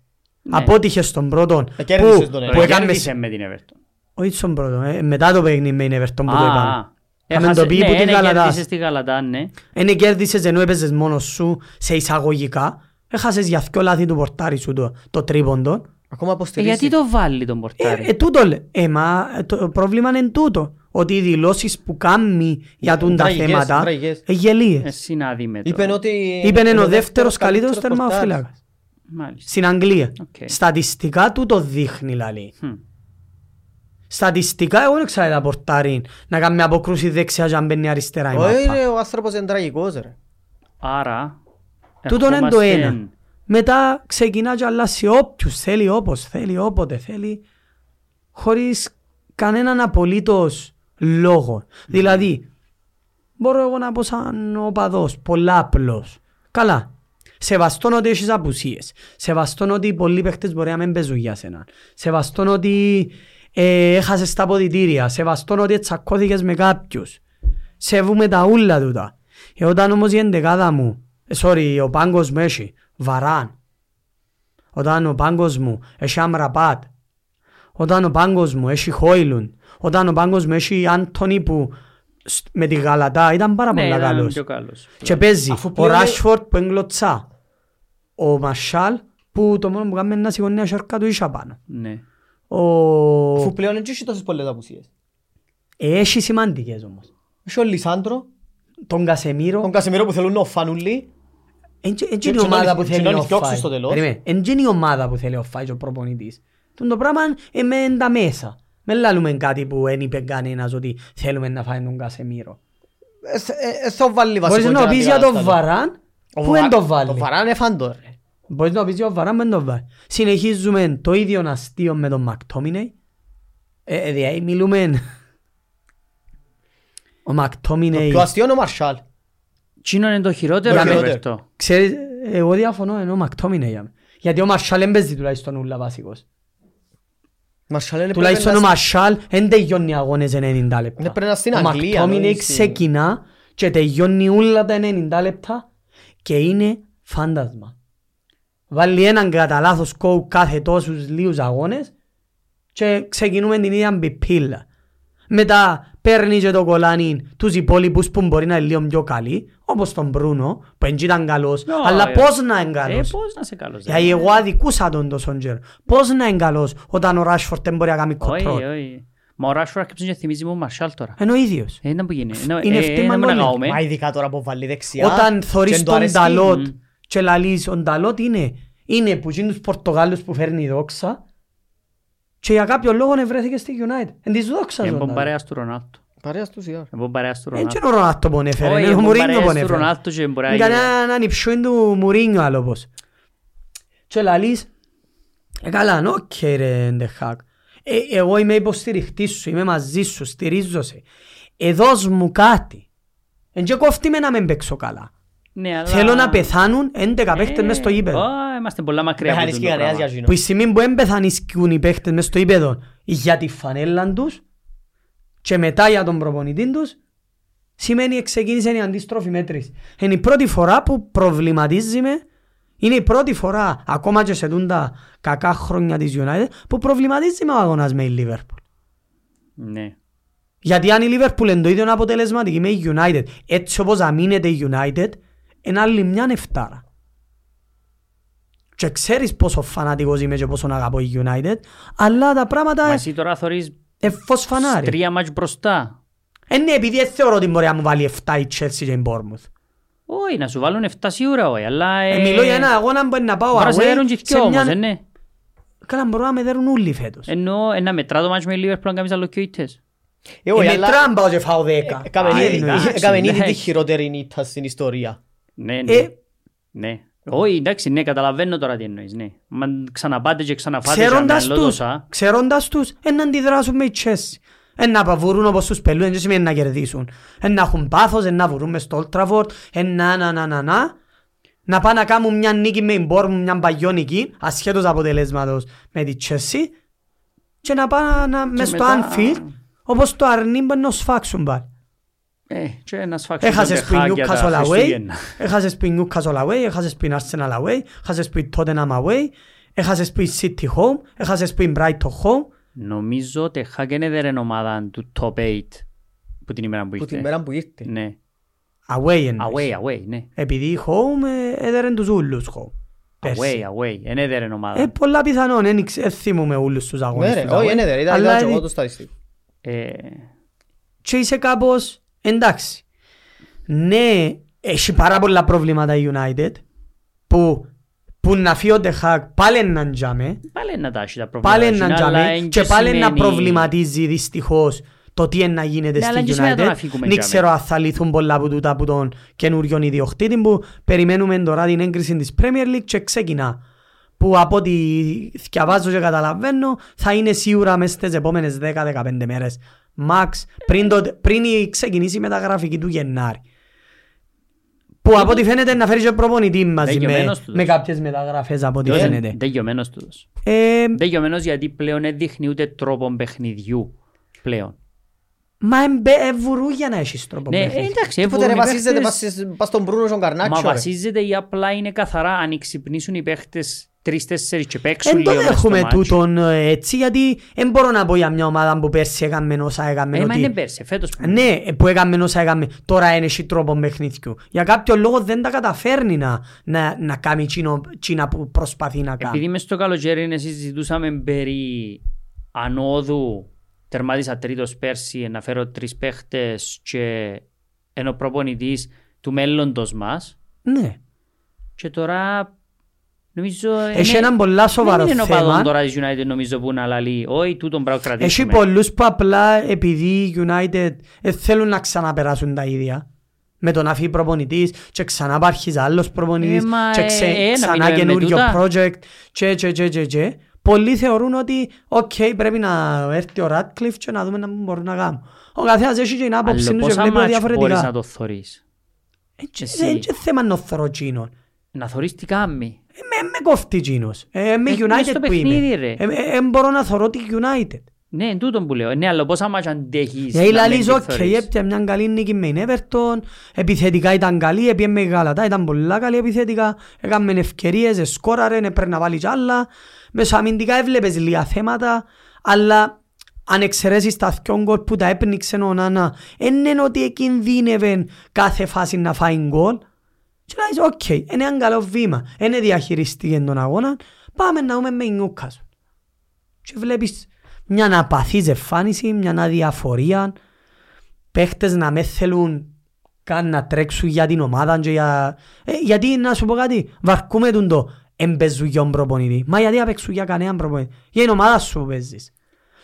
Speaker 2: Ναι.
Speaker 3: Απότυχες στον πρώτο
Speaker 1: Ε, κέρδισες τον
Speaker 3: που
Speaker 1: Everton.
Speaker 3: έκαμε...
Speaker 2: Κέρδισε με την Everton.
Speaker 3: Όχι στον πρώτο, ε, μετά το παιχνίδι με την Everton που το είπαμε. Είχαμε
Speaker 2: Έχασε-
Speaker 3: το πει
Speaker 2: ναι,
Speaker 3: που τη
Speaker 2: ένα
Speaker 3: Γαλατάς.
Speaker 2: κέρδισε στη Γαλατά, ναι.
Speaker 3: Ένα κέρδισες ενώ έπαιζες μόνος σου σε εισαγωγικά. Έχασες για δυο λάθη του πορτάρι σου το, το τρίποντο.
Speaker 1: Ακόμα
Speaker 2: Ε, Γιατί
Speaker 1: αποστηρίζει.
Speaker 2: το βάλει τον
Speaker 3: Ε,
Speaker 2: πορτάρι.
Speaker 3: ε, τούτο λέ. Ε, μα ε, το πρόβλημα είναι τούτο. Ότι οι δηλώσεις που κάνει για τούν τα
Speaker 1: Τραγικές,
Speaker 3: θέματα
Speaker 1: τραγικές.
Speaker 3: ε, γελίες.
Speaker 2: Εσύ να δει με το.
Speaker 1: Είπεν ότι...
Speaker 3: Είπεν
Speaker 1: είναι
Speaker 3: είναι ο δεύτερος καλύτερος
Speaker 1: πορτάρης.
Speaker 3: τερμαφύλακας.
Speaker 2: Μάλιστα.
Speaker 3: Στην Αγγλία.
Speaker 2: Οκ.
Speaker 3: Στατιστικά του το δείχνει λαλή.
Speaker 2: Χμ.
Speaker 3: Στατιστικά εγώ δεν ξέρω τα πορτάρι να κάνει αποκρούση δεξιά και αν μπαίνει αριστερά η
Speaker 1: Όχι,
Speaker 3: μάπα.
Speaker 1: ρε, ο άνθρωπος είναι τραγικός ρε.
Speaker 2: Άρα.
Speaker 3: Τούτον είναι το
Speaker 2: ερχόμαστε-
Speaker 3: ένα. Μετά ξεκινά και αλλάσει όποιους θέλει, όπως θέλει, όποτε θέλει, χωρίς κανέναν απολύτως λόγο. Δηλαδή, μπορώ εγώ να πω σαν οπαδός, πολλά απλός. Καλά, σεβαστόν ότι έχεις απουσίες. Σεβαστόν ότι πολλοί παίχτες μπορεί να μην παίζουν για σένα. Σεβαστόν ότι ε, έχασες τα ποδητήρια. Σεβαστόν ότι τσακώθηκες με κάποιους. Σεβούμε τα ούλα τούτα. Ε, όταν όμως η εντεκάδα μου, ε, sorry, ο πάγκος μου έχει βαράν. Όταν ο πάγκος μου έχει αμραπάτ. Όταν ο πάγκος μου έχει χόιλουν. Όταν ο πάγκος μου έχει Άντωνη που σ- με τη Γαλατά ήταν πάρα
Speaker 2: Ναι,
Speaker 3: πολύ
Speaker 2: ήταν
Speaker 3: καλός.
Speaker 2: πιο καλός.
Speaker 3: Και παίζει
Speaker 1: Αφού
Speaker 3: ο
Speaker 1: πλέον-
Speaker 3: Ράσφορτ που εγκλωτσά. Ο Μασάλ που το μόνο που κάνει είναι να σηκώνει ένα σέρκα του ίσια πάνω.
Speaker 2: Ναι.
Speaker 3: Ο... Ε,
Speaker 1: Αφού πλέον δεν έχει τόσες πολλές απουσίες.
Speaker 3: Έχει σημαντικές όμως.
Speaker 1: Έχει ο Λισάντρο,
Speaker 3: Τον Κασεμίρο.
Speaker 1: τον Κασεμίρο που θέλουν να φανούλει. Και-
Speaker 3: Έτσι είναι η
Speaker 1: και
Speaker 3: ομάδα
Speaker 1: τον-
Speaker 3: που
Speaker 1: και
Speaker 3: θέλει
Speaker 1: τον
Speaker 3: ο
Speaker 1: διώξεις
Speaker 3: Φάι.
Speaker 1: στο τέλος.
Speaker 3: Περίμενε. Έτσι είναι η ομάδα που θέλει ο Φάι και ο προπονητής. Τον το πράγμα ε, με εν τα μέσα. Με λάλλουμε κάτι που δεν είπε κανένας ότι θέλουμε να φάει τον Κασεμίρο.
Speaker 1: Ε, θε- ε, ε, Θα βάλει βασικό.
Speaker 3: Μπορείς
Speaker 1: και
Speaker 3: να
Speaker 1: έναν
Speaker 3: πεις για τον
Speaker 1: πυράλαστατο.
Speaker 3: Βαράν
Speaker 1: Ο
Speaker 3: που δεν
Speaker 1: Βα-
Speaker 3: το βάλει.
Speaker 1: Το Βαράν έφαντο ρε.
Speaker 3: Μπορείς να πεις για ο Βαράν με τον Βαρ. Συνεχίζουμε το ίδιο αστείο με τον Μακτόμινεϊ. Ε, ε, δηλαδή μιλούμε... Ο Μακτόμινεϊ...
Speaker 1: Το αστείο είναι ο Μαρσάλ.
Speaker 2: Τσίνο είναι το χειρότερο,
Speaker 1: Το
Speaker 2: ρε
Speaker 1: χειρότερο.
Speaker 2: Βερτό.
Speaker 3: Ξέρεις, ε, εγώ διαφωνώ ενώ ο Μακτόμινεϊ για μέ- Γιατί ο Μαρσάλ δεν παίζει τουλάχιστον ούλα βασικός.
Speaker 1: Μαρσάλ είναι
Speaker 3: Τουλάχιστον ο
Speaker 1: πρέπει να-
Speaker 3: Μαρσάλ δεν τελειώνει αγώνες εν 90 λεπτά.
Speaker 1: Ναι, πρέπει να στην
Speaker 3: Ο
Speaker 1: Αγγλία,
Speaker 3: Μακτόμινεϊ
Speaker 1: όχι στην-
Speaker 3: ξεκινά και τελειώνει ούλα τα 90 λεπτά και είναι φάντασμα. Βάλει έναν κατά λάθος κόου κάθε τόσους λίγους αγώνες και ξεκινούμε την ίδια μπιπίλα. Μετά παίρνει και το κολάνι τους υπόλοιπους που μπορεί να είναι λίγο πιο καλοί, όπως τον Μπρούνο, που δεν ήταν καλός,
Speaker 2: No,
Speaker 3: αλλά
Speaker 2: ε,
Speaker 3: πώς να είναι
Speaker 2: Ε,
Speaker 3: καλός.
Speaker 2: πώς να σε καλός. ρε.
Speaker 3: Γιατί εγώ αδικούσα τον τον Σοντζέρ. Πώς να είναι καλός όταν ο Ράσφορτ δεν μπορεί να κάνει
Speaker 2: Όχι,
Speaker 3: κοντρόλ.
Speaker 2: όχι. Μα ο Ράσφορ άρχισε και θυμίζει μου ο Μαρσάλ τώρα.
Speaker 3: Ενώ ο ίδιος.
Speaker 2: Ε, ήταν που γίνει. Ε,
Speaker 3: Είναι
Speaker 2: ε,
Speaker 3: ευθύμα
Speaker 2: ε, να μην
Speaker 3: όλοι.
Speaker 2: αγαούμε.
Speaker 1: Μα ειδικά τώρα που βάλει δεξιά.
Speaker 3: Όταν θωρείς
Speaker 1: και το
Speaker 3: τον
Speaker 1: αρέσκει.
Speaker 3: Νταλότ
Speaker 2: Μμμ.
Speaker 3: και λαλείς, ο Νταλότ είναι, είναι που είναι τους Πορτογάλους που φέρνει η δόξα και για κάποιο λόγο νευρέθηκε στη United. Εν της δόξας ο
Speaker 2: Είναι
Speaker 3: Νταλότ.
Speaker 2: παρέας του Ρονάλτο.
Speaker 1: Παρέας τους, ιάρ.
Speaker 2: Είναι παρέας του
Speaker 3: Δεν
Speaker 2: Ρονάλτο.
Speaker 3: είναι ο Ρονάλτο που έφερε,
Speaker 2: Όχι,
Speaker 3: είναι ο
Speaker 2: είναι
Speaker 3: Μουρίνιο
Speaker 2: παρέας
Speaker 3: που
Speaker 2: του
Speaker 3: έφερε.
Speaker 2: Ρονάλτο και μπορεί να
Speaker 3: Είναι
Speaker 2: γίνει.
Speaker 3: κανένα ανιψιόν του Μουρίνιο άλλος πως. Και λαλείς, ε καλά, νόκε ρε Ντεχάκ. Ε, εγώ είμαι υποστηριχτής σου, είμαι μαζί σου, στηρίζω σε. Ε, δώσ' μου κάτι. Εν και κόφτει με να μην παίξω καλά.
Speaker 2: Ναι, αλλά-
Speaker 3: Θέλω να πεθάνουν 11 παίχτες μες στο
Speaker 2: Ε,
Speaker 3: γήπεδο.
Speaker 2: α, Είμαστε πολλά μακριά από
Speaker 1: Μεχανής
Speaker 2: το
Speaker 1: και κανένας για
Speaker 2: πράγμα.
Speaker 1: γίνο.
Speaker 3: Που η στιγμή που δεν πεθανίσκουν οι παίχτες μες στο γήπεδο για τη φανέλα τους και μετά για τον προπονητή τους σημαίνει ξεκίνησε η αντίστροφη μέτρηση. Είναι η πρώτη φορά που προβληματίζουμε είναι η πρώτη φορά, ακόμα και σε τούν τα κακά χρόνια της United, που προβληματίζουμε ο αγώνας με η Liverpool.
Speaker 2: Ναι.
Speaker 3: Γιατί αν η Liverpool είναι το ίδιο αποτελεσματική με η United, έτσι όπως αμήνεται η United, είναι άλλη μια νεφτάρα. Και ξέρεις πόσο φανατικός είμαι και πόσο αγαπώ η United, αλλά τα
Speaker 2: Μα
Speaker 3: πράγματα
Speaker 2: εσύ τώρα θωρείς
Speaker 3: εφός φανάρι.
Speaker 2: τρία μάτς μπροστά.
Speaker 3: Ε, ναι, επειδή δεν θεωρώ ότι μπορεί να μου βάλει 7 η Chelsea και η Bournemouth.
Speaker 2: Όχι, να σου βάλουν 7 σίγουρα, όχι, αλλά...
Speaker 3: Ε, μιλώ για ένα αγώνα που μπορεί να πάω
Speaker 2: Μπορεί να σε δέρουν
Speaker 3: away
Speaker 2: και δυο όμως, ε, ναι.
Speaker 3: Καλά, μπορώ να με δέρουν όλοι φέτος.
Speaker 2: Εννοώ ένα μετρά το μάτς με η Liverpool να κάνεις αλοκιοίτες.
Speaker 1: Ε,
Speaker 3: Ε,
Speaker 1: όχι,
Speaker 3: με
Speaker 1: αλλά
Speaker 3: τράμπα και φάω 10.
Speaker 1: έκαμε
Speaker 2: Α,
Speaker 1: ήδη-
Speaker 2: εντάξει,
Speaker 1: έκαμε ήδη τη
Speaker 2: εντάξει.
Speaker 1: χειρότερη νύχτα στην ιστορία.
Speaker 2: Ναι, ναι.
Speaker 3: Ε,
Speaker 2: Ναι. Όχι, εντάξει, ναι, καταλαβαίνω τώρα τι εννοείς, ναι. Μα ξαναπάτε και ξαναφάτε και
Speaker 3: ξέροντας τους,
Speaker 2: αμυαλόδοσα.
Speaker 3: ξέροντας τους, εν να αντιδράσουν με οι Chelsea. Εν να παβουρούν όπως τους πελούν, εν και σημαίνει να κερδίσουν. Εν να έχουν πάθος, εν να βουρούν μες στο Old Trafford, εν να να να να να. Να πάνε να κάνουν μια νίκη με η Bournemouth, μια παλιό νική, ασχέτως αποτελέσματος με τη Chelsea. Και να πάνε να, μες στο
Speaker 2: μετά-
Speaker 3: Anfield, όπως το αρνί μπορεί να σφάξουν πάλι.
Speaker 2: Ε, και να σφάξουν
Speaker 3: Έχασες
Speaker 2: τα
Speaker 3: που η
Speaker 2: χάκια τα
Speaker 3: Newcastle away,
Speaker 2: Χριστούγεννα.
Speaker 3: έχασες που η Newcastle away, έχασες που η Arsenal away, έχασες που η Tottenham away, έχασες που η City home, έχασες που η Brighton home.
Speaker 2: Νομίζω ότι χάκεν έδερε ομάδα του top 8 που την ημέρα που
Speaker 1: Που την
Speaker 2: ήρθε.
Speaker 1: μέρα που ήρθε.
Speaker 2: Ναι.
Speaker 3: Away εννοείς.
Speaker 2: Away, away, ναι.
Speaker 3: Επειδή η home ε, έδερεν τους ούλους home.
Speaker 2: Away,
Speaker 3: Πέρσι.
Speaker 2: away. Εν έδερε ομάδα.
Speaker 3: Ε, πολλά πιθανόν, δεν ήξε- δεν θυμούμαι ούλους τους
Speaker 1: Ναι
Speaker 3: αγώνες
Speaker 1: ρε,
Speaker 3: τους
Speaker 1: όχι,
Speaker 3: away,
Speaker 1: είναι ρε, ήταν
Speaker 3: αλλά
Speaker 1: ήταν και εγώ
Speaker 3: είδη-
Speaker 1: το στατιστικό.
Speaker 2: Ε,
Speaker 3: και είσαι κάπως, εντάξει. Ναι, έχει πάρα πολλά προβλήματα η United, που, που να φύγει ο Τεχάκ πάλι να τζάμε,
Speaker 2: Πάλι να τα έχει τα προβλήματα.
Speaker 3: πάλι
Speaker 2: εκείνα,
Speaker 3: να
Speaker 2: αλλά
Speaker 3: τζάμε
Speaker 2: εν
Speaker 3: και πάλι να
Speaker 2: σημαίνει-
Speaker 3: προβληματίζει δυστυχώς το τι είναι να γίνεται
Speaker 2: Ναι, αλλά
Speaker 3: στη
Speaker 2: εν και σημαίνει να τον
Speaker 3: United.
Speaker 2: αφήκουμε
Speaker 3: Δεν
Speaker 2: τζάμε.
Speaker 3: ξέρω αν θα λυθούν πολλά από τούτα από τον καινούριον ιδιοκτήτη που περιμένουμε τώρα την έγκριση της Premier League και ξεκινά. Που από ό,τι διαβάζω και καταλαβαίνω θα είναι σίγουρα μέσα στις επόμενες 10-15 μέρες. Μαξ, πριν, το, πριν η- ξεκινήσει η μεταγραφική του Γενάρη. Που από ό,τι φαίνεται να φέρει και προπονητή
Speaker 2: Ναι,
Speaker 3: μαζί με,
Speaker 2: Δεγεμένος του.
Speaker 3: με κάποιες μεταγραφές από ό,τι
Speaker 1: Ε,
Speaker 3: φαίνεται.
Speaker 2: Δεγιωμένος τούτος.
Speaker 3: Ε,
Speaker 2: Δεγιωμένος γιατί πλέον δεν δείχνει ούτε τρόπο παιχνιδιού πλέον.
Speaker 3: Μα εμπερουρούγια να έχεις τρόπο
Speaker 2: Ναι,
Speaker 3: παιχνίδι.
Speaker 2: ε, εντάξει,
Speaker 1: Τίποτε ρε,
Speaker 2: έβγουν οι
Speaker 1: βασίζεται,
Speaker 2: παίχτες,
Speaker 1: βασίζ- πας στον Μπρούνο στον
Speaker 2: Μα
Speaker 1: Καρνάτσιο ρε.
Speaker 2: βασίζεται ή απλά είναι καθαρά αν ξυπνήσουν οι παίχτες τρεις-τέσσερις και παίξουν
Speaker 3: Εν το
Speaker 2: λίγο μες στο
Speaker 3: δέχομαι
Speaker 2: μάτς.
Speaker 3: τούτον ε, έτσι γιατί δεν μπορώ να πω για μια ομάδα που πέρσι έκαμε όσα έκαμε.
Speaker 2: Ε, μα είναι
Speaker 3: ότι...
Speaker 2: πέρσι, φέτος. που-
Speaker 3: Ναι, ε, που έκαμε όσα έκαμε. Τώρα είναι έχει τρόπο παιχνιδιού. Για κάποιο λόγο δεν τα καταφέρνει να, να, να κάνει τσίνο, τσίνα που προσπαθεί να κάνει.
Speaker 2: Επειδή μες στο καλοκαίρι να συζητούσαμε περί ανόδου τερμάτισα τρίτος πέρσι να φέρω τρεις παίχτες και ενώ προπονητής του μέλλοντος μας
Speaker 3: Ναι.
Speaker 2: και τώρα νομίζω
Speaker 3: Έχει
Speaker 2: είναι-
Speaker 3: έναν πολλά σοβαρό
Speaker 2: Ε, ναι. δεν είναι οπαδόν
Speaker 3: θέμα.
Speaker 2: τώρα της United νομίζω που να λαλεί όχι τούτον πράγμα
Speaker 3: Έχει
Speaker 2: κρατήσουμε
Speaker 3: πολλούς που απλά επειδή οι United ε, θέλουν να ξαναπεράσουν τα ίδια. Με τον αφή προπονητής και ξανά υπάρχει άλλος προπονητής
Speaker 2: Ε, μα,
Speaker 3: και ξε,
Speaker 2: ε, ε, να
Speaker 3: ξανά
Speaker 2: μιλάμε με
Speaker 3: καινούριο
Speaker 2: τούτα.
Speaker 3: project και, και, και, και, και. Πολλοί θεωρούν ότι οκ πρέπει να έρθει ο Radcliffe και να δούμε να μπορούν να κάνουν. Ο καθένας έχει και την άποψή
Speaker 2: αλλά
Speaker 3: του και
Speaker 2: πόσα
Speaker 3: βλέπει
Speaker 2: μάτς μπορείς να
Speaker 3: διαφορετικά.
Speaker 2: το θωρείς
Speaker 3: Ε, και-
Speaker 2: εσύ.
Speaker 3: Δεν είναι και θέμα νοθροτσίνων.
Speaker 2: να θωρείς τι κάνει
Speaker 3: Ε, με- με κοφτεί τσίνος. Ε, με
Speaker 2: Ε, μες
Speaker 3: United
Speaker 2: στο
Speaker 3: που
Speaker 2: παιχνίδι,
Speaker 3: είμαι.
Speaker 2: ρε.
Speaker 3: Ε, ε, ε, μπορώ να θωρώ τη United.
Speaker 2: ναι εν τούτον που λέω ναι αλλά πόσα μάτς αντέχεις
Speaker 3: Ε, η
Speaker 2: να
Speaker 3: Λαλής,
Speaker 2: μην
Speaker 3: οκ,
Speaker 2: τη θωρείς.
Speaker 3: έπιανε μια καλή νίκη με την Everton, επιθετικά ήταν καλή, έπιε με γάλατα, ήταν πολλά καλή επιθετικά, έκαμε ευκαιρίες, ε, εσκόραρε, έπρεπε να βάλει κι άλλα, μεσοαμυντικά έβλεπες λίγα θέματα, αλλά αν εξαιρέσεις τα δυο γκολ που τα έπνιξε ο Νάνα, εν είναι ότι κινδύνευε κάθε φάση να φάει γκολ, και λες, οκ, είναι ένα καλό βήμα, είναι διαχειριστήκε τον αγώνα, πάμε να δούμε με Newcastle και βλέπεις μια αναπαθής εμφάνιση, μια αδιαφορία, παίχτες να με θέλουν καν να τρέξουν για την ομάδα και για... Ε, γιατί να σου πω κάτι, βαρκούμε τον το εμπέζουν για τον προπονητή. Μα γιατί να παίξουν για κανέναν προπονητή. Για την ομάδα σου παίζεις.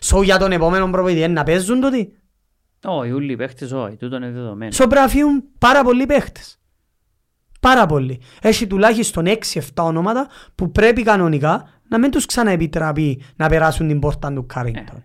Speaker 3: Σο για τον επόμενο προπονητή ε, να παίζουν τότε.
Speaker 2: όχι όλοι οι παίχτες όχι τούτον είναι δεδομένο
Speaker 3: Σο πρέπει να φύγουν πάρα πολλοί παίχτες. Πάρα πολλοί. Έχει τουλάχιστον 6-7 ονόματα που πρέπει κανονικά να μην τους ξαναεπιτραπεί να περάσουν την πόρτα του Καρίντον.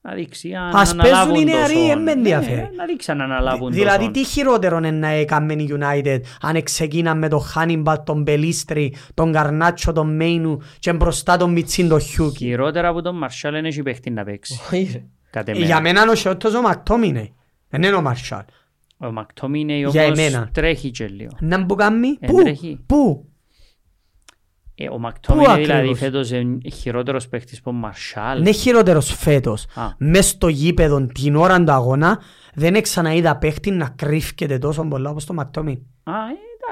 Speaker 2: Να δείξει αν
Speaker 3: Ας παίζουν
Speaker 2: αναλάβουν
Speaker 3: οι
Speaker 2: το
Speaker 3: νεαροί,
Speaker 2: σόν.
Speaker 3: εν με ενδιαφέρει.
Speaker 2: Ναι, Να δείξει αν αναλάβουν το
Speaker 3: Δηλαδή
Speaker 2: σόν.
Speaker 3: τι χειρότερο είναι να έκαμε η United αν ξεκίναν με τον Χάνιμπαλ, τον Μπελίστρι, τον Καρνάτσο, τον Μέινου και μπροστά τον Μιτσίν, τον Χιούκι.
Speaker 2: Χειρότερα από τον Μαρσάλ είναι έχει παίχτη να παίξει.
Speaker 1: Όχι, ρε.
Speaker 2: Κατ'
Speaker 3: Ε, Για
Speaker 2: εμένα.
Speaker 3: μένα είναι ο Σιώτος ο Μακτόμινε. Δεν είναι ο Μαρσάλ.
Speaker 2: Ο Μακτόμινε
Speaker 3: Για
Speaker 2: όμως
Speaker 3: εμένα.
Speaker 2: τρέχει και λίγο.
Speaker 3: Να που κάνει,
Speaker 2: Ε,
Speaker 3: πού,
Speaker 2: τρέχει.
Speaker 3: πού.
Speaker 2: Ε, ο Μακτόμινε δηλαδή
Speaker 3: ακριβώς? Ναι.
Speaker 2: φέτος είναι χειρότερος παίχτης από Μαρσάλ.
Speaker 3: Είναι χειρότερος φέτος.
Speaker 2: Α.
Speaker 3: Μες στο γήπεδο την ώρα του αγώνα δεν ξαναείδα παίχτη να κρύφκεται τόσο πολλά όπως το Μακτόμιν.
Speaker 2: Α, ε,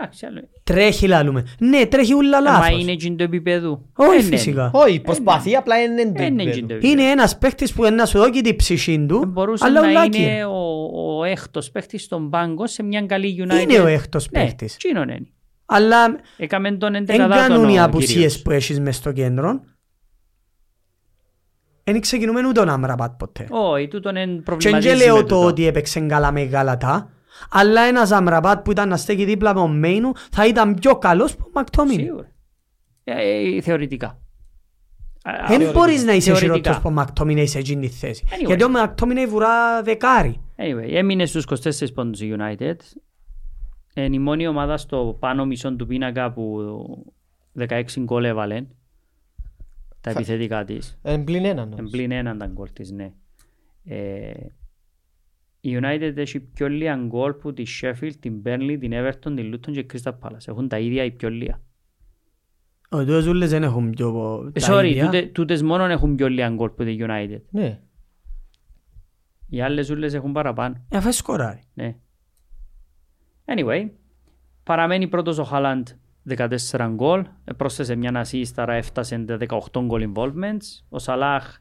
Speaker 2: εντάξει. άλλο.
Speaker 3: Τρέχει λαλούμε. Ναι, τρέχει ούλα
Speaker 2: Ε, Μα
Speaker 3: λάθος.
Speaker 2: είναι εκείνο το Ε, ναι, επίπεδο.
Speaker 3: Όχι
Speaker 2: Είναι.
Speaker 3: φυσικά.
Speaker 1: Όχι, προσπαθεί, απλά είναι
Speaker 2: Δεν είναι εκείνο Ε, ναι, το
Speaker 1: εντύπωση.
Speaker 2: επίπεδο.
Speaker 3: Είναι ένας παίχτης που είναι να σου δώσει την ψυχή
Speaker 2: Ε,
Speaker 3: του,
Speaker 2: Μπορούσε
Speaker 3: αλλά
Speaker 2: να
Speaker 3: ουλάκι.
Speaker 2: είναι ο, ο έκτος παίχτης στον πάγκο σε μια καλή United.
Speaker 3: Είναι ο έκτος παίχτης.
Speaker 2: Ναι, εκείνον είναι.
Speaker 3: Αλλά
Speaker 2: Έκαμε τον
Speaker 3: δεν
Speaker 2: εντεκατάτον
Speaker 3: κάνουν οι
Speaker 2: ο
Speaker 3: απουσίες
Speaker 2: κύριος.
Speaker 3: που έχεις μες στο κέντρο. Δεν ξεκινούμε ούτε ο Αμραμπάτ ποτέ.
Speaker 2: Όχι, τούτον είναι
Speaker 3: Και
Speaker 2: προβληματίζει
Speaker 3: δεν
Speaker 2: με
Speaker 3: λέω το
Speaker 2: τούτο.
Speaker 3: ότι έπαιξε καλά με γαλατά, αλλά ένας Αμραμπάτ που ήταν να στέκει δίπλα με ο Μέινου θα ήταν πιο καλός που ο Μακτόμιν.
Speaker 2: Σίγουρα. Ε, ε, θεωρητικά. Α,
Speaker 3: Δεν
Speaker 2: α,
Speaker 3: μπορείς να είσαι
Speaker 2: θεωρητικά.
Speaker 3: χειρότερος που ο Μακτόμιν είσαι εκείνη τη θέση.
Speaker 2: Anyway.
Speaker 3: Γιατί ο Μακτόμιν βουρά δεκάρι.
Speaker 2: Anyway, έμεινε στους 24 πόντους η United. Είναι η μόνη ομάδα στο πάνω μισό του πίνακα που 16 γκολ έβαλε. Τα επιθετικά της.
Speaker 1: Εν πλην έναν.
Speaker 2: Εν
Speaker 1: όμως.
Speaker 2: πλην έναν τα γκολ της, ναι. Ε, η United έχει πιο λίγα γκολ που τη Sheffield, την Burnley, την Everton, την Luton και Crystal Palace. Έχουν τα ίδια ή πιο λίγα.
Speaker 3: Ο δύο ζούλες δεν έχουν πιο πο-
Speaker 2: Ε,
Speaker 3: τα
Speaker 2: Sorry,
Speaker 3: ίδια.
Speaker 2: τούτε- τούτες μόνον έχουν πιο λίγα γκολ που τη United.
Speaker 1: Ναι.
Speaker 2: Οι άλλες ούλες έχουν παραπάνω.
Speaker 3: Ε, αφού σκοράρει.
Speaker 2: Ναι. Anyway, παραμένει πρώτος ο Χάλαντ 14 γκολ, ε, πρόσθεσε μια ασίστ, άρα έφτασε τα 18 goal involvements. Ο Σαλάχ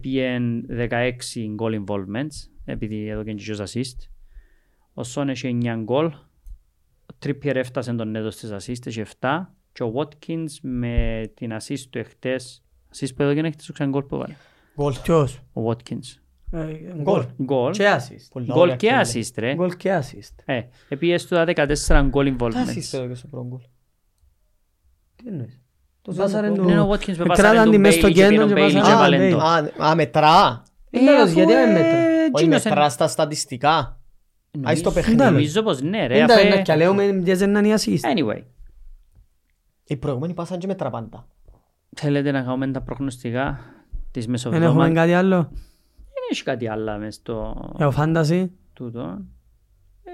Speaker 2: πήγε 16 goal involvements, επειδή εδώ και γιος ασίστ. Ο Σόν έχει 9 γκολ, ο Τρίπιερ έφτασε τον νέτος της ασίστ, έχει 7 και ο Βότκινς με την ασίστ του εχθές, ασίστ που εδώ και εχθές, ξέρω γκολ που βάλε.
Speaker 1: Γκολ.
Speaker 3: Ποιος.
Speaker 2: Ο Βότκινς.
Speaker 3: Ε,
Speaker 1: Γκολ.
Speaker 2: Γκολ.
Speaker 3: Και assist.
Speaker 1: Πολλά
Speaker 2: Γκολ
Speaker 1: ωραία
Speaker 2: και
Speaker 1: εκτέλεση.
Speaker 2: ασίστ ρε.
Speaker 3: Γκολ και assist.
Speaker 2: Ε, επίες του τα 14 goal
Speaker 1: Τα
Speaker 2: involvements.
Speaker 3: ε,
Speaker 1: σύστερα και στο πρώτο γκολ.
Speaker 3: Τι εννοείς. Το
Speaker 1: Δεν
Speaker 3: Σάσαρεν
Speaker 1: μπορώ.
Speaker 3: του-
Speaker 2: Ναι, ο Watkins με
Speaker 3: Ε,
Speaker 2: πάσαρε
Speaker 3: κράτανε
Speaker 2: τον
Speaker 3: τη μες στο
Speaker 2: Bailey και πήρε
Speaker 3: κέντρο και
Speaker 2: τον Bailey
Speaker 3: πάσαρε-
Speaker 2: και
Speaker 3: Α,
Speaker 2: έβαλε
Speaker 3: ναι.
Speaker 2: τον.
Speaker 1: Α, Α, μετρά.
Speaker 3: Ε, αφού, γιατί δεν
Speaker 2: ε,
Speaker 3: μέτρα.
Speaker 1: Όχι
Speaker 2: τζίνος εν-
Speaker 1: μετρά στα στατιστικά. Α, στο
Speaker 2: Νομίζω-
Speaker 1: παιχνίδι.
Speaker 2: Νομίζω πως ναι ρε.
Speaker 3: Εντάξει,
Speaker 2: αφέ- Ε,
Speaker 3: να και λέμε ποιες είναι οι assist.
Speaker 2: Anyway,
Speaker 1: Οι προηγούμενοι πάσαν και μετρά πάντα.
Speaker 2: θέλετε να κάνουμε τα προγνωστικά της
Speaker 3: Δεν
Speaker 2: μεσοβδόμας.
Speaker 3: έχουμε
Speaker 2: Δεν
Speaker 3: κάτι άλλο.
Speaker 2: έχει κάτι άλλο μες στο
Speaker 3: Ε, ο φάνταση.
Speaker 2: τούτο. Ε,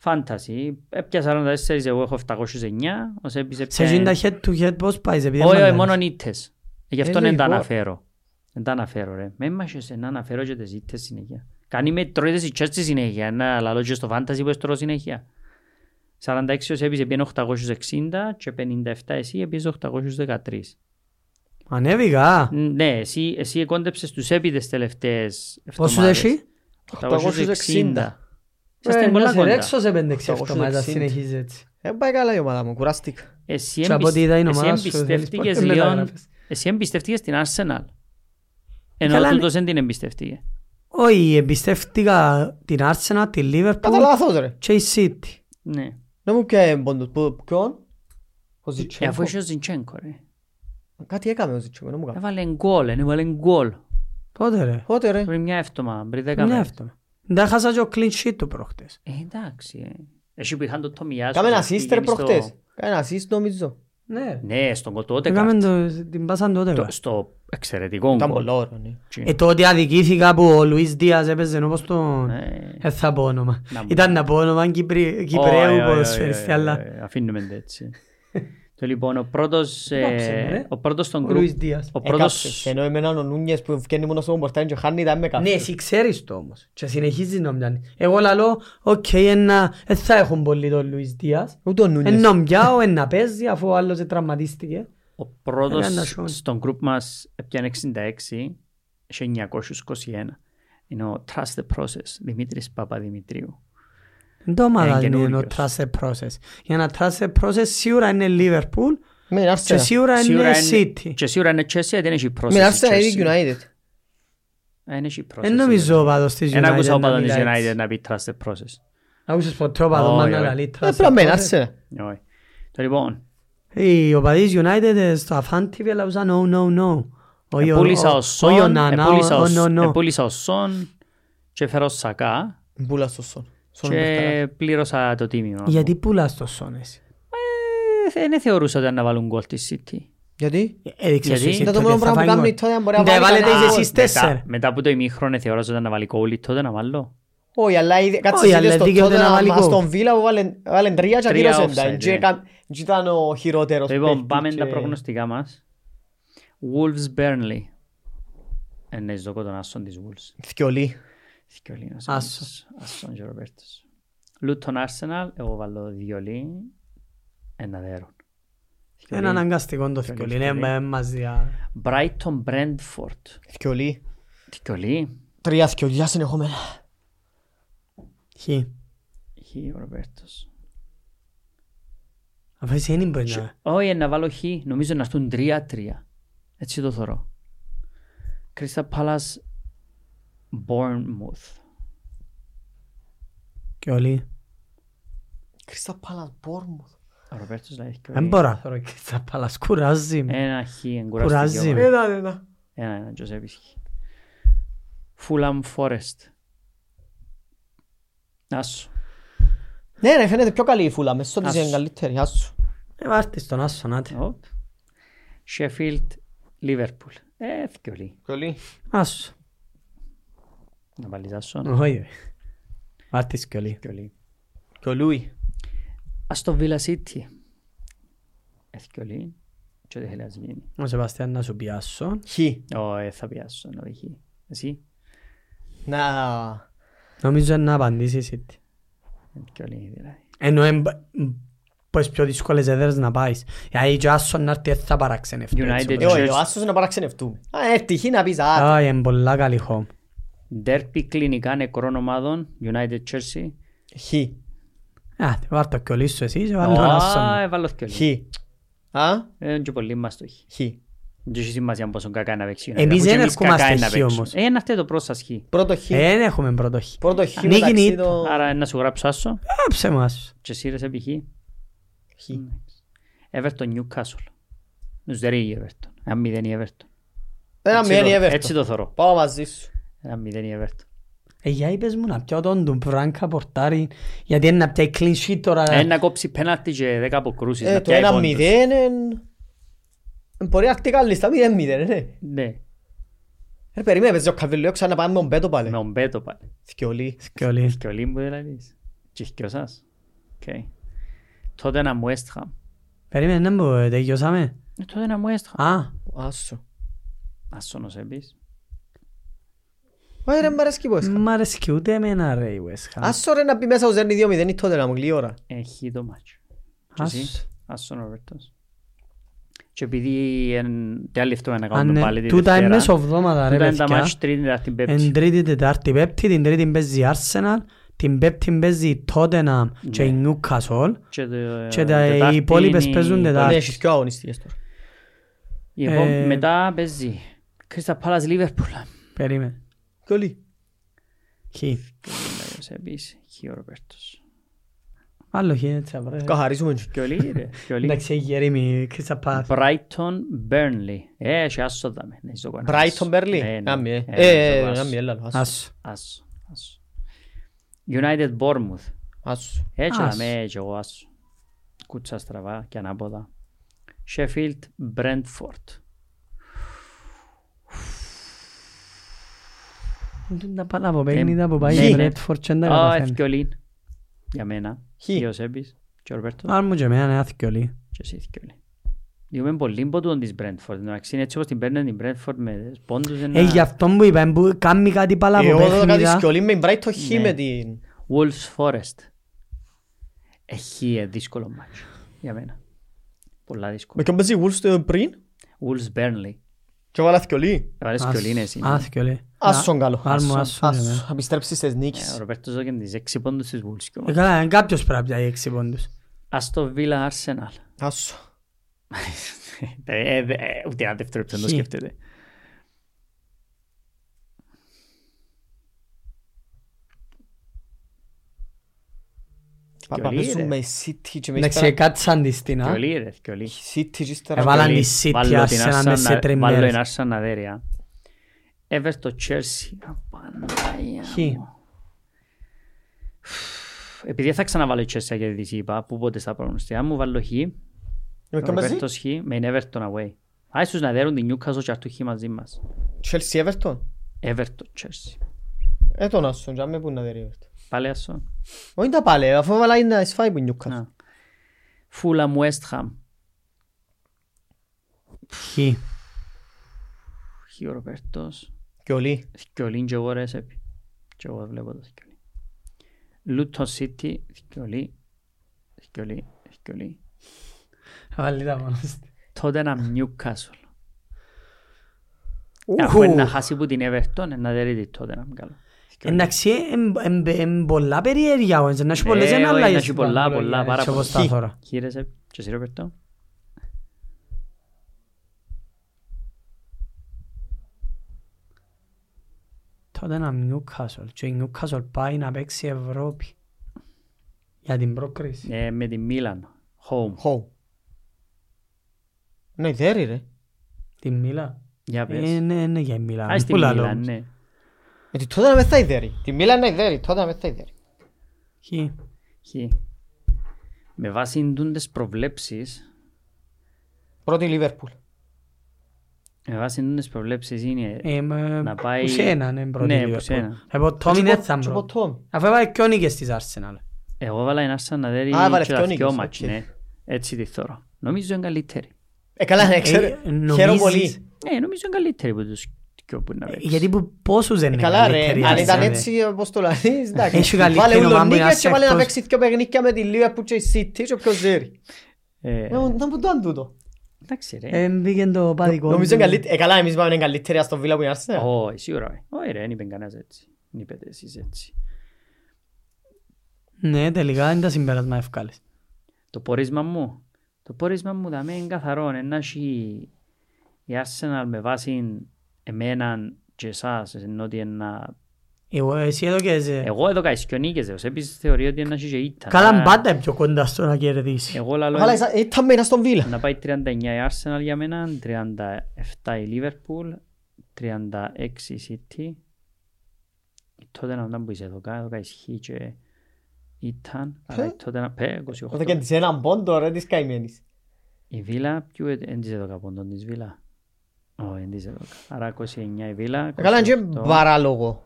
Speaker 2: Φάνταση. Ε, Έπια 44, εγώ έχω 709. Ο Σέμπης
Speaker 3: Σε
Speaker 2: έπια...
Speaker 3: γίνει τα head to head πώς πάει. σε επειδή
Speaker 2: Όχι, όχι,
Speaker 3: δεν
Speaker 2: μόνο
Speaker 3: μ'
Speaker 2: ήττες. Γι' αυτό
Speaker 1: Ε,
Speaker 2: δεν τα
Speaker 1: λοιπόν.
Speaker 2: αναφέρω. Δεν τα αναφέρω, ρε. Με έμμαχες να αναφέρω και τις ήττες συνέχεια. Κάνει με τρώει τις ήττες στη συνέχεια. Να λαλώ και στο fantasy που τρώω συνέχεια. 46 ως έπιζε πιέν 860 και 57 εσύ έπιζε 813.
Speaker 3: αρέσει. Ανέβηκα.
Speaker 2: Ναι, εσύ, εσύ εκόντεψες τους έπιδες τελευταίες εβδομάδες.
Speaker 3: Πόσους έχει.
Speaker 2: 860.
Speaker 1: 860.
Speaker 2: Είσαστε
Speaker 3: Ε,
Speaker 2: πολλά
Speaker 3: να σε
Speaker 2: κοντά.
Speaker 3: ρέξω σε 5-6
Speaker 1: 860.
Speaker 3: εβδομάδες, συνεχίζεις έτσι.
Speaker 1: Δεν Ε, πάει καλά η ομάδα μου, κουράστηκα.
Speaker 2: Εσύ
Speaker 3: Και από
Speaker 2: εμπισ-
Speaker 3: ό,τι είδα η
Speaker 2: εσύ
Speaker 3: ομάδα σου, θέλεις
Speaker 2: εμπιστεύτηκες
Speaker 3: πολύ να
Speaker 2: Λιόν-
Speaker 3: μεταγράφεις.
Speaker 2: Εσύ εμπιστεύτηκες την Arsenal. Ενώ
Speaker 3: Ε, Καλά, ναι.
Speaker 2: τούτος δεν την εμπιστεύτηκε.
Speaker 3: Όχι, εμπιστεύτηκα την Arsenal, την
Speaker 1: Κατά
Speaker 3: Liverpool
Speaker 1: λάθος ρε.
Speaker 3: και η City.
Speaker 2: Ναι.
Speaker 1: Δεν μου πιάει πόντος. Που- Ποιον. Ο
Speaker 2: Ε, αφού
Speaker 1: Ζιτσέγκο.
Speaker 2: είσαι ο Ζιντσέγκο, ρε.
Speaker 1: Κάτι έκαμε ο Ζιτσέγκο, δεν μου κάνει.
Speaker 2: Έβαλε γκολ, εν έβαλε γκολ.
Speaker 3: Πότε ρε.
Speaker 1: Πότε ρε.
Speaker 2: Πριν μια εύτομα, πριν δέκα
Speaker 3: Είναι
Speaker 2: μέρες.
Speaker 3: αυτό. Δεν χάσα και ο clean sheet του προχτές.
Speaker 2: Ε, εντάξει. ε. Εσύ που είχαν το Τόμι
Speaker 1: Κάμε ένα assist ρε προχτές. Κάμε ένα assist νομίζω.
Speaker 3: Ναι.
Speaker 2: Ναι, στον Κοτότεκα.
Speaker 3: Έκαμε το- την πάσαν τότε.
Speaker 2: Το-
Speaker 3: βα.
Speaker 2: Στο εξαιρετικό
Speaker 1: Ήταν
Speaker 2: γκολ.
Speaker 1: πολλά ώρα, ναι.
Speaker 3: Ε, τότε αδικήθηκα που ο Λουίς Δίας έπαιζε όπως τον...
Speaker 2: Ε,
Speaker 3: Δεν θα πω όνομα.
Speaker 2: Να μου. ε,
Speaker 3: Ήταν να πω όνομα Κυπρι-
Speaker 2: όχι, όχι,
Speaker 3: Κυπρέου
Speaker 2: όχι,
Speaker 3: ποδοσφαιριστή,
Speaker 2: όχι,
Speaker 3: αλλά
Speaker 2: όχι, Αφήνουμε τα έτσι. Το λοιπόν, ο πρώτος... ε,
Speaker 3: Κάψε με, ρε.
Speaker 2: Ο πρώτος στον
Speaker 3: ο
Speaker 2: γκρουπ...
Speaker 3: Λουίς Δίας.
Speaker 2: Ο
Speaker 1: Έκαψες.
Speaker 2: πρώτος...
Speaker 1: Ενώ εμένα ο Νούνιες που βγαίνει μόνο στο πορτάρι και χάνει ήταν
Speaker 2: ε,
Speaker 1: με
Speaker 3: Ναι,
Speaker 1: καψες.
Speaker 3: εσύ ξέρεις το όμως. Και συνεχίζεις να μιλάνει. Εγώ λαλώ, οκ, ένα- δεν θα έχουν πολύ τον Λουίς Δίας.
Speaker 1: Ούτε ο
Speaker 2: Ναι. Ε,
Speaker 1: Νούνιες.
Speaker 3: Ένα μπιάω, ένα παίζει, αφού ο άλλος
Speaker 2: Ο
Speaker 3: τραυματίστηκε. Έκανα
Speaker 2: πρώτος
Speaker 3: σιόν.
Speaker 2: στον group μας έπιανε 66 σε 921. Είναι ο Trust the Process, Δημήτρης Παπαδημητρίου.
Speaker 3: Δεν
Speaker 2: Ε,
Speaker 3: το ομάδα είναι
Speaker 2: καινούριος.
Speaker 3: ο trusted process. Για να trusted process σίγουρα είναι Liverpool
Speaker 1: Με την
Speaker 3: και
Speaker 1: Arsenal.
Speaker 3: σίγουρα είναι City.
Speaker 2: Και σίγουρα είναι Chelsea, γιατί δεν έχει
Speaker 1: Με την
Speaker 2: process η
Speaker 1: Arsenal είναι
Speaker 2: Chelsea.
Speaker 1: United.
Speaker 2: Δεν έχει process.
Speaker 3: Δεν νομίζω ο παδός της
Speaker 2: Δεν
Speaker 3: United
Speaker 2: άκουσα ο
Speaker 3: να
Speaker 2: παδόν της
Speaker 3: μιλάει
Speaker 2: United
Speaker 3: έτσι.
Speaker 2: να πει trust the process.
Speaker 3: Άκουσες ποτέ ο παδόν μας
Speaker 2: Όχι,
Speaker 3: να
Speaker 2: όχι.
Speaker 3: λαλεί
Speaker 1: Ε,
Speaker 3: trusted
Speaker 1: πρέπει να είναι
Speaker 3: process.
Speaker 1: Arsenal.
Speaker 2: Όχι. Το λοιπόν,
Speaker 3: Ε, Ο παδής United ε, στο Αφάν TV λαούσαν no, no, no. Όχι, ο-
Speaker 2: επούλησα
Speaker 3: ο-
Speaker 2: ο
Speaker 3: όχι ο
Speaker 2: Σον,
Speaker 3: Νανά,
Speaker 2: επούλησα
Speaker 3: ο-
Speaker 2: ο-
Speaker 3: ο Νονό.
Speaker 2: επούλησα ο Σον και φέρω ο Σακά
Speaker 1: Μπούλα στο σον. Σον Μπερταρά.
Speaker 2: και πλήρωσα το τίμημα.
Speaker 3: Γιατί πουλάς το Σον εσύ.
Speaker 2: Ε, Δεν θεωρούσα ότι να βάλουν γκολ στη City.
Speaker 1: Γιατί.
Speaker 3: Έδειξε
Speaker 2: Γιατί?
Speaker 3: σου Ε, εσύ
Speaker 1: Ήταν το
Speaker 3: τότε,
Speaker 1: μόνο
Speaker 3: θα
Speaker 1: πράγμα που
Speaker 3: φάει
Speaker 1: κάνει
Speaker 3: γκολ.
Speaker 1: τότε, αν μπορεί να
Speaker 3: Τα
Speaker 1: βάλει
Speaker 3: βάλετε
Speaker 1: κανένα
Speaker 3: εσείς
Speaker 1: γκολ.
Speaker 3: τέσσερα.
Speaker 2: Μετά- Μετά που το ημίχρονο θεωρούσα ότι να βάλει κόλλη τότε να βάλω.
Speaker 1: Όχι, αλλά είδε- κάτσε
Speaker 3: Όχι,
Speaker 1: είδες
Speaker 3: αλλά
Speaker 1: το
Speaker 3: δίκαιο ήταν
Speaker 1: Tottenham
Speaker 3: αναλυτικό.
Speaker 1: μας στον Βίλα που βάλεν- βάλεν τρία και
Speaker 2: Τρία
Speaker 1: ακύρωσεν τα.
Speaker 2: offside,
Speaker 1: Και
Speaker 2: ναι.
Speaker 1: έκαν- και ήταν ο χειρότερος
Speaker 2: Λοιπόν,
Speaker 1: παίκτης
Speaker 2: πάμε
Speaker 1: και-
Speaker 2: τα προγνωστικά μας. Wolves Burnley. Εννοείς ζωκό τον άσον της Wolves.
Speaker 1: Θκιολί.
Speaker 2: Θικιολίνος.
Speaker 3: Άσο.
Speaker 2: Άσον και ο Ρομπέρτος. Λούτον Arsenal, εγώ βάλω διολί. Ένα δέρον.
Speaker 3: Είναι αναγκαστικό το ναι, θυκολί. Είναι
Speaker 2: Θκιολί.
Speaker 3: με- μαζί. α.
Speaker 2: Brighton Brentford.
Speaker 1: Θκιολί.
Speaker 2: Θικιολί.
Speaker 1: Τρία θκιολιά συνεχόμενα.
Speaker 3: Χ.
Speaker 2: Χι ο Ρομπέρτος.
Speaker 3: Αφού εσύ δεν μπορεί να...
Speaker 2: Όχι, να βάλω χ. Νομίζω να έρθουν τρία-τρία. Έτσι το θωρώ. Crystal Palace Bournemouth.
Speaker 3: Θκιολί.
Speaker 1: Κρίστα Πάλας Μπόρμουθ.
Speaker 2: Ο Ρομπέρτος λέει θικιολί.
Speaker 3: Δεν μπορώ να θωρώ Ε, και Ε. θα πάλας. Κουράζει με.
Speaker 2: Ένα χ,
Speaker 3: Κουράζει
Speaker 2: εγκουράστηκε.
Speaker 3: με.
Speaker 1: Ένα, ένα.
Speaker 2: Ένα, ένα, Τζοσέπης χ. Φούλαμ Φόρεστ. Άσο.
Speaker 1: Ναι ρε, φαίνεται πιο καλή η φούλα. Μες στο της
Speaker 2: Άσου.
Speaker 1: είναι καλύτερη. Άσου.
Speaker 3: Ε, Βάρτε στον άσο να τε.
Speaker 2: Οπ. Σεφίλτ Λίβερπουλ. Ε, θικιολί.
Speaker 3: Άσο.
Speaker 2: Να βάλεις άσον.
Speaker 3: Όχι. ρε. Βάρτε θκιολί.
Speaker 2: Θικιολί.
Speaker 1: Και ο Λούι.
Speaker 2: Άστον Βίλα Σίτι. Ε, θικιολί. Και ό,τι θέλει να γίνει.
Speaker 3: Ο Σεβαστιάν να σου πει άσο.
Speaker 1: Χ.
Speaker 2: Όχι, θα πιάσω να βγει. Εσύ,
Speaker 1: Να...
Speaker 3: Νομίζω να απαντήσεις έτσι.
Speaker 2: και όλοι δηλαδή.
Speaker 3: Ενώ εμ- μ, πως πιο δύσκολες έδρες να πάεις. Γιατί και άσον να έρθει θα παραξενευτεί.
Speaker 2: United.
Speaker 3: έτσι.
Speaker 1: Ε, όχι,
Speaker 2: Chelsea.
Speaker 1: ο Άσος να παραξενευτούμε. Α, έρθει η Χ να πεις α.
Speaker 3: Α, είναι πολλά καλή χώμ.
Speaker 2: Ντέρπι κλινικά νεκρών ομάδων, United Chelsea.
Speaker 1: Χ.
Speaker 3: Α, βάλ' το κιολί σου εσύ και βάλ' τον
Speaker 2: Α,
Speaker 3: άσον.
Speaker 2: έβαλω και
Speaker 1: Χ.
Speaker 2: όλοι.
Speaker 1: Α.
Speaker 2: Ε, και πολλοί μας το έχει.
Speaker 1: Χ.
Speaker 2: Δεν έχει σημασία πόσο κακά είναι να παίξει. η United.
Speaker 3: Εμείς
Speaker 2: Αφού και
Speaker 3: δεν ερχόμαστε
Speaker 2: κακά είναι να
Speaker 3: χ
Speaker 2: παίξουμε.
Speaker 3: όμως.
Speaker 2: Ε, Είναι αυτό το πρόσας χ.
Speaker 1: Πρώτο Χ.
Speaker 3: Ε, Δεν έχουμε πρώτο χ.
Speaker 1: Πρώτο Χ
Speaker 3: Νίκη
Speaker 1: μεταξύ
Speaker 3: νίκη.
Speaker 1: των...
Speaker 2: Άρα να σου γράψω άσο
Speaker 3: Άψε μας.
Speaker 2: και σύρες επί χ.
Speaker 1: Χ.
Speaker 2: Everton Newcastle. Τους δερεί η Everton. Αν μηδέν η Everton.
Speaker 1: Ένα
Speaker 2: Έτσι
Speaker 1: μηδέν η
Speaker 2: το-
Speaker 1: Everton.
Speaker 2: Έτσι το θωρώ.
Speaker 1: Πάω μαζί σου.
Speaker 2: Ένα μηδέν η Everton.
Speaker 3: Ε, για είπες μου να πιω τον του Βράνκα Πορτάρι, γιατί είναι να πιάει clean sheet τώρα.
Speaker 2: Ένα κόψει πέναλτι και δέκα αποκρούσεις.
Speaker 1: Ε,
Speaker 2: να
Speaker 1: το
Speaker 2: πιάει
Speaker 1: ένα
Speaker 2: πόντους.
Speaker 1: μηδέν εν- εν Μπορεί να έρθει καλή στα μηδέν μηδέν, ναι.
Speaker 2: Ναι,
Speaker 1: Ε, περίμενε, παίζει ο Καβιλιό ξανά πάμε με τον Μπέτο πάλι.
Speaker 2: με τον Μπέτο πάλι.
Speaker 1: Θκιολί.
Speaker 3: Κιολί.
Speaker 2: Και ο Λίμπο δηλαδή. Και και ο Σας. Οκ. Τότε να μου έστχα.
Speaker 3: Περίμενε, να μου τελειώσαμε.
Speaker 2: Ε, Τότε να μου έστχα.
Speaker 3: Α,
Speaker 1: Άσο.
Speaker 2: Ας τον Οσέμπης.
Speaker 1: Ωε ρε, μ' αρέσει και η West Ham.
Speaker 3: μ' αρέσει και ούτε εμένα ρε η West Ham.
Speaker 1: Άσο ρε να πει μέσα ο Ζέρνη 2-0 είναι τότε να μου γλύωρα.
Speaker 2: Έχει το μάτσο. Και
Speaker 3: Ας.
Speaker 2: εσύ, Ας τον Ροβέρτος. Και επειδή εν- τι άλλη αυτό να
Speaker 3: Αν
Speaker 1: ναι.
Speaker 2: κάνουμε πάλι
Speaker 3: ε,
Speaker 2: τη
Speaker 3: τούτα είναι
Speaker 2: Δευτέρα.
Speaker 3: μεσοβδόμαδα, ρε,
Speaker 2: Τούτα είναι τα
Speaker 3: παιδιά.
Speaker 2: μάτς τρίτη μετά την
Speaker 3: Εν
Speaker 2: Πέμπτη.
Speaker 3: τρίτη, τετάρτη, πέπτη, την τρίτη παίζει η Arsenal, την πέπτη παίζει η Tottenham και η
Speaker 2: Ναι.
Speaker 3: Newcastle.
Speaker 2: Και το-
Speaker 3: και τα- οι
Speaker 2: Τετάρτη
Speaker 3: υπόλοιπες
Speaker 2: είναι
Speaker 3: παίζουν
Speaker 2: η-
Speaker 3: Τετάρτη.
Speaker 1: Ναι, έχεις πιο αγωνιστικές τώρα.
Speaker 2: η επόμενη-
Speaker 3: Ε,
Speaker 2: Λοιπόν, Μετά παίζει. Κρίστα Πάλας Λίβερπουλ.
Speaker 3: Περίμενε.
Speaker 1: Θκιολί.
Speaker 3: Χ.
Speaker 2: Ο Οσέμπης, και ο Ροβέρτος.
Speaker 3: Άλλο χ έτσι απρέ.
Speaker 1: Καθαρίζουμε και.
Speaker 2: Και ο Λί, ρε, και ο Λί.
Speaker 3: Εντάξει, γερήμη, κρίστα πάθ.
Speaker 2: Brighton Burnley. Ε, έχει άσο δάμε. Ναι, στο κομμάτι.
Speaker 1: Brighton Berlin.
Speaker 2: Ε, ναι.
Speaker 1: Γάμι, ε.
Speaker 2: Ε,
Speaker 1: Ε,
Speaker 2: ναι,
Speaker 1: ε,
Speaker 2: άσο.
Speaker 1: γάμι, έλα, άσο.
Speaker 3: Ας.
Speaker 2: Άσο, άσο. United Bournemouth.
Speaker 1: Άσο.
Speaker 2: Έτσι
Speaker 3: Άσο.
Speaker 2: δάμε και εγώ άσο. Κούτσα στραβά και ανάποδα. Sheffield Brentford.
Speaker 3: Δεν τα πάνε από παιχνίδια που
Speaker 2: ναι,
Speaker 3: πάει η
Speaker 2: ναι.
Speaker 3: Redford και δεν τα
Speaker 2: Α,
Speaker 3: καταφέρνει.
Speaker 2: ευκαιολήν. Για μένα.
Speaker 1: Χι.
Speaker 2: Και ο Σέμπης. Και ο Ρομπέρτο.
Speaker 3: Άρα μου και εμένα είναι άθκιολη.
Speaker 2: Και εσύ ευκαιολήν. Διούμε πολύ μποτούν της Brentford. Εν τω μεταξύ, είναι έτσι όπως την παίρνουν την Brentford με πόντους.
Speaker 3: Ε, γι' αυτό που είπα, που κάνει κάτι πάλι
Speaker 2: Ε,
Speaker 3: από
Speaker 1: Ε, Εγώ δω κάτι
Speaker 3: παιχνίδια.
Speaker 1: θκιολί με την Brighton Χ
Speaker 2: Ναι.
Speaker 1: με την...
Speaker 2: Wolves Forest. Έχει ε, δύσκολο μάτσο για μένα. Πολλά δύσκολο.
Speaker 1: Με ποιον παίζει η Wolves το πριν
Speaker 2: Wolves Burnley.
Speaker 1: και βάλα θκιολί.
Speaker 2: Έβαλες
Speaker 3: Ας-
Speaker 2: και ο Λίνες είναι. ναι.
Speaker 3: Άθκιολη.
Speaker 1: Άσον καλό.
Speaker 3: Άρ μου, άσον,
Speaker 1: Άσον. ναι,
Speaker 3: εμένα.
Speaker 1: Επιστρέψεις στις
Speaker 2: Ε, Ο
Speaker 1: νίκες.
Speaker 2: Ροπέρτος εδώ και τις έξι πόντους της Wolves. και ο
Speaker 3: Ε,
Speaker 2: Μάρ-
Speaker 3: Καλά, είναι κάποιος πρέπει να πιάει έξι πόντους.
Speaker 2: Άστο Βίλα Arsenal.
Speaker 1: Άσο.
Speaker 2: Ε, ε, δε- ε, Ούτε ένα δεύτερο δεν το
Speaker 3: Χι.
Speaker 2: σκέφτεται.
Speaker 1: Πάμε να
Speaker 2: Θκιολί,
Speaker 1: παίζουμε
Speaker 2: ρε.
Speaker 1: η City και με
Speaker 3: Εντάξει,
Speaker 1: ύστερα-
Speaker 3: εκάτσαν τη στην,
Speaker 2: Και
Speaker 3: α.
Speaker 2: ο Λί, ρε, και ο Λί.
Speaker 1: η City και ύστερα
Speaker 3: Έβαλαν
Speaker 1: θκιολί.
Speaker 3: τη City
Speaker 2: Βάλω την
Speaker 3: Arsenal μέσα σε
Speaker 2: Arsenal,
Speaker 3: τρεις
Speaker 2: βάλω
Speaker 3: μέρες.
Speaker 2: την Arsenal, ρε, ρε. Everton Chelsea. Απαναγία
Speaker 3: Χ.
Speaker 2: μου. Επειδή θα ξαναβάλω η Chelsea γιατί της είπα, που πότε στα προγνωστικά μου, βάλω χ.
Speaker 1: Με ποιον παίζει?
Speaker 2: Roberto's Χ με την Everton away. Ας τους να δέρουν την Newcastle και αρτού Χ μαζί μας.
Speaker 1: Chelsea Everton.
Speaker 2: Everton, Chelsea.
Speaker 1: Ε, τον Άσον, για με πού να δει η Everton.
Speaker 2: Πάλι ασό.
Speaker 1: Όχι τα πάλι, αφού έβαλα είναι σφάι που νιούκα.
Speaker 2: Να. Φούλα μου Έστχαμ.
Speaker 3: Χι.
Speaker 2: Χι ο Ροπέρτος.
Speaker 1: Κιολί.
Speaker 2: Θκιολύν και εγώ ρε Σέπι. Και εγώ βλέπω το θκιολί. Λούτο Σίτι. Θκιολί. Θκιολί. Θκιολί.
Speaker 3: Βάλει τα μόνα στη.
Speaker 2: Τότε να Νιούκασουλ. Αφού είναι να χάσει που την Everton, να δερεί τη τότε να κάνω.
Speaker 3: Εντάξει, ε, είναι πολλά περιέργεια όμως, να έχει πολλές εναλλαγές.
Speaker 2: έχει πολλά, πολλά, πάρα
Speaker 3: Έτσι όπως τα
Speaker 2: πολλά.
Speaker 3: θωρώ.
Speaker 2: Χείρε Σέπι. Και εσύ Ροπέρτο.
Speaker 3: Τότε να Νιούκασολ. Και η Νιούκασολ πάει να παίξει Ευρώπη. Για την πρόκριση.
Speaker 2: Ε, Με τη Μίλαν. Home.
Speaker 1: Χω. Ναι, δέρι ρε.
Speaker 3: Την Μίλα.
Speaker 2: Για
Speaker 3: Ε,
Speaker 2: πες.
Speaker 3: Ναι, ναι, για η Μίλα.
Speaker 2: Ας τη
Speaker 3: Πουλά
Speaker 2: Μίλαν,
Speaker 3: λόγος.
Speaker 2: ναι.
Speaker 1: Ε, τη τότε να με θα δέρι. Τη Μίλαν να δέρι, τότε να με θα δέρι.
Speaker 3: Χι.
Speaker 2: Χι. Με βάση τούντες προβλέψεις,
Speaker 1: Πρώτη Λίβερπουλ.
Speaker 2: με βάση τούντες προβλέψεις είναι...
Speaker 3: Ε, με-
Speaker 2: Να πάει-
Speaker 3: Που σένα, ναι, πρώτη
Speaker 2: Ναι,
Speaker 3: Liverpool.
Speaker 2: που σένα.
Speaker 3: Εγώ Τόμι δεν θα μπρω.
Speaker 1: Τόμι.
Speaker 3: Αφού έβαλε και ο νίκες της Arsenal.
Speaker 2: Εγώ βάλα ένα σαν να δέρει
Speaker 1: Α, έβαλε
Speaker 2: και
Speaker 1: δυο
Speaker 2: τα δυο
Speaker 1: νίκες,
Speaker 2: μάτς,
Speaker 1: οκ.
Speaker 2: ναι. Έτσι τη θωρώ. Νομίζω είναι καλύτερη.
Speaker 1: Ε, καλά, ναι, ξέρω.
Speaker 3: Ε, νομίζεις-
Speaker 1: Χαίρομαι πολύ.
Speaker 2: Ναι, νομίζω είναι καλύτερη από τους δυο που είναι να
Speaker 3: Ε,
Speaker 2: παίξει.
Speaker 3: Γιατί που πόσους δεν
Speaker 1: Ε,
Speaker 3: είναι
Speaker 1: Καλά
Speaker 3: καλύτεροι
Speaker 1: ρε, αν
Speaker 3: Arsenal,
Speaker 1: ήταν
Speaker 3: ε.
Speaker 1: έτσι όπως το λαλείς,
Speaker 3: Έχει
Speaker 1: εντάξει.
Speaker 3: καλύτερη
Speaker 1: Βάλε
Speaker 3: ομάδα
Speaker 1: ούλο
Speaker 3: που είναι
Speaker 1: νίκες και βάλε να
Speaker 3: ασέκτος.
Speaker 1: παίξει δυο παιχνίκια με τη Λίβερπουλ και η City και ποιος δέρι.
Speaker 2: Ε,
Speaker 1: Ε, Να που το αν τούτο.
Speaker 2: Εντάξει ρε.
Speaker 3: Ε, μπήκε το παδικό.
Speaker 1: Νομίζω
Speaker 3: του.
Speaker 1: είναι καλύτερη. Ε, καλά, εμείς πάμε είναι καλύτερη στον Βίλα που είναι
Speaker 3: ναι.
Speaker 1: Arsenal.
Speaker 2: Όχι, σίγουρα. όχι. Όχι ρε, δεν είπε κανένας έτσι. Δεν είπετε εσείς έτσι.
Speaker 3: Ναι, τελικά είναι τα συμπέρασμα ευκάλες.
Speaker 2: Το πόρισμα μου, το πόρισμα μου δαμέ είναι καθαρό. Είναι να έχει η Arsenal με βάση εμένα και εσάς, ενώ ότι είναι να
Speaker 3: Εγώ, Ε, εσύ εδώ και εσύ.
Speaker 2: Εγώ εδώ καείς και ο νίκες, ο Σέπης θεωρεί ότι είναι να έχει και ήττα.
Speaker 3: Καλά
Speaker 2: Να-
Speaker 3: μπάτα είναι πιο κοντά στο να κερδίσει.
Speaker 2: Εγώ λαλώ
Speaker 1: Αλλά ίσα- ήταν μένα στον Βίλα.
Speaker 2: να πάει 39 η Arsenal για μένα, 37 η Liverpool, 36 η City. Τότε να ήταν που είσαι εδώ, εδώ καείς χ και ήταν, αλλά η τότε να πέ,
Speaker 1: Εδώ
Speaker 2: 28.
Speaker 1: και της έναν πόντο ρε της καημένης.
Speaker 2: Η Βίλα, ποιο είναι της εδώ πόντων της Βίλα. Όχι, είναι της εδώ. Άρα 29 η Βίλα,
Speaker 1: Ε, Καλά, είναι και
Speaker 2: 28.
Speaker 1: παράλογο.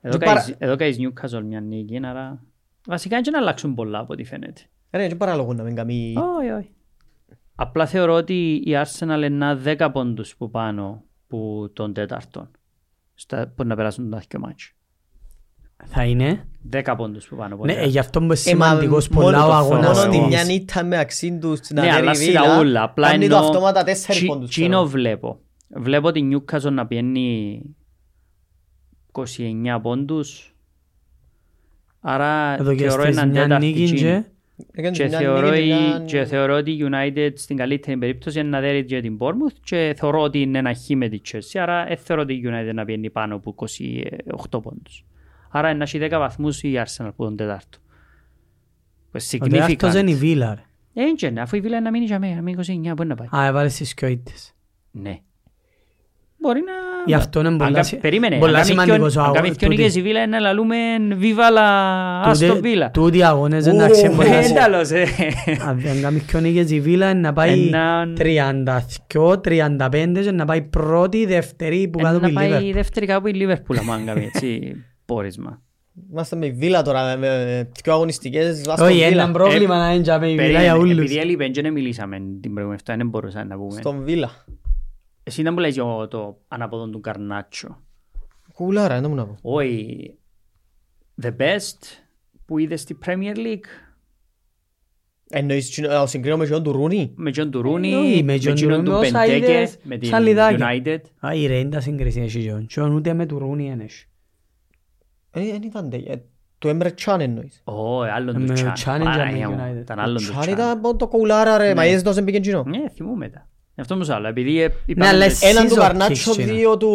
Speaker 2: Εδώ
Speaker 1: και
Speaker 2: καείς-
Speaker 1: παρα-
Speaker 2: Εδώ καείς Newcastle μια νίκη, άρα βασικά είναι να αλλάξουν πολλά από ό,τι φαίνεται.
Speaker 1: Ρε, είναι και παράλογο να μην κάνει...
Speaker 2: Όχι, όχι. Απλά θεωρώ ότι η Arsenal είναι ένα δέκα πόντους που πάνω που των τέταρτων. Στα, που να περάσουν τον άθικο μάτσο.
Speaker 3: Θα είναι.
Speaker 2: Δέκα πόντους που πάνω. από
Speaker 3: Ναι,
Speaker 2: τα-
Speaker 3: ε, γι' αυτό είναι
Speaker 1: Ε, μα
Speaker 3: σημαντικός
Speaker 1: μόνο
Speaker 3: πολλά
Speaker 1: το
Speaker 3: ο
Speaker 1: θ-
Speaker 3: αγώνας
Speaker 1: Μόνο τη μια
Speaker 3: της.
Speaker 1: νύχτα με αξίν τους να
Speaker 2: ναι, αλλά
Speaker 1: δέρει η
Speaker 2: σίγουρα όλα.
Speaker 1: Βίλα.
Speaker 2: Απλά
Speaker 1: Κάνει το
Speaker 2: εννοώ-
Speaker 1: αυτόματα τέσσερι
Speaker 2: Τι-
Speaker 1: πόντους.
Speaker 2: τι
Speaker 1: ξέρω.
Speaker 2: είναι βλέπω. Βλέπω την Newcastle να πιένει 29 πόντους. Άρα
Speaker 3: Εδώ και
Speaker 2: θεωρώ
Speaker 3: στις
Speaker 2: έναν
Speaker 3: μια
Speaker 2: τέταρτη
Speaker 3: νίκη
Speaker 2: τζιν.
Speaker 3: και...
Speaker 1: Έκανε
Speaker 2: Και
Speaker 1: μια
Speaker 2: θεωρώ,
Speaker 1: νίκη,
Speaker 2: η,
Speaker 1: μια-
Speaker 2: και θεωρώ ότι η United στην καλύτερη περίπτωση είναι να δέρει και την Bournemouth και θεωρώ ότι είναι ένα χ με τη Chelsea, άρα δεν θεωρώ ότι η United να βγαίνει πάνω από 28 πόντους. Άρα είναι να έχει 10 βαθμούς η Arsenal που τον τετάρτο. Που
Speaker 3: Ο τέταρτος είναι η
Speaker 2: Significant.
Speaker 3: Βίλα. ρε.
Speaker 2: Ε, και ναι, αφού η Βίλα να μείνει για μένα, να μείνει 29, μπορεί να πάει.
Speaker 3: Α, έβαλες τις κιόιτες.
Speaker 2: Ναι. Μπορεί να...
Speaker 3: Γι' αυτό είναι
Speaker 2: Αν
Speaker 3: πολλά
Speaker 2: κα-
Speaker 3: σι-
Speaker 2: Περίμενε,
Speaker 3: πολλά
Speaker 2: αν κάνεις
Speaker 3: σημαντικός
Speaker 2: ποιον-
Speaker 3: ο
Speaker 2: αν κάνεις
Speaker 3: αγώνας
Speaker 2: ποιον
Speaker 3: τούτη.
Speaker 2: νίκες η Βίλα, είναι να λαλούμε Viva la Aston
Speaker 3: Τούτε-
Speaker 2: Villa.
Speaker 3: Τούτοι αγώνες είναι
Speaker 1: Ου,
Speaker 3: αξιόν
Speaker 1: ου,
Speaker 3: πολλά
Speaker 1: ου.
Speaker 2: Ε,
Speaker 3: σι-
Speaker 2: τέλος, ε.
Speaker 3: Αν δεν κάνει κιόνικες η Βίλα είναι να πάει
Speaker 2: Έναν-
Speaker 3: 32, 35 και να πάει πρώτη, δεύτερη που
Speaker 2: Ε,
Speaker 3: κάτω από
Speaker 2: να
Speaker 3: η
Speaker 2: πάει
Speaker 3: Λίβερ.
Speaker 2: η δεύτερη κάπου η Λίβερπουλ, άμα αν κάνει έτσι πόρισμα.
Speaker 1: Είμαστε με βίλα τώρα, με- με πιο αγωνιστικές. Άστον
Speaker 3: Όχι,
Speaker 1: Βίλα.
Speaker 3: ένα πρόβλημα να είναι για η Βίλα για
Speaker 2: Περίμενε,
Speaker 3: όλους.
Speaker 2: επειδή έλειπε και δεν μιλήσαμε την προηγούμενη φορά, δεν μπορούσα να πούμε.
Speaker 1: Ε, Στον Βίλα.
Speaker 2: Εσύ να μου λες για το αναποδόν του Καρνάτσο.
Speaker 1: Κουλάρα, δεν μου να πω.
Speaker 2: Όχι, the best που είδες στη Premier League
Speaker 1: Εννοείς τσιν- ε, ο συγκρίνω με τον του Ρούνι.
Speaker 2: με τον του
Speaker 3: Ε, όχι,
Speaker 2: Ρούνι,
Speaker 3: με
Speaker 2: με
Speaker 3: τον
Speaker 2: τον
Speaker 3: Ρούνι,
Speaker 2: του
Speaker 3: όσα
Speaker 2: Μπεντέκε,
Speaker 3: είδες,
Speaker 2: με την
Speaker 3: σαν λιδάκια.
Speaker 2: United.
Speaker 3: Α, η Ρέντα συγκρισία έχει γιον. Γιον ούτε με του Ρούνι είναι έχεις.
Speaker 1: Ε, Δεν ήταν τέ- ε, Το Emre Can εννοείς.
Speaker 2: Όχι, άλλον
Speaker 3: Ε, Με
Speaker 2: του
Speaker 3: το Chan
Speaker 2: Τσάν.
Speaker 3: και
Speaker 2: Παναγία
Speaker 3: με
Speaker 2: μου,
Speaker 3: United.
Speaker 2: Ήταν άλλον του
Speaker 1: Can
Speaker 2: Τσάν.
Speaker 1: ήταν από το κουλάρα ρε, μα είδες το Σεμπίκεν Τζινό.
Speaker 2: Ναι, θυμούμαι τα. Αυτό μου σ' άλλο, επειδή ε,
Speaker 3: Ναι, αλλά
Speaker 2: είπαμε...
Speaker 3: εσύ
Speaker 1: Έναν του
Speaker 3: ζω
Speaker 1: Καρνάτσο,
Speaker 3: ποιες είναι.
Speaker 1: δύο του...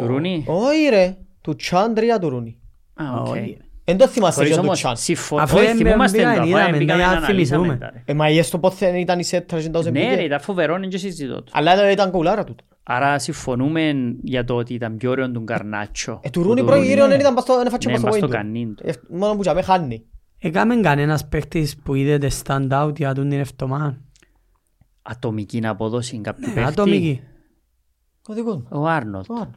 Speaker 2: Του Ρούνι.
Speaker 1: Όχι ρε, του Τσάν, τρία του Ρούνι.
Speaker 2: Α, οκ.
Speaker 3: όχι.
Speaker 1: Εν το θυμάσαι
Speaker 2: Χωρίς
Speaker 1: για του
Speaker 2: όμως,
Speaker 1: Τσάν.
Speaker 2: συμφωνώ,
Speaker 3: Αφού
Speaker 2: όχι,
Speaker 3: δεν
Speaker 2: θυμόμαστε
Speaker 3: πήγαν,
Speaker 2: το, αφού
Speaker 3: είδαμε,
Speaker 2: δεν πήγαμε
Speaker 3: ναι,
Speaker 2: να αναλύσαμε
Speaker 3: θυμηθούμε.
Speaker 2: τα, ρε.
Speaker 1: Ε, μα είδες το πότε ήταν η σέτρα και το
Speaker 2: Ναι, ρε,
Speaker 1: Σεμπίκεν.
Speaker 2: ήταν φοβερό, είναι και συζητώ το.
Speaker 1: Αλλά ήταν κουλάρα του.
Speaker 2: Άρα συμφωνούμε για το ότι ήταν πιο ωραίο τον Καρνάτσο.
Speaker 1: Ε, του Ρούνι προηγήριον δεν ήταν παστό, δεν έφατσε
Speaker 2: Ναι,
Speaker 1: παστό
Speaker 2: μας το
Speaker 1: πόντου.
Speaker 2: κανήν του.
Speaker 1: Ε, Μόνο που για με χάνει.
Speaker 3: Έκαμε κανένας παίχτης που είδε the stand out για τον την εβδομάδα.
Speaker 2: Ατομική να αποδώσει κάποιου παίχτη.
Speaker 3: Ναι, Ατομική.
Speaker 1: Ο δικός μου.
Speaker 2: Ο Άρνολτ.
Speaker 1: Ο άλλος.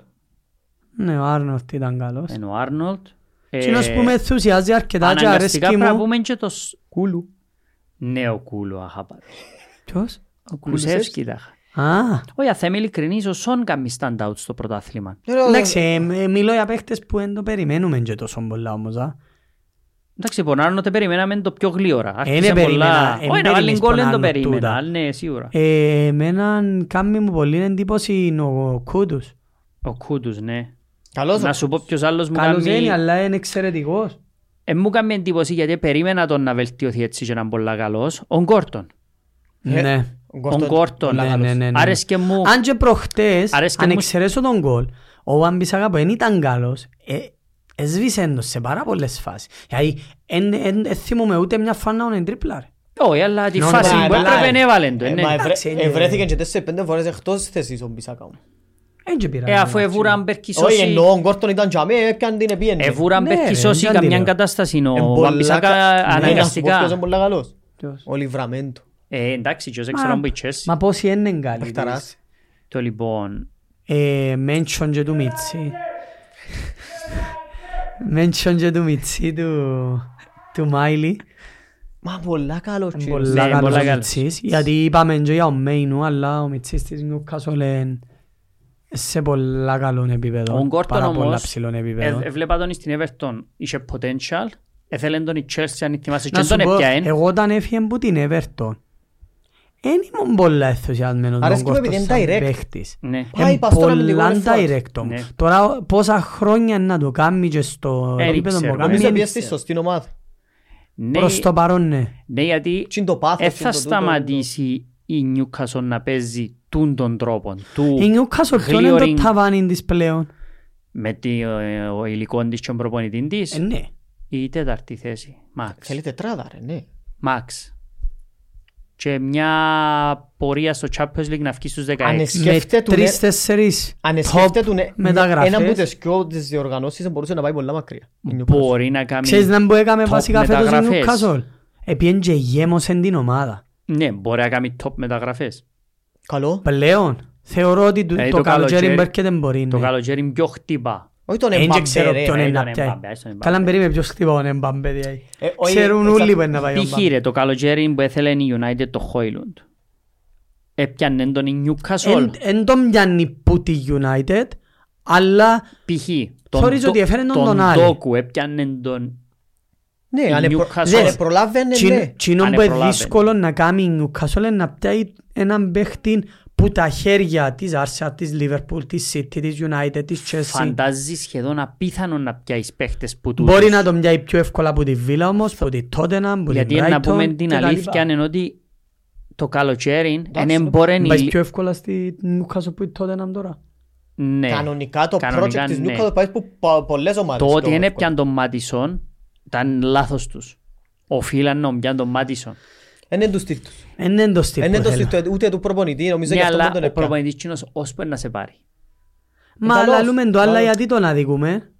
Speaker 3: Ναι, ο Άρνολτ ήταν καλός.
Speaker 2: Ενώ ο Άρνολτ ε,
Speaker 3: Κοινός που με ενθουσιάζει αρκετά και
Speaker 2: Αναγκαστικά
Speaker 3: αρέσκει
Speaker 2: πρέπει να
Speaker 3: μου.
Speaker 2: πούμε και το σ- κούλου. Νέο κούλου, αχαπά.
Speaker 3: Ποιος?
Speaker 2: Ο Κουλουσεύσκι τα είχα.
Speaker 3: Α,
Speaker 2: Όχι, θα είμαι ειλικρινής, ο Σον κάνει stand-out στο πρωτάθλημα.
Speaker 3: εντάξει, ε, ε, μιλώ για παίχτες που δεν το περιμένουμε και τόσο πολλά όμως. α.
Speaker 2: Εντάξει, πονάρουν ότι περιμέναμε το πιο γλύωρα. Άρχισε
Speaker 3: Ε, περίμενα,
Speaker 2: πολλά. Όχι,
Speaker 3: εν
Speaker 2: να βάλει
Speaker 3: περίμενες
Speaker 2: γκολ δεν το
Speaker 3: πονάρουν
Speaker 2: περίμενα.
Speaker 3: τούτα.
Speaker 2: αλλά Ναι, σίγουρα.
Speaker 3: Ε, Εμέναν κάνει μου πολύ εντύπωση είναι ο Κούντους.
Speaker 2: Ο Κούντους, ναι.
Speaker 1: Καλός
Speaker 2: Να
Speaker 1: ο-
Speaker 2: σου πω ποιος άλλος μου
Speaker 3: Καλός είναι,
Speaker 2: κάνει...
Speaker 3: αλλά είναι εξαιρετικός.
Speaker 2: Ε, μου κάνει εντύπωση γιατί περίμενα τον να βελτιωθεί έτσι και να είναι πολλά καλός. Ο Γκόρτον.
Speaker 1: Ε,
Speaker 3: Ναι.
Speaker 1: ο
Speaker 2: Ο
Speaker 1: Γκόρτον-
Speaker 2: Γκόρτον.
Speaker 3: Ναι, ναι, ναι, ναι.
Speaker 2: Άρεσκε μου.
Speaker 3: Αν και προχτές,
Speaker 2: Αρέσκει
Speaker 3: αν
Speaker 2: μου-
Speaker 3: εξαιρέσω τον γκολ, ο Βαμπισάκα που δεν ήταν καλός, ε, έσβησε τον σε πάρα πολλές φάσεις. Δηλαδή, εν- εν- εν θυμούμαι ούτε μια φάνα όνεν τρίπλαρ.
Speaker 2: Όχι, αλλά τη
Speaker 3: Νο,
Speaker 2: φάση
Speaker 3: μα,
Speaker 2: που
Speaker 3: μα,
Speaker 2: έπρεπε να έβαλε το.
Speaker 1: Ε,
Speaker 2: ναι.
Speaker 1: μα
Speaker 3: Εντάξει,
Speaker 1: ευρε-
Speaker 3: είναι-
Speaker 1: Ευρέθηκε και τέσσερις-πέντε φορές εκτός θέσης ο Μπισάκα μου.
Speaker 3: Εν και πειράζει.
Speaker 2: Ε, αφού εβούραν περκισώσει...
Speaker 1: Όχι εννοώ, ο Γκόρτον ήταν τζαμί, έπιαν την επίεννη.
Speaker 2: Εβούραν
Speaker 3: Ναι, ρε,
Speaker 2: περκισώσει
Speaker 3: δεν
Speaker 2: καμιά
Speaker 3: αντιδρώ.
Speaker 2: κατάσταση.
Speaker 1: Ε,
Speaker 2: Ο
Speaker 1: πολλά
Speaker 2: Βαμπισάκα
Speaker 1: κα- Ναι, να σου πω ποιος είναι
Speaker 2: αναγκαστικά.
Speaker 1: πολλά καλός.
Speaker 3: Ποιος?
Speaker 1: Ο Λιβραμέντο.
Speaker 2: Ε, εντάξει, ποιος
Speaker 3: Μα-
Speaker 2: έξερα από η Chelsea.
Speaker 3: Μα πόσοι είναι καλοί.
Speaker 1: Παιχταράς.
Speaker 2: Το λοιπόν...
Speaker 3: Ε, mention και του Μίτσι. Mention και του Μίτσι, του, του Μάιλι.
Speaker 1: Μα πολλά καλός.
Speaker 3: Είναι
Speaker 1: κύριος.
Speaker 2: Ναι,
Speaker 3: Πολλά καλός
Speaker 2: πολλά
Speaker 3: ο
Speaker 2: καλός.
Speaker 3: Μιτσής, γιατί είπαμε και για ο Μέινου, αλλά ο Μιτσής της Newcastle είναι σε πολλά καλό επίπεδο.
Speaker 2: Ο Γκόρτον
Speaker 3: πάρα πολλά
Speaker 2: όμως,
Speaker 3: ψηλό επίπεδο.
Speaker 2: ε- έβλεπα τον στην Everton, είχε potential, έθελε τον η Chelsea αν θυμάσαι
Speaker 3: Να
Speaker 2: και
Speaker 3: σου
Speaker 2: τον
Speaker 3: πω, ε,
Speaker 2: έπιαεν.
Speaker 3: εγώ όταν έφυγε από την Everton, δεν ήμουν πολλά ενθουσιασμένος με τον
Speaker 1: Αρέσκει μου
Speaker 3: Γκόρτον
Speaker 1: επειδή
Speaker 3: σαν
Speaker 1: είναι direct.
Speaker 3: παίχτης.
Speaker 2: Ναι.
Speaker 1: Πάει,
Speaker 3: Είναι
Speaker 1: πας στον αμυντικό
Speaker 3: πολλά
Speaker 1: ρεφό.
Speaker 3: direct όμως.
Speaker 2: Ναι.
Speaker 3: Τώρα πόσα χρόνια να το κάνει και στο
Speaker 2: Ε,
Speaker 3: επίπεδο
Speaker 2: ξέρω.
Speaker 3: που κάνει.
Speaker 1: Νομίζω
Speaker 3: είναι
Speaker 1: πιέστη σωστή ομάδα.
Speaker 2: Ναι,
Speaker 3: Προς το παρόν ναι.
Speaker 2: ναι, γιατί
Speaker 1: Τι είναι το πάθος.
Speaker 2: δεν
Speaker 1: τι είναι
Speaker 2: θα
Speaker 1: το τούτο.
Speaker 2: σταματήσει η Newcastle να παίζει τούν των τρόπων του
Speaker 3: Η Newcastle ποιο είναι το
Speaker 2: Γλίωριν.
Speaker 3: ταβάνι της πλέον.
Speaker 2: με τη- ε, ο υλικό της και τον προπονητή
Speaker 3: Ε,
Speaker 2: της
Speaker 3: ναι.
Speaker 2: η τέταρτη θέση, Max.
Speaker 3: Ε,
Speaker 1: Θέλει τετράδα ρε, ναι.
Speaker 2: Max. Και μια πορεία στο Champions League να βγει στους 16.
Speaker 3: Με
Speaker 1: Σκέφτε του, ναι.
Speaker 3: τρεις-τέσσερις
Speaker 1: Αν
Speaker 3: top
Speaker 1: σκέφτε του, ναι,
Speaker 3: μεταγραφές.
Speaker 1: ένα από τις πιο τις διοργανώσεις μπορούσε να πάει πολλά μακριά.
Speaker 2: Μπορεί να
Speaker 3: Ξέρεις
Speaker 2: κάνει...
Speaker 3: να που έκαμε
Speaker 2: top
Speaker 3: βασικά φέτος η
Speaker 2: μεταγραφές.
Speaker 3: Newcastle. Επίεν και γέμωσεν την ομάδα.
Speaker 2: Ναι, μπορεί να κάνει top μεταγραφές.
Speaker 1: Καλό.
Speaker 3: Πλέον θεωρώ ότι το,
Speaker 2: Δηλαδή,
Speaker 3: το
Speaker 2: το
Speaker 3: καλοκαίρι
Speaker 2: καλοκαίρι-
Speaker 3: μπέρκεται μπορεί.
Speaker 2: Το
Speaker 3: ναι. Ε,
Speaker 2: καλοκαίρι είναι πιο χτύπα.
Speaker 1: Όχι τον
Speaker 3: Εν και
Speaker 1: Εμπαμπέ,
Speaker 3: ξέρω
Speaker 1: ρε.
Speaker 3: ποιον
Speaker 2: ρε,
Speaker 3: είναι να
Speaker 2: τον
Speaker 3: πιάει.
Speaker 2: Mbappé, ας τον Mbappé.
Speaker 3: Καλά περίμενε ποιος χτύπα ο Εμπαμπέ. δηλαδή.
Speaker 1: Ε, όχι,
Speaker 3: Ξέρουν
Speaker 1: εξα-
Speaker 3: όλοι που είναι να πάει ο
Speaker 2: Π.χ.
Speaker 3: Εμπαμπέ.
Speaker 2: ρε, το καλοκαίρι που έθελε η United το Χόιλουντ. Έπιανε τον η Newcastle.
Speaker 3: Εν- Εν τον πιάνει που τη United, αλλά
Speaker 2: Π.χ.
Speaker 3: Θωρείς
Speaker 2: Ντο-
Speaker 3: ότι έφερε τον
Speaker 2: τον
Speaker 3: τον άλλη.
Speaker 2: Ντόκου, έπιανε τον...
Speaker 1: Ναι, αν
Speaker 2: Η
Speaker 1: επρο-
Speaker 2: Newcastle.
Speaker 1: δεν επρολάβαινε, ναι.
Speaker 3: Τσινόν
Speaker 2: Αν
Speaker 3: που είναι
Speaker 2: επρολάβαινε.
Speaker 3: δύσκολο να κάνει η Newcastle είναι να πιάει έναν παίχτη που τα χέρια της Arsenal, της Liverpool, της City, της United, της Chelsea
Speaker 2: Φαντάζει σχεδόν απίθανο να πιάεις παίχτες που τούτους.
Speaker 3: Μπορεί να τον πιάει πιο εύκολα από τη Βίλα όμως, από τη Tottenham, από την
Speaker 2: Γιατί να πούμε
Speaker 3: Brighton
Speaker 2: την
Speaker 3: και τα
Speaker 2: αλήθεια
Speaker 3: λοιπά.
Speaker 2: είναι ότι το καλοκαίρι
Speaker 1: Εντάξει,
Speaker 2: δεν μπορεί
Speaker 3: Μπες πιο εύκολα στη Newcastle που η Tottenham τώρα.
Speaker 2: Ναι.
Speaker 1: Κανονικά το
Speaker 2: Κανονικά,
Speaker 1: project της
Speaker 2: ναι.
Speaker 1: Newcastle πάει που πο- πολλές ομάδες.
Speaker 2: Το ότι δεν
Speaker 1: εύκολο.
Speaker 2: έπιαν τον Μάτισον ήταν λάθος τους. Οφείλαν να πιαν τον Μάτισον.
Speaker 1: Είναι τους τίτλους.
Speaker 3: Είναι εντός τύπου
Speaker 1: Είναι το
Speaker 3: θέλω.
Speaker 1: στυλ του- ούτε του προπονητή, νομίζω
Speaker 2: Ναι,
Speaker 1: γι' αυτό
Speaker 2: αλλά
Speaker 1: δεν τον
Speaker 2: ο
Speaker 1: έπιανε.
Speaker 2: προπονητής κοινός ώσπου να σε πάρει.
Speaker 3: Μα
Speaker 1: Καλός,
Speaker 3: λαλούμε το άλλα
Speaker 1: καλός.
Speaker 3: γιατί τον αδικούμε.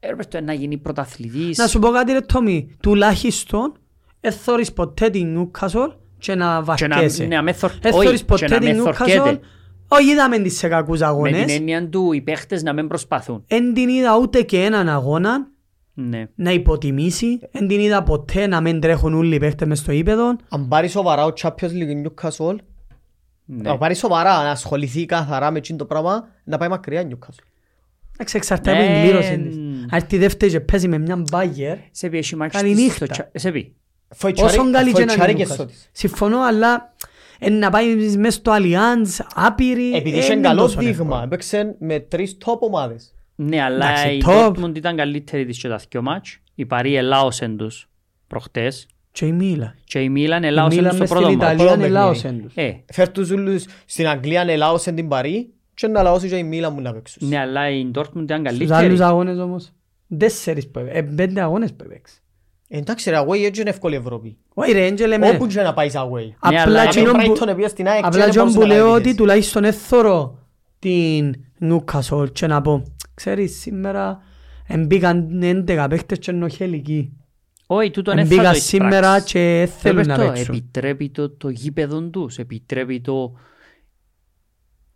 Speaker 2: Έπρεπε το να γίνει πρωταθλητής.
Speaker 3: Να σου πω κάτι ρε Τόμι, τουλάχιστον εθώρεις ποτέ την Newcastle
Speaker 2: Και
Speaker 3: και να
Speaker 2: να-
Speaker 3: βαρκέσαι.
Speaker 2: ναι, να με θορ- όχι,
Speaker 3: Έθωρεις
Speaker 2: και
Speaker 3: Ε, ποτέ
Speaker 2: να με
Speaker 3: την Newcastle.
Speaker 2: θορκέται.
Speaker 3: Όχι είδαμε τις σε κακούς
Speaker 2: Με την
Speaker 3: αγώνες.
Speaker 2: έννοια του οι παίχτες να μην προσπαθούν.
Speaker 3: Εν την είδα ούτε και έναν αγώνα
Speaker 2: Ναι.
Speaker 3: να υποτιμήσει. Εν την είδα ποτέ να μην τρέχουν όλοι οι παίχτες μες στο ύπεδο.
Speaker 1: Αν πάρει σοβαρά ο Champions League Newcastle,
Speaker 2: ναι.
Speaker 1: να πάρει σοβαρά, να ασχοληθεί καθαρά με εκείνο το πράγμα, να πάει μακριά η Newcastle.
Speaker 3: Εντάξει, εξαρτάται
Speaker 2: Ναι.
Speaker 3: από την κλήρωση της. Αν έρθει η δεύτερη και παίζει με μια μπάγερ,
Speaker 2: Σε πει έχει μάχη
Speaker 3: Καληνύχτα.
Speaker 2: στο τσα- Σε πει.
Speaker 3: όσον καλή και να
Speaker 1: Φοητσάρι
Speaker 3: είναι η
Speaker 1: και
Speaker 3: Newcastle.
Speaker 1: σώτης.
Speaker 3: Συμφωνώ, αλλά ε, να πάει μέσα στο Allianz, άπειρη,
Speaker 1: Επειδή
Speaker 3: ε,
Speaker 1: είχε
Speaker 3: είναι
Speaker 1: καλό
Speaker 3: τόσο
Speaker 1: δείγμα,
Speaker 3: εύκολο.
Speaker 1: έπαιξε με τρεις top ομάδες.
Speaker 2: Ναι, αλλά
Speaker 3: Εντάξει,
Speaker 2: η
Speaker 3: top.
Speaker 2: Dortmund ήταν καλύτερη της και τα δυο μάτς. Η Παρή ελάωσεν τους προχτές.
Speaker 3: Και η Μίλα.
Speaker 2: Και η Μίλαν
Speaker 3: Η
Speaker 2: ελάωσεν
Speaker 3: Μίλα
Speaker 2: τους στο
Speaker 3: μες
Speaker 2: πρώτο
Speaker 3: στην
Speaker 2: μάτς.
Speaker 3: Ιταλία
Speaker 1: Πρώτο
Speaker 3: είναι
Speaker 1: παιχνίδι.
Speaker 3: λάωσεν τους.
Speaker 2: Ε,
Speaker 1: Φέρ τους όλους στην Αγγλία να λαώσουν την Παρή και να λαώσει και η Μίλα μου να παίξουν.
Speaker 2: ναι, αλλά η Dortmund ήταν
Speaker 3: Στους άλλους
Speaker 2: καλύτερη.
Speaker 3: αγώνες όμως, τέσσερις που έπαιξε, ε, πέντε αγώνες που έπαιξε.
Speaker 1: Ε, Εντάξει ρε, away έτσι είναι εύκολη η Ευρώπη.
Speaker 3: Όχι ρε, Έντζε λέμε,
Speaker 1: Όπου και να πάεις away.
Speaker 2: Ναι, αλλά
Speaker 3: απλά
Speaker 2: αν
Speaker 1: Αν η
Speaker 3: εκείνον που-
Speaker 1: Brighton πήγε στην ΑΕΚ
Speaker 3: Απλά
Speaker 1: και
Speaker 3: και
Speaker 1: δεν
Speaker 3: που
Speaker 1: μπορούσε
Speaker 3: λέω
Speaker 1: να
Speaker 3: ότι
Speaker 1: νικήσει.
Speaker 3: τουλάχιστον έθωρο την Newcastle και να πω «Ξέρεις, σήμερα μπήκαν 11 παίχτες και ενοχελικοί.
Speaker 2: Όχι, τούτον δεν θα
Speaker 3: Μπήκαν
Speaker 2: το
Speaker 3: σήμερα
Speaker 2: εισπράξεις.
Speaker 3: και δεν θέλουν να
Speaker 2: Ρομπέρτο,
Speaker 3: παίξουν».
Speaker 2: Επιτρέπει το, το γήπεδο τους, επιτρέπει το...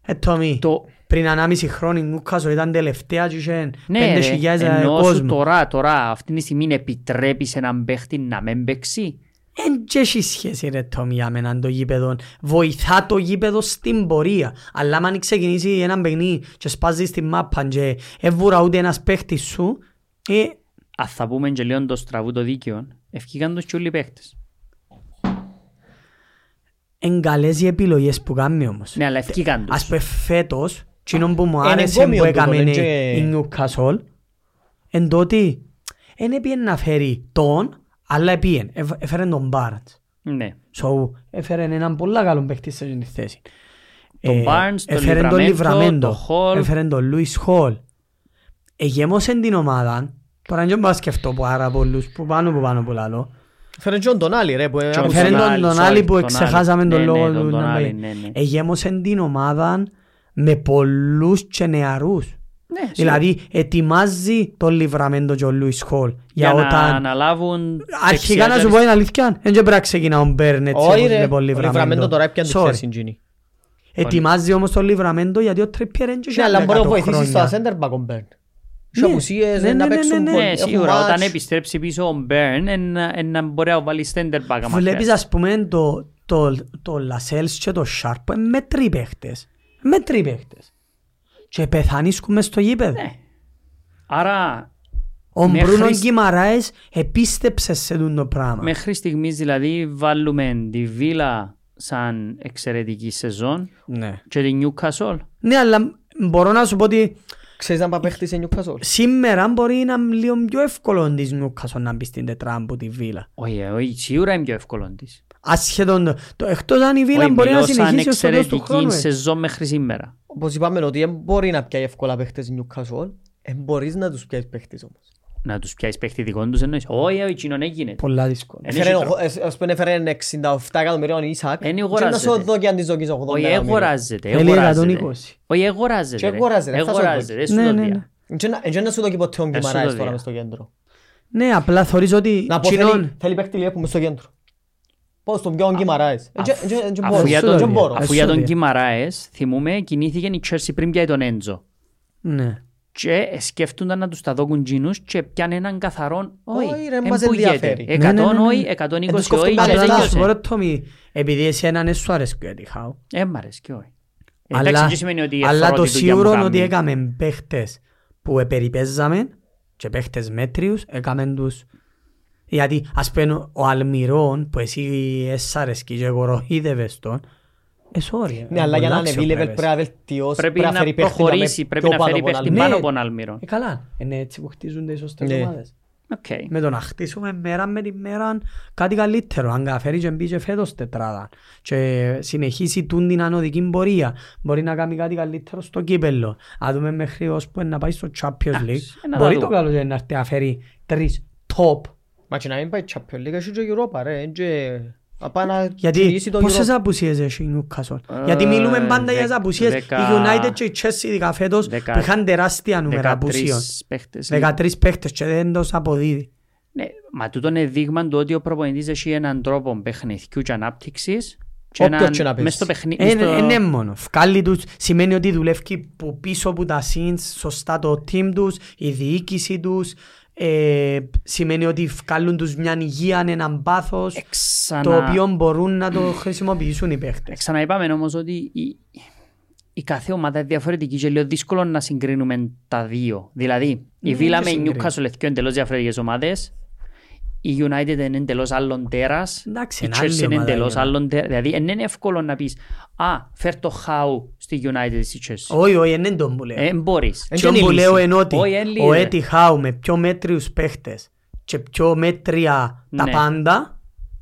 Speaker 3: Ε, Τόμι,
Speaker 2: Το...
Speaker 3: πριν 1,5 χρόνο η Νούκασο ήταν τελευταία και είχε
Speaker 2: Ναι, ρε,
Speaker 3: 5.000
Speaker 2: ενώ σου
Speaker 3: κόσμο.
Speaker 2: τώρα, τώρα, αυτή τη στιγμή επιτρέπεις έναν παίχτη να μην παίξει.
Speaker 3: Εν και έχει σχέση ρε Τόμι για μένα το γήπεδο. Βοηθά το γήπεδο στην πορεία. Αλλά αν ξεκινήσει ένα παιχνίδι και σπάζει τη μάπα και έβουρα ούτε ένας παίχτης σου, ε,
Speaker 2: Αν θα πούμε και λίγο το στραβού το δίκαιο, ευκήκαν τους και όλοι οι παίχτες.
Speaker 3: εν καλές οι επιλογές που κάνει όμως.
Speaker 2: Ναι, αλλά ευκήκαν
Speaker 3: Ε, Ας
Speaker 2: τους.
Speaker 3: πούμε φέτος, εκείνο που μου
Speaker 1: Εν
Speaker 3: άρεσε
Speaker 1: εγκόμιον
Speaker 3: που
Speaker 1: τούτο,
Speaker 3: έκαμε
Speaker 1: εν
Speaker 3: η-
Speaker 1: και-
Speaker 3: η Newcastle, εν τότε, εν έπιεν να φέρει τον, αλλά έπιεν, Εφ- έφερε τον Barnes.
Speaker 2: Ναι.
Speaker 3: So, έφερε έναν πολλά καλό παίκτη σε αυτήν τη θέση.
Speaker 2: Τον
Speaker 3: Ε,
Speaker 2: Barnes, τον
Speaker 3: έφερε
Speaker 2: Livramento,
Speaker 3: Livramento,
Speaker 2: τον Hall.
Speaker 3: έφερε τον Lewis Hall. Εγέμωσε την ομάδα, τώρα δεν μπορώ να σκεφτώ πάρα πολλούς που πάνω που πάνω που λαλώ.
Speaker 1: Φέρε και τον άλλη ρε που
Speaker 2: Και
Speaker 1: άκουσα.
Speaker 3: Φέρε
Speaker 2: τον
Speaker 3: τον
Speaker 2: Άλλη,
Speaker 3: τον
Speaker 2: sorry,
Speaker 3: άλλη που
Speaker 2: τον
Speaker 3: εξεχάσαμε
Speaker 2: Άλλη.
Speaker 3: τον
Speaker 2: Ναι,
Speaker 3: λόγο
Speaker 2: ναι, τον
Speaker 3: του
Speaker 2: τον
Speaker 3: να
Speaker 2: Άλλη,
Speaker 3: πάει.
Speaker 2: ναι, ναι.
Speaker 3: Εγέμωσε την ομάδα με πολλούς και νεαρούς.
Speaker 2: Ναι,
Speaker 3: Δηλαδή ετοιμάζει τον Λιβραμέντο και ο Λουίς Χολ για
Speaker 2: για να
Speaker 3: όταν
Speaker 2: αναλάβουν...
Speaker 3: αρχικά να σου πω είναι αλήθεια δεν και πρέπει να ξεκινά ο Μπέρνετ
Speaker 1: Όχι ρε, ο Λιβραμέντο τώρα έπιανε τη θέση εκείνη.
Speaker 3: Ετοιμάζει όμως τον Λιβραμέντο γιατί ο Τρέπιερ δεν
Speaker 1: Ναι,
Speaker 3: είχε
Speaker 1: αλλά
Speaker 3: άλλα
Speaker 1: μπορεί να
Speaker 3: 100
Speaker 1: βοηθήσει στο
Speaker 3: χρόνια.
Speaker 1: center back ο Μπέρν. Σε
Speaker 3: Ναι.
Speaker 1: απουσίες,
Speaker 3: Ναι,
Speaker 1: δεν
Speaker 3: ναι,
Speaker 1: να
Speaker 3: ναι,
Speaker 1: παίξουν
Speaker 3: ναι,
Speaker 1: πολύ.
Speaker 2: Ναι,
Speaker 1: Έχουν
Speaker 2: σίγουρα, όταν
Speaker 1: μάτς.
Speaker 2: επιστρέψει πίσω ο Μπέρν, εν- εν να μπορεί να βάλεις στέντερ μπάκα
Speaker 3: Βλέπεις
Speaker 2: μακριά.
Speaker 3: ας πούμε το, το, το Λασέλς και το Σάρπ είναι μέτροι παίχτες. Μέτροι παίχτες. Και πεθανίσκουμε στο γήπεδο.
Speaker 2: Ναι. Άρα,
Speaker 3: Ο
Speaker 2: Με
Speaker 3: Μπρούνο
Speaker 2: χρήστη-
Speaker 3: Γκυμαράες επίστεψε σε τούτο το πράγμα.
Speaker 2: μέχρι στιγμής δηλαδή βάλουμε τη Βίλα σαν εξαιρετική σεζόν
Speaker 3: Ναι.
Speaker 2: και τη Newcastle.
Speaker 3: ναι, αλλά μπορώ να σου πω ότι
Speaker 1: Ξέρεις να πάει παίχτης σε Newcastle.
Speaker 3: σήμερα μπορεί να είναι λίγο πιο εύκολο της Νιούκασον να μπει στην τετρά από τη Βίλα.
Speaker 2: Όχι, ε, όχι, σίγουρα είναι πιο εύκολο της.
Speaker 3: Ασχεδόν το, το εκτός αν η Βίλα
Speaker 2: Όχι,
Speaker 3: μπορεί να
Speaker 2: μιλώ σαν
Speaker 3: συνεχίσει ως το τέλος του χρόνου.
Speaker 2: εξαιρετική
Speaker 3: ε.
Speaker 2: σεζόν μέχρι σήμερα.
Speaker 1: Όπως είπαμε ότι δεν μπορεί να πιάει εύκολα παίχτες Newcastle, δεν μπορείς να τους πιάσεις παίχτες όμως.
Speaker 2: Να τους πιάσεις παίχτη δικών τους εννοείς. Όχι, όχι, εκείνον έγινε.
Speaker 3: Πολλά δύσκολο.
Speaker 2: Ε,
Speaker 1: Έφερε
Speaker 2: είχε
Speaker 1: ο- ε, ας πούμε έφερε 67 εκατομμυρίων Ισακ
Speaker 2: Εν
Speaker 1: και
Speaker 2: αγοράζεται.
Speaker 1: να σου δω και αν της δοκείς 80
Speaker 2: Όχι,
Speaker 1: εκατομμύρια.
Speaker 2: εγωράζεται,
Speaker 3: Θέλει
Speaker 2: εγωράζεται.
Speaker 3: 120.
Speaker 2: Όχι, εγωράζεται.
Speaker 1: Και εγωράζεται,
Speaker 2: ρε.
Speaker 1: θα σου το
Speaker 2: Εγωράζεται,
Speaker 1: πω.
Speaker 2: δεν σου
Speaker 3: Ναι,
Speaker 2: το
Speaker 3: ναι,
Speaker 2: διά.
Speaker 3: ναι.
Speaker 1: Και να- και να σου δω και ποτέ ο
Speaker 2: Έσου Ε, το
Speaker 1: Γκυμαράες τώρα
Speaker 2: διά.
Speaker 1: μες στο κέντρο.
Speaker 3: Ναι, απλά θωρείς ότι
Speaker 1: Να πω
Speaker 3: τσινόν-
Speaker 1: θέλει- θέλει παίχτη λίγο που μες στο κέντρο. Πώς τον πιάω ο Γκυμαράες. Ε, και-
Speaker 2: αφού-
Speaker 1: και- και
Speaker 2: Αφού
Speaker 1: μπορώ,
Speaker 2: για
Speaker 1: και
Speaker 2: τον-
Speaker 1: μπορώ.
Speaker 2: Αφού
Speaker 3: Εσύ
Speaker 2: για
Speaker 3: το
Speaker 2: τον
Speaker 3: διά.
Speaker 2: Κιμαράες, θυμούμε, κινήθηκε η Chelsea πριν πιάει τον Έντζο.
Speaker 3: Ναι.
Speaker 2: Και σκέφτονταν να τους τα δώκουν τζίνους και πιάνε έναν καθαρόν όχι,
Speaker 1: Όχι, ρε,
Speaker 2: εν
Speaker 1: μας
Speaker 2: που
Speaker 1: ενδιαφέρει.
Speaker 2: γίνεται.
Speaker 1: Ναι,
Speaker 3: ναι, ναι,
Speaker 2: 100
Speaker 3: ναι.
Speaker 2: όχι,
Speaker 1: Ε, τους
Speaker 2: 120
Speaker 1: κόφτουν
Speaker 2: όχι,
Speaker 1: τα
Speaker 2: και
Speaker 1: λεφτά,
Speaker 3: Απλά να
Speaker 2: τελείωσε.
Speaker 3: σου πω ρε Τόμι, επειδή εσένα δεν σου αρέσκει ο Eddie Howe,
Speaker 2: Ε, μ' αρέσει και όχι. Ε, Εντάξει,
Speaker 3: Αλλά,
Speaker 2: τι σημαίνει ότι
Speaker 3: αλλά
Speaker 2: εχθρώ
Speaker 3: το
Speaker 2: τη δουλειά μου
Speaker 3: σίγουρο είναι
Speaker 2: κάνει.
Speaker 3: ότι έκαμε παίχτες που επεριπέζαμε και παίχτες μέτριους, έκαμε τους... Γιατί ας πούμε ο Αλμυρών που εσύ έσσαρες και εγωροίδευες τον, ε, sorry.
Speaker 1: Ναι, αλλά για να
Speaker 3: πολλά
Speaker 1: ανεβεί level
Speaker 3: αξιοπρεπές.
Speaker 1: πρέπει να βελτιώσει,
Speaker 2: Πρέπει να
Speaker 1: φέρει παίχτη
Speaker 2: προχωρήσει,
Speaker 1: με
Speaker 2: πρέπει
Speaker 1: πιο
Speaker 2: να
Speaker 1: πάνω
Speaker 2: φέρει
Speaker 1: από
Speaker 2: παίχτη
Speaker 1: έναν.
Speaker 3: Ναι.
Speaker 2: πάνω από τον Αλμύρο.
Speaker 3: Ε, καλά, είναι έτσι που χτίζονται οι σωστές
Speaker 1: Ναι.
Speaker 3: ομάδες.
Speaker 2: Οκ.
Speaker 3: Με το να χτίσουμε μέρα με τη μέρα κάτι καλύτερο. Αν καταφέρει και μπει και φέτος τετράδα και συνεχίσει τούν την ανωδική πορεία, μπορεί να κάνει κάτι καλύτερο στο κύπελλο. Αν δούμε μέχρι ώσπου να πάει στο Champions League,
Speaker 2: να τα
Speaker 3: μπορεί
Speaker 2: δούμε.
Speaker 3: το καλό και να έρθει να φέρει τρεις top.
Speaker 1: Μα και να μην πάει Champions League, έχει και Europa ρε. είναι και- Να πάει να
Speaker 3: Γιατί
Speaker 1: κυνηγήσει το
Speaker 3: πόσες
Speaker 1: Europa.
Speaker 3: απουσίες έχει η Newcastle.
Speaker 2: Ε,
Speaker 3: Γιατί μιλούμε πάντα για τις
Speaker 2: δε-
Speaker 3: απουσίες. Η
Speaker 2: δεκα-
Speaker 3: United και η Chelsea ειδικά φέτος
Speaker 2: δεκα-
Speaker 3: που είχαν τεράστια νούμερα απουσίων.
Speaker 2: 13 παίχτες.
Speaker 3: 13 παίχτες και δεν τους αποδίδει.
Speaker 2: Ναι, μα τούτο είναι δείγμα του ότι ο προπονητής έχει έναν τρόπο παιχνιδιού και ανάπτυξης και
Speaker 1: Όποιος
Speaker 2: έναν-
Speaker 1: και να παίζει.
Speaker 2: μες στο παιχνίδι.
Speaker 3: Ε,
Speaker 2: στο-
Speaker 3: ε, ναι μόνο. Φκάλλει τους σημαίνει ότι δουλεύει που πίσω από τα scenes, σωστά το team τους, η διοίκηση τους. Ε, σημαίνει ότι βγάλουν τους μια υγεία, έναν πάθος,
Speaker 2: Ε, ξανα-
Speaker 3: το οποίο μπορούν να το χρησιμοποιήσουν οι
Speaker 2: Ε,
Speaker 3: παίχτες.
Speaker 2: Ξαναείπαμε όμως ότι η, η κάθε ομάδα είναι διαφορετική και λίγο δύσκολο να συγκρίνουμε τα δύο. Δηλαδή, η
Speaker 3: Ναι,
Speaker 2: Βίλα
Speaker 3: και
Speaker 2: με η
Speaker 3: συγκρίνω.
Speaker 2: Newcastle είναι εντελώς διαφορετικές ομάδες. Η United είναι εντελώς άλλον τέρας.
Speaker 3: Εντάξει,
Speaker 2: Η
Speaker 3: είναι άλλη
Speaker 2: Chelsea είναι
Speaker 3: ομάδα,
Speaker 2: εντελώς
Speaker 3: η United.
Speaker 2: άλλον τέρας. Δηλαδή, δεν είναι εύκολο να πεις «Α, φέρ το χάου στη United στη Chelsea».
Speaker 3: Όχι, όχι, δεν τον που λέω.
Speaker 2: Ε, μπορείς.
Speaker 1: εν
Speaker 3: Τον
Speaker 1: και
Speaker 3: που
Speaker 1: είναι η
Speaker 3: λέω
Speaker 1: λύση.
Speaker 3: είναι ότι
Speaker 2: Όχι, εν
Speaker 3: ο
Speaker 2: λύδε.
Speaker 3: Έτι Χάου με πιο μέτριους παίχτες και πιο μέτρια τα
Speaker 2: Ναι.
Speaker 3: πάντα,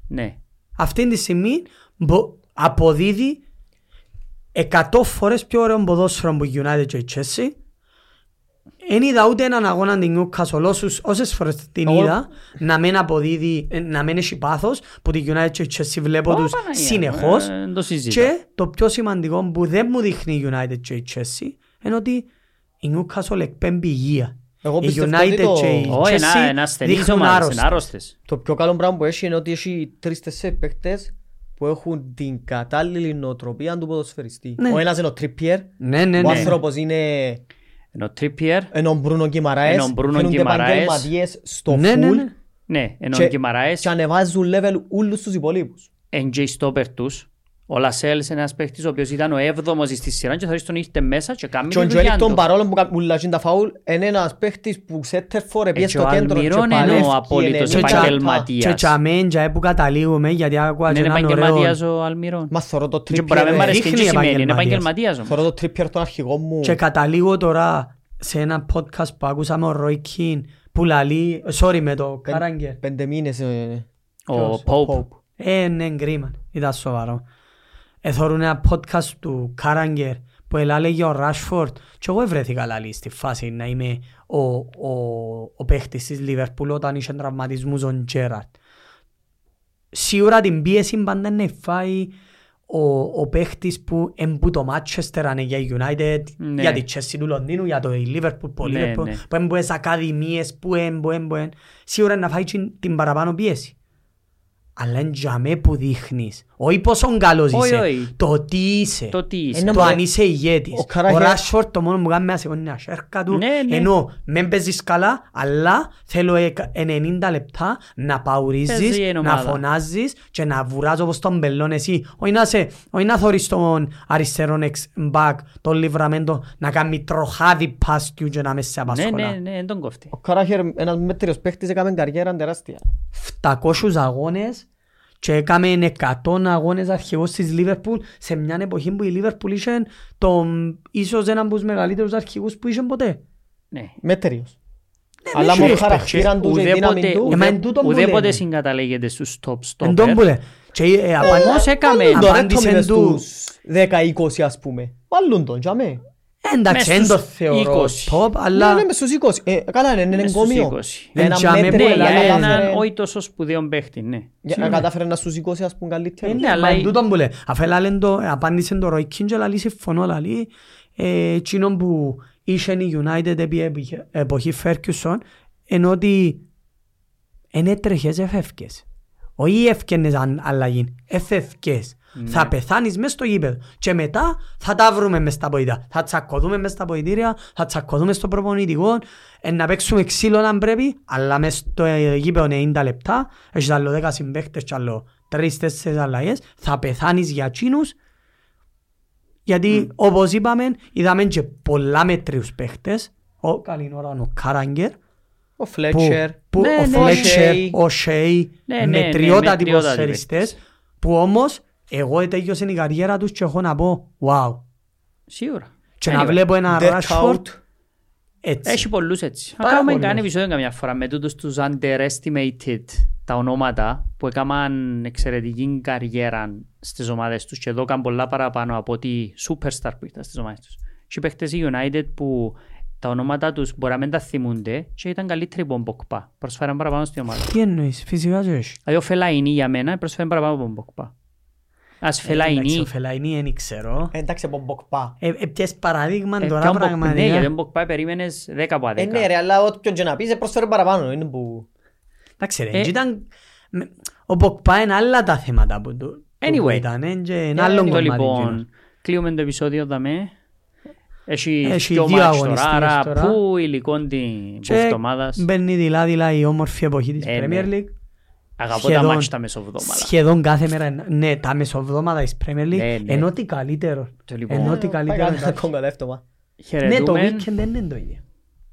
Speaker 2: Ναι.
Speaker 3: αυτή τη στιγμή μπο- αποδίδει 100 φορές πιο ωραίο ποδόσφαιρο από United και η Chelsea. Δεν είδα ούτε έναν αγώνα την Newcastle όσους, όσες φορές την
Speaker 1: Εγώ-
Speaker 3: είδα να μην αποδίδει, ε, να μην έχει πάθος που την United και η Chelsea βλέπω
Speaker 2: Ω,
Speaker 3: τους
Speaker 2: Παναγία μου,
Speaker 3: συνεχώς
Speaker 2: ε, το συζητώ.
Speaker 3: και το πιο σημαντικό που δεν μου δείχνει η United και η Chelsea είναι ότι η Newcastle εκπέμπει υγεία.
Speaker 1: Εγώ
Speaker 3: η
Speaker 1: πιστεύω ότι
Speaker 3: United
Speaker 1: το-
Speaker 3: και η
Speaker 2: Όχι, να-
Speaker 3: Chelsea
Speaker 2: να ασθενείς
Speaker 3: δείχνουν
Speaker 2: ομάδες, είναι
Speaker 3: άρρωστες.
Speaker 2: άρρωστες.
Speaker 1: Το πιο καλό πράγμα που έχει είναι ότι έχει τρεις-τεσσέρις παίχτες που έχουν την κατάλληλη νοοτροπία του ποδοσφαιριστή.
Speaker 3: Ναι.
Speaker 1: Ο ένας είναι ο Τρίπιερ,
Speaker 3: Ναι, ναι,
Speaker 1: ο
Speaker 3: ναι.
Speaker 1: άνθρωπος είναι
Speaker 2: Ενώ Τρίπιερ,
Speaker 1: ενώ Μπρούνο Γκυμαράες,
Speaker 2: Ενώ Μπρούνο
Speaker 1: φέρνουν
Speaker 2: Γκυμαράες.
Speaker 1: επαγγελματίες στο
Speaker 3: Ναι, ναι,
Speaker 1: full
Speaker 3: ναι.
Speaker 2: ναι, ενώ
Speaker 1: Και-
Speaker 2: ο Γκυμαράες,
Speaker 1: και ανεβάζουν level όλους τους υπολείπους.
Speaker 2: εν και οι στόπερ τους. Ο Λασέλς είναι ένας παίχτης ο οποίος ήταν ο έβδομος στη σειρά και θα τον ήρθε μέσα και κάνει
Speaker 1: Και ο
Speaker 2: τη δουλειά
Speaker 1: Τζουέλικτον
Speaker 2: του.
Speaker 1: παρόλο που κάνει τα φαούλ είναι ένας παίχτης που center for
Speaker 2: Ε,
Speaker 1: επίε
Speaker 2: και ο
Speaker 1: στο κέντρο και
Speaker 2: Αλμυρόν είναι ο
Speaker 1: παλεύει,
Speaker 2: απόλυτος
Speaker 1: είναι
Speaker 3: Και-
Speaker 2: επαγγελματίας.
Speaker 3: Και τσαμέν τζαέ που καταλήγουμε γιατί άκουα
Speaker 2: Ναι, Είναι
Speaker 3: και έναν ωραίο.
Speaker 2: επαγγελματίας ο Αλμυρόν.
Speaker 1: Μα θωρώ το
Speaker 2: Και μπορεί να μην μ'
Speaker 1: Trippier,
Speaker 2: αρέσει
Speaker 1: ε,
Speaker 2: και
Speaker 3: Δείχνει
Speaker 2: τι σημαίνει, είναι
Speaker 3: επαγγελματίας.
Speaker 2: επαγγελματίας όμως.
Speaker 1: θωρώ το Trippier τον αρχηγό μου.
Speaker 3: Και καταλήγω τώρα σε ένα podcast που ακούσαμε ο Ρόι Κιν που λαλεί, sorry με το
Speaker 1: Πεν-
Speaker 3: Καράγκερ.
Speaker 1: Πέντε μήνες ε. είναι.
Speaker 2: Ο
Speaker 1: Pope.
Speaker 2: Pope.
Speaker 3: Ε, ναι, κρίμα. Ήταν σοβαρό. Εθώρουν ένα podcast του Κάραγκερ που ελάλε για ο Ράσφορτ και εγώ βρέθηκα λαλή στη φάση να είμαι ο, ο, ο παίχτης της Λιβερπούλ όταν είχε τραυματισμούς ο Τζέραρτ. Σίγουρα την πίεση πάντα είναι φάει ο, ο παίχτης που εμπού το Μάτσεστερ αν είναι για United,
Speaker 2: Ναι.
Speaker 3: για τη Chelsea του Λονδίνου, για το Liverpool που
Speaker 2: Ναι,
Speaker 3: Liverpool,
Speaker 2: ναι.
Speaker 3: που εμπού τις ακαδημίες, που εμπού, εμπού, εμπού. Σίγουρα να φάει την- την παραπάνω πίεση αλλά είναι τζαμέ που δείχνεις. Όχι πόσο καλός
Speaker 2: Όχι,
Speaker 3: είσαι.
Speaker 2: όχι.
Speaker 3: Το τι είσαι.
Speaker 2: Το τι
Speaker 1: Ένα
Speaker 2: είσαι.
Speaker 3: Το
Speaker 1: μωρέ-
Speaker 3: αν είσαι ηγέτης.
Speaker 1: Ο Καραγιά-
Speaker 3: Ο Ράσφορτ το μόνο που κάνει μέσα είναι μια σέρκα του.
Speaker 2: Ναι, ναι.
Speaker 3: Ενώ μεν παίζεις καλά, αλλά θέλω εκα- 90 λεπτά να
Speaker 2: Παίζει η
Speaker 3: παουρίζεις, να
Speaker 2: ομάδα.
Speaker 3: φωνάζεις και να βουράζω όπως τον πελόν εσύ. Όχι να, σε, όχι να θωρείς τον αριστερόν εξ μπακ, τον λιβραμέντο, να κάνει τροχάδι πας του και να μες σε
Speaker 2: Ναι,
Speaker 3: απασχολά.
Speaker 2: ναι, ναι, δεν τον κόφτει.
Speaker 1: Ο Καράχερ, ένας μέτριος παίχτης, έκαμε καριέρα τεράστια.
Speaker 3: 700 αγώνες και έκαμε 100 αγώνες αρχηγός της Λίβερπουλ σε μια εποχή που η Λίβερπουλ είχε τον ίσως έναν από τους μεγαλύτερους αρχηγούς που είχε ποτέ.
Speaker 2: Ναι.
Speaker 1: Μέτριος. Αλλά
Speaker 3: ναι,
Speaker 1: με
Speaker 3: ναι,
Speaker 1: το χαρακτήρα του και η δύναμη
Speaker 2: Ουδέποτε-
Speaker 1: του.
Speaker 3: Εμένα εν τούτον
Speaker 2: ουδέ-
Speaker 3: που
Speaker 2: Ουδέποτε
Speaker 3: λένε.
Speaker 2: συγκαταλέγεται στους top
Speaker 3: Εν τόν που
Speaker 2: stopper.
Speaker 3: λέει. Και ε, ε, απαν-
Speaker 2: Όμως έκαμε.
Speaker 1: Βάλουν τον, ρε,
Speaker 3: απάντησε
Speaker 1: το μηδέν
Speaker 3: του.
Speaker 1: στους 10-20 ας πούμε. Βάλουν τον, για μέ.
Speaker 3: Εντάξει,
Speaker 2: μες
Speaker 3: δεν το
Speaker 2: στους
Speaker 3: θεωρώ
Speaker 2: 20.
Speaker 3: top,
Speaker 1: Ναι,
Speaker 3: αλλά
Speaker 1: ναι, μες στους 20. Ε, καλά, είναι, είναι
Speaker 2: Μες στους
Speaker 1: εγκομείο.
Speaker 2: 20.
Speaker 1: Ένα
Speaker 3: Εν τζαμέ
Speaker 1: μέτριο,
Speaker 3: που
Speaker 2: Ναι,
Speaker 1: αλλά
Speaker 2: για
Speaker 3: ελάλα
Speaker 1: κατάφερε-
Speaker 2: έναν όχι τόσο σπουδαίο παίχτη, ναι.
Speaker 1: για να κατάφερε να στους 20 ας πούμε καλύτερο.
Speaker 2: Είναι, αλλά
Speaker 3: μα εν
Speaker 2: η-
Speaker 3: τούτον που λέει. Αφού έλαλεν το, ε, απάντησε το Roy King και λαλεί συμφωνώ λαλεί ε, εκείνον που είχε η United επί εποχή- εποχή Ferguson ενώ ότι εν έτρεχες εφεύκες. Όχι έφκαινες αν- αλλαγή, εφεύκες. Θα πεθάνεις μέσα στο γήπεδο και μετά θα τα βρούμε μες στα ποητά. Θα τσακωθούμε μες στα ποητήρια, θα τσακωθούμε στο προπονητικό, ε, να παίξουμε ξύλο αν πρέπει, αλλά μες στο ε, γήπεδο 90 λεπτά, έχεις άλλο 10 συμπαίκτες και άλλο 3-4 αλλαγές, θα πεθάνεις για τσίνους, γιατί όπως είπαμε, είδαμε και πολλά μετρίους παίχτες, ο καλή ώρα είναι ο Κάραγκερ,
Speaker 1: Ο Φλέτσερ.
Speaker 3: που
Speaker 2: Ναι,
Speaker 3: ο
Speaker 2: ναι,
Speaker 3: Φλέτσερ,
Speaker 1: Shea.
Speaker 3: ο Σέι,
Speaker 2: Ναι, ναι, ναι,
Speaker 3: μετριότατοι
Speaker 2: μετριότατοι
Speaker 3: ποδοσφαιριστές, που όμως εγώ τέλειωσε η καριέρα τους και έχω να πω wow.
Speaker 2: Σίγουρα.
Speaker 3: Και να
Speaker 2: Anyway,
Speaker 3: βλέπω ένα
Speaker 1: Death
Speaker 3: Rashford
Speaker 1: out.
Speaker 3: έτσι.
Speaker 2: Έχει πολλούς έτσι. Θα
Speaker 3: Πάρα
Speaker 2: κάνουμε
Speaker 3: πολλούς.
Speaker 2: κανένα επεισόδιο καμιά φορά με τούτους τους underestimated τα ονόματα που έκαναν εξαιρετική καριέρα στις ομάδες τους και δώκαν πολλά παραπάνω από ότι superstar που ήταν στις ομάδες τους. Και οι παίχτες οι United που τα ονόματα τους μπορεί να μην τα θυμούνται και ήταν καλύτεροι από τον Μποκπά. Προσφέραν παραπάνω στην ομάδα.
Speaker 3: Τι εννοείς, φυσικά και έχει.
Speaker 2: Δηλαδή ο Φελαϊνί για μένα προσφέρει παραπάνω από τον Μποκπά. Ας
Speaker 3: Ε, Εντάξει,
Speaker 2: Φελαϊνί...
Speaker 3: Ο Φελαϊνί δεν ξέρω.
Speaker 1: Ε, Εντάξει, από Μποκπά.
Speaker 3: Ε, ε, πιες παράδειγμα
Speaker 2: ε,
Speaker 3: τώρα
Speaker 2: ποιον Μποκ- Ναι, για
Speaker 3: πραγματικά.
Speaker 2: τον Μποκπά περίμενες 10 από 10.
Speaker 1: Ε, ναι, ρε, αλλά όποιον και να πεις, ε, προσφέρει παραπάνω. Είναι που...
Speaker 3: Εντάξει ρε,
Speaker 2: Ε.
Speaker 3: και ήταν... με- Ο Ποκπά είναι άλλα τα θέματα που του του
Speaker 2: Anyway.
Speaker 3: που ήταν, ε, και ένα άλλο
Speaker 2: Το
Speaker 3: κομμάτι.
Speaker 2: λοιπόν,
Speaker 3: εκείνος.
Speaker 2: κλείουμε το επεισόδιο δαμέ. Έχει,
Speaker 3: Έχει
Speaker 2: δύο
Speaker 3: δύο
Speaker 2: μάτς
Speaker 3: αγωνιστικές
Speaker 2: τώρα, άρα
Speaker 3: τώρα.
Speaker 2: πού υλικών την
Speaker 3: Και
Speaker 2: εβδομάδας.
Speaker 3: Μπαίνει δειλά-δειλά η όμορφη εποχή της
Speaker 2: Ε, ναι.
Speaker 3: Premier League.
Speaker 2: Αγαπώ τα
Speaker 3: σχεδόν-
Speaker 2: μάτς τα μεσοβδόμαδα.
Speaker 3: Σχεδόν κάθε μέρα, είναι- ναι, τα μεσοβδόμαδα της Premier League,
Speaker 2: Ναι, ναι.
Speaker 3: ενώ τι καλύτερο.
Speaker 2: Το λοιπόν.
Speaker 3: Ενώ τι
Speaker 1: Ε, Πάει
Speaker 3: καλύτερο.
Speaker 1: καλά,
Speaker 3: εντάξει.
Speaker 1: ακόμα λεύτωμα.
Speaker 3: Ναι, το
Speaker 2: Χαιρετούμε.
Speaker 3: weekend δεν είναι το ίδιο.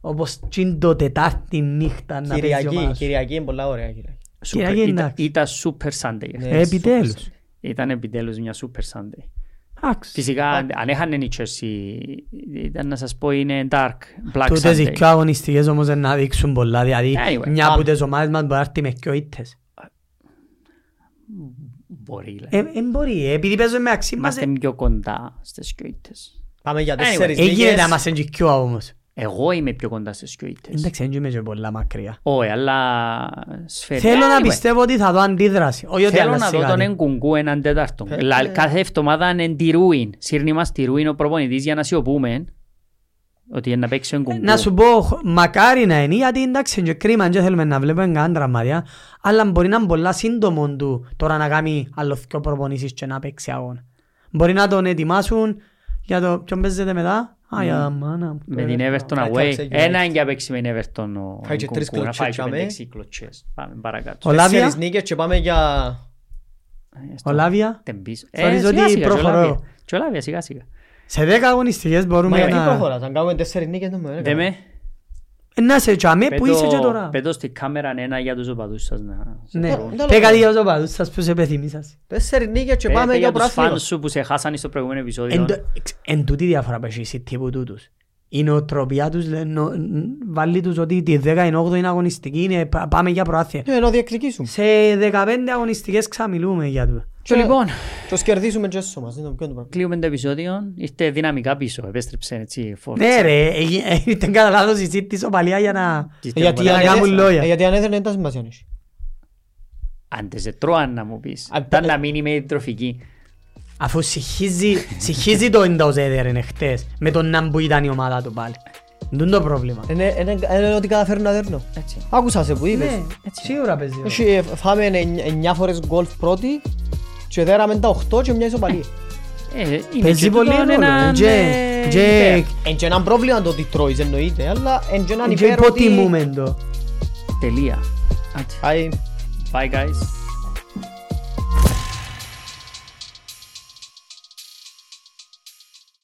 Speaker 3: Όπως τσιν το τετάρτη νύχτα να παίζει
Speaker 1: Κυριακή,
Speaker 3: ομάδα.
Speaker 1: Κυριακή είναι πολλά ωραία. Κυριακή.
Speaker 2: Super-
Speaker 3: Κυριακή,
Speaker 2: ήταν-
Speaker 3: εντάξει.
Speaker 2: Ήταν Super Sunday.
Speaker 1: Ναι.
Speaker 3: Ε, Επιτέλους.
Speaker 2: Ήταν επιτέλους μια Super Sunday.
Speaker 3: Εντάξει.
Speaker 2: Φυσικά, αν αν έχανε η Chelsea, ήταν να σας πω είναι dark, black
Speaker 3: Τούτες οι
Speaker 2: Sunday.
Speaker 3: πιο αγωνιστικές όμως δεν να δείξουν πολλά. Δηλαδή,
Speaker 2: ναι. Anyway,
Speaker 3: μια
Speaker 1: πάμε.
Speaker 3: από τις ομάδες μας μπορεί να έρθει με πιο ήττες.
Speaker 2: Μπορεί, λέει.
Speaker 3: Ε, Εν μπορεί, ε, επειδή παίζουμε μεταξύ μας.
Speaker 2: Είμαστε πιο κοντά στις κοίτες.
Speaker 1: Πάμε για
Speaker 2: Anyway,
Speaker 1: τέσσερις
Speaker 3: Έγινε
Speaker 1: νίκες.
Speaker 3: να μας εντυκιώ όμως.
Speaker 2: Εγώ είμαι πιο κοντά στις κοίτες.
Speaker 3: Εντάξει, δεν είμαι πολλά μακριά.
Speaker 2: Όχι, αλλά σφαίρι.
Speaker 3: Θέλω να
Speaker 2: Ε, ναι, Anyway,
Speaker 3: πιστεύω ότι θα δω αντίδραση. Όχι ότι
Speaker 2: Θέλω να
Speaker 3: άλλαξε
Speaker 2: δω τον
Speaker 3: κάτι.
Speaker 2: Εγκουγκού έναν τέταρτο. Λα- Κάθε εβδομάδα είναι τη ρούιν. Σύρνει μας τη ρούιν ο προπονητής για να σιωπούμε. Ότι είναι να παίξει έναν κουμπού.
Speaker 3: Να σου πω, χ- μακάρι να είναι, γιατί εντάξει είναι και κρίμα, και θέλουμε να βλέπουμε καν τραυματία, αλλά μπορεί να είναι πολλά σύντομο του τώρα να κάνει άλλος δυο προπονήσεις και να παίξει αγώνα. Μπορεί να τον ετοιμάσουν για το ποιον παίζεται μετά. Α, για μάνα. μου,
Speaker 2: Ναι. Με
Speaker 3: το
Speaker 2: την
Speaker 3: ρε.
Speaker 2: Everton
Speaker 1: Κάτι
Speaker 2: away.
Speaker 1: ξεκινάει.
Speaker 2: Ένα είναι για παίξει με την Everton ο
Speaker 1: Φάει και τρεις
Speaker 2: Nkunku, να φάει
Speaker 1: κλωτσές,
Speaker 2: και
Speaker 1: τσάμε.
Speaker 2: πέντε-έξι κλωτσές. Πάμε παρακάτω.
Speaker 3: Ο
Speaker 1: Τέσσερις
Speaker 3: Λάβια,
Speaker 1: νίκες και πάμε για...
Speaker 2: Ε, στο-
Speaker 3: ο Λάβια,
Speaker 2: Την πίσω.
Speaker 3: Θεωρείς
Speaker 2: Ε,
Speaker 3: ότι
Speaker 2: σιγά σιγά.
Speaker 3: προχωρώ.
Speaker 2: Και ο Λάβια σιγά σιγά.
Speaker 3: σε δέκα αγωνιστικές
Speaker 1: Μα
Speaker 3: μπορούμε
Speaker 1: γιατί
Speaker 3: να... Ε,
Speaker 1: προχωράς, αν κάνουμε τέσσερις νίκες δεν με
Speaker 2: Δε
Speaker 1: έκανα.
Speaker 2: με.
Speaker 3: Να σε τσάμε που είσαι και
Speaker 2: Πέτω-
Speaker 3: τώρα.
Speaker 2: Πέτω στη κάμερα ένα για τους οπαδούς σας να...
Speaker 3: Ναι,
Speaker 1: τα- τα
Speaker 3: πέ
Speaker 1: λέω.
Speaker 3: κάτι για τους οπαδούς σας που σε πεθυμίσας.
Speaker 1: Τέσσερις νίκες και
Speaker 2: Πέτω
Speaker 1: πάμε για
Speaker 2: για τους
Speaker 1: πράσινο.
Speaker 2: φαν σου που σε χάσανε στο προηγούμενο επεισόδιο.
Speaker 3: Εν τω- εξ- Εν τούτη διαφορά που έχει η City από τούτους. Η νοοτροπία τους λέ- νο- ν- βάλει τους ότι τη 18η είναι αγωνιστική, είναι, πα- πάμε για προάθεια.
Speaker 1: Ναι, να διεκδικήσουμε.
Speaker 3: Σε 15 αγωνιστικές ξαμιλούμε για το.
Speaker 2: Και λοιπόν,
Speaker 1: Και ως κερδίσουμε και έσω μας. Είναι το πιο το πράγμα.
Speaker 2: κλείουμε το επεισόδιο. Ήρθε δυναμικά πίσω. Επέστρεψε έτσι φόρτσα.
Speaker 3: Ναι ρε, έγι- ε, ήταν κατά λάθος η City σοπαλία για Ε, να...
Speaker 2: Ήρθε
Speaker 1: Γιατί
Speaker 2: πολλά-
Speaker 1: αν
Speaker 3: κάνουν
Speaker 1: έδερνε-
Speaker 3: λόγια.
Speaker 1: ε, Γιατί αν έδερνε, δεν τα σημασία έχει.
Speaker 2: Αν δεν σε τρώαν να μου πεις.
Speaker 1: Αν-
Speaker 2: Ήταν να μείνει με τροφική.
Speaker 3: Αφού συγχύζει, συγχύζει το εντός έδερεν χτες με τον να που ήταν η ομάδα του πάλι. Δεν το πρόβλημα.
Speaker 1: Είναι- είναι- Είναι ότι καταφέρουν να δέρνω.
Speaker 2: Έτσι.
Speaker 1: Άκουσα σε που είπες.
Speaker 3: Ναι, σίγουρα παίζει. ρόλο.
Speaker 1: Έχει, ε, Φάμε 9 φορές γκολ πρώτη και δέραμε τα 8 και μια ισοπαλία.
Speaker 2: Ε, είναι
Speaker 3: Παίζει
Speaker 2: και
Speaker 3: πολύ
Speaker 2: τούτον
Speaker 3: ρόλο.
Speaker 2: έναν,
Speaker 3: Και-
Speaker 2: ε,
Speaker 3: και-
Speaker 2: υπέρ.
Speaker 1: Εν και έναν πρόβλημα το Detroit εννοείται, αλλά εν και έναν
Speaker 3: Και
Speaker 1: υπέρο ότι...
Speaker 3: υποτιμούμε το.
Speaker 2: Τελεία. Άντε.
Speaker 1: Άι,
Speaker 2: Bye guys.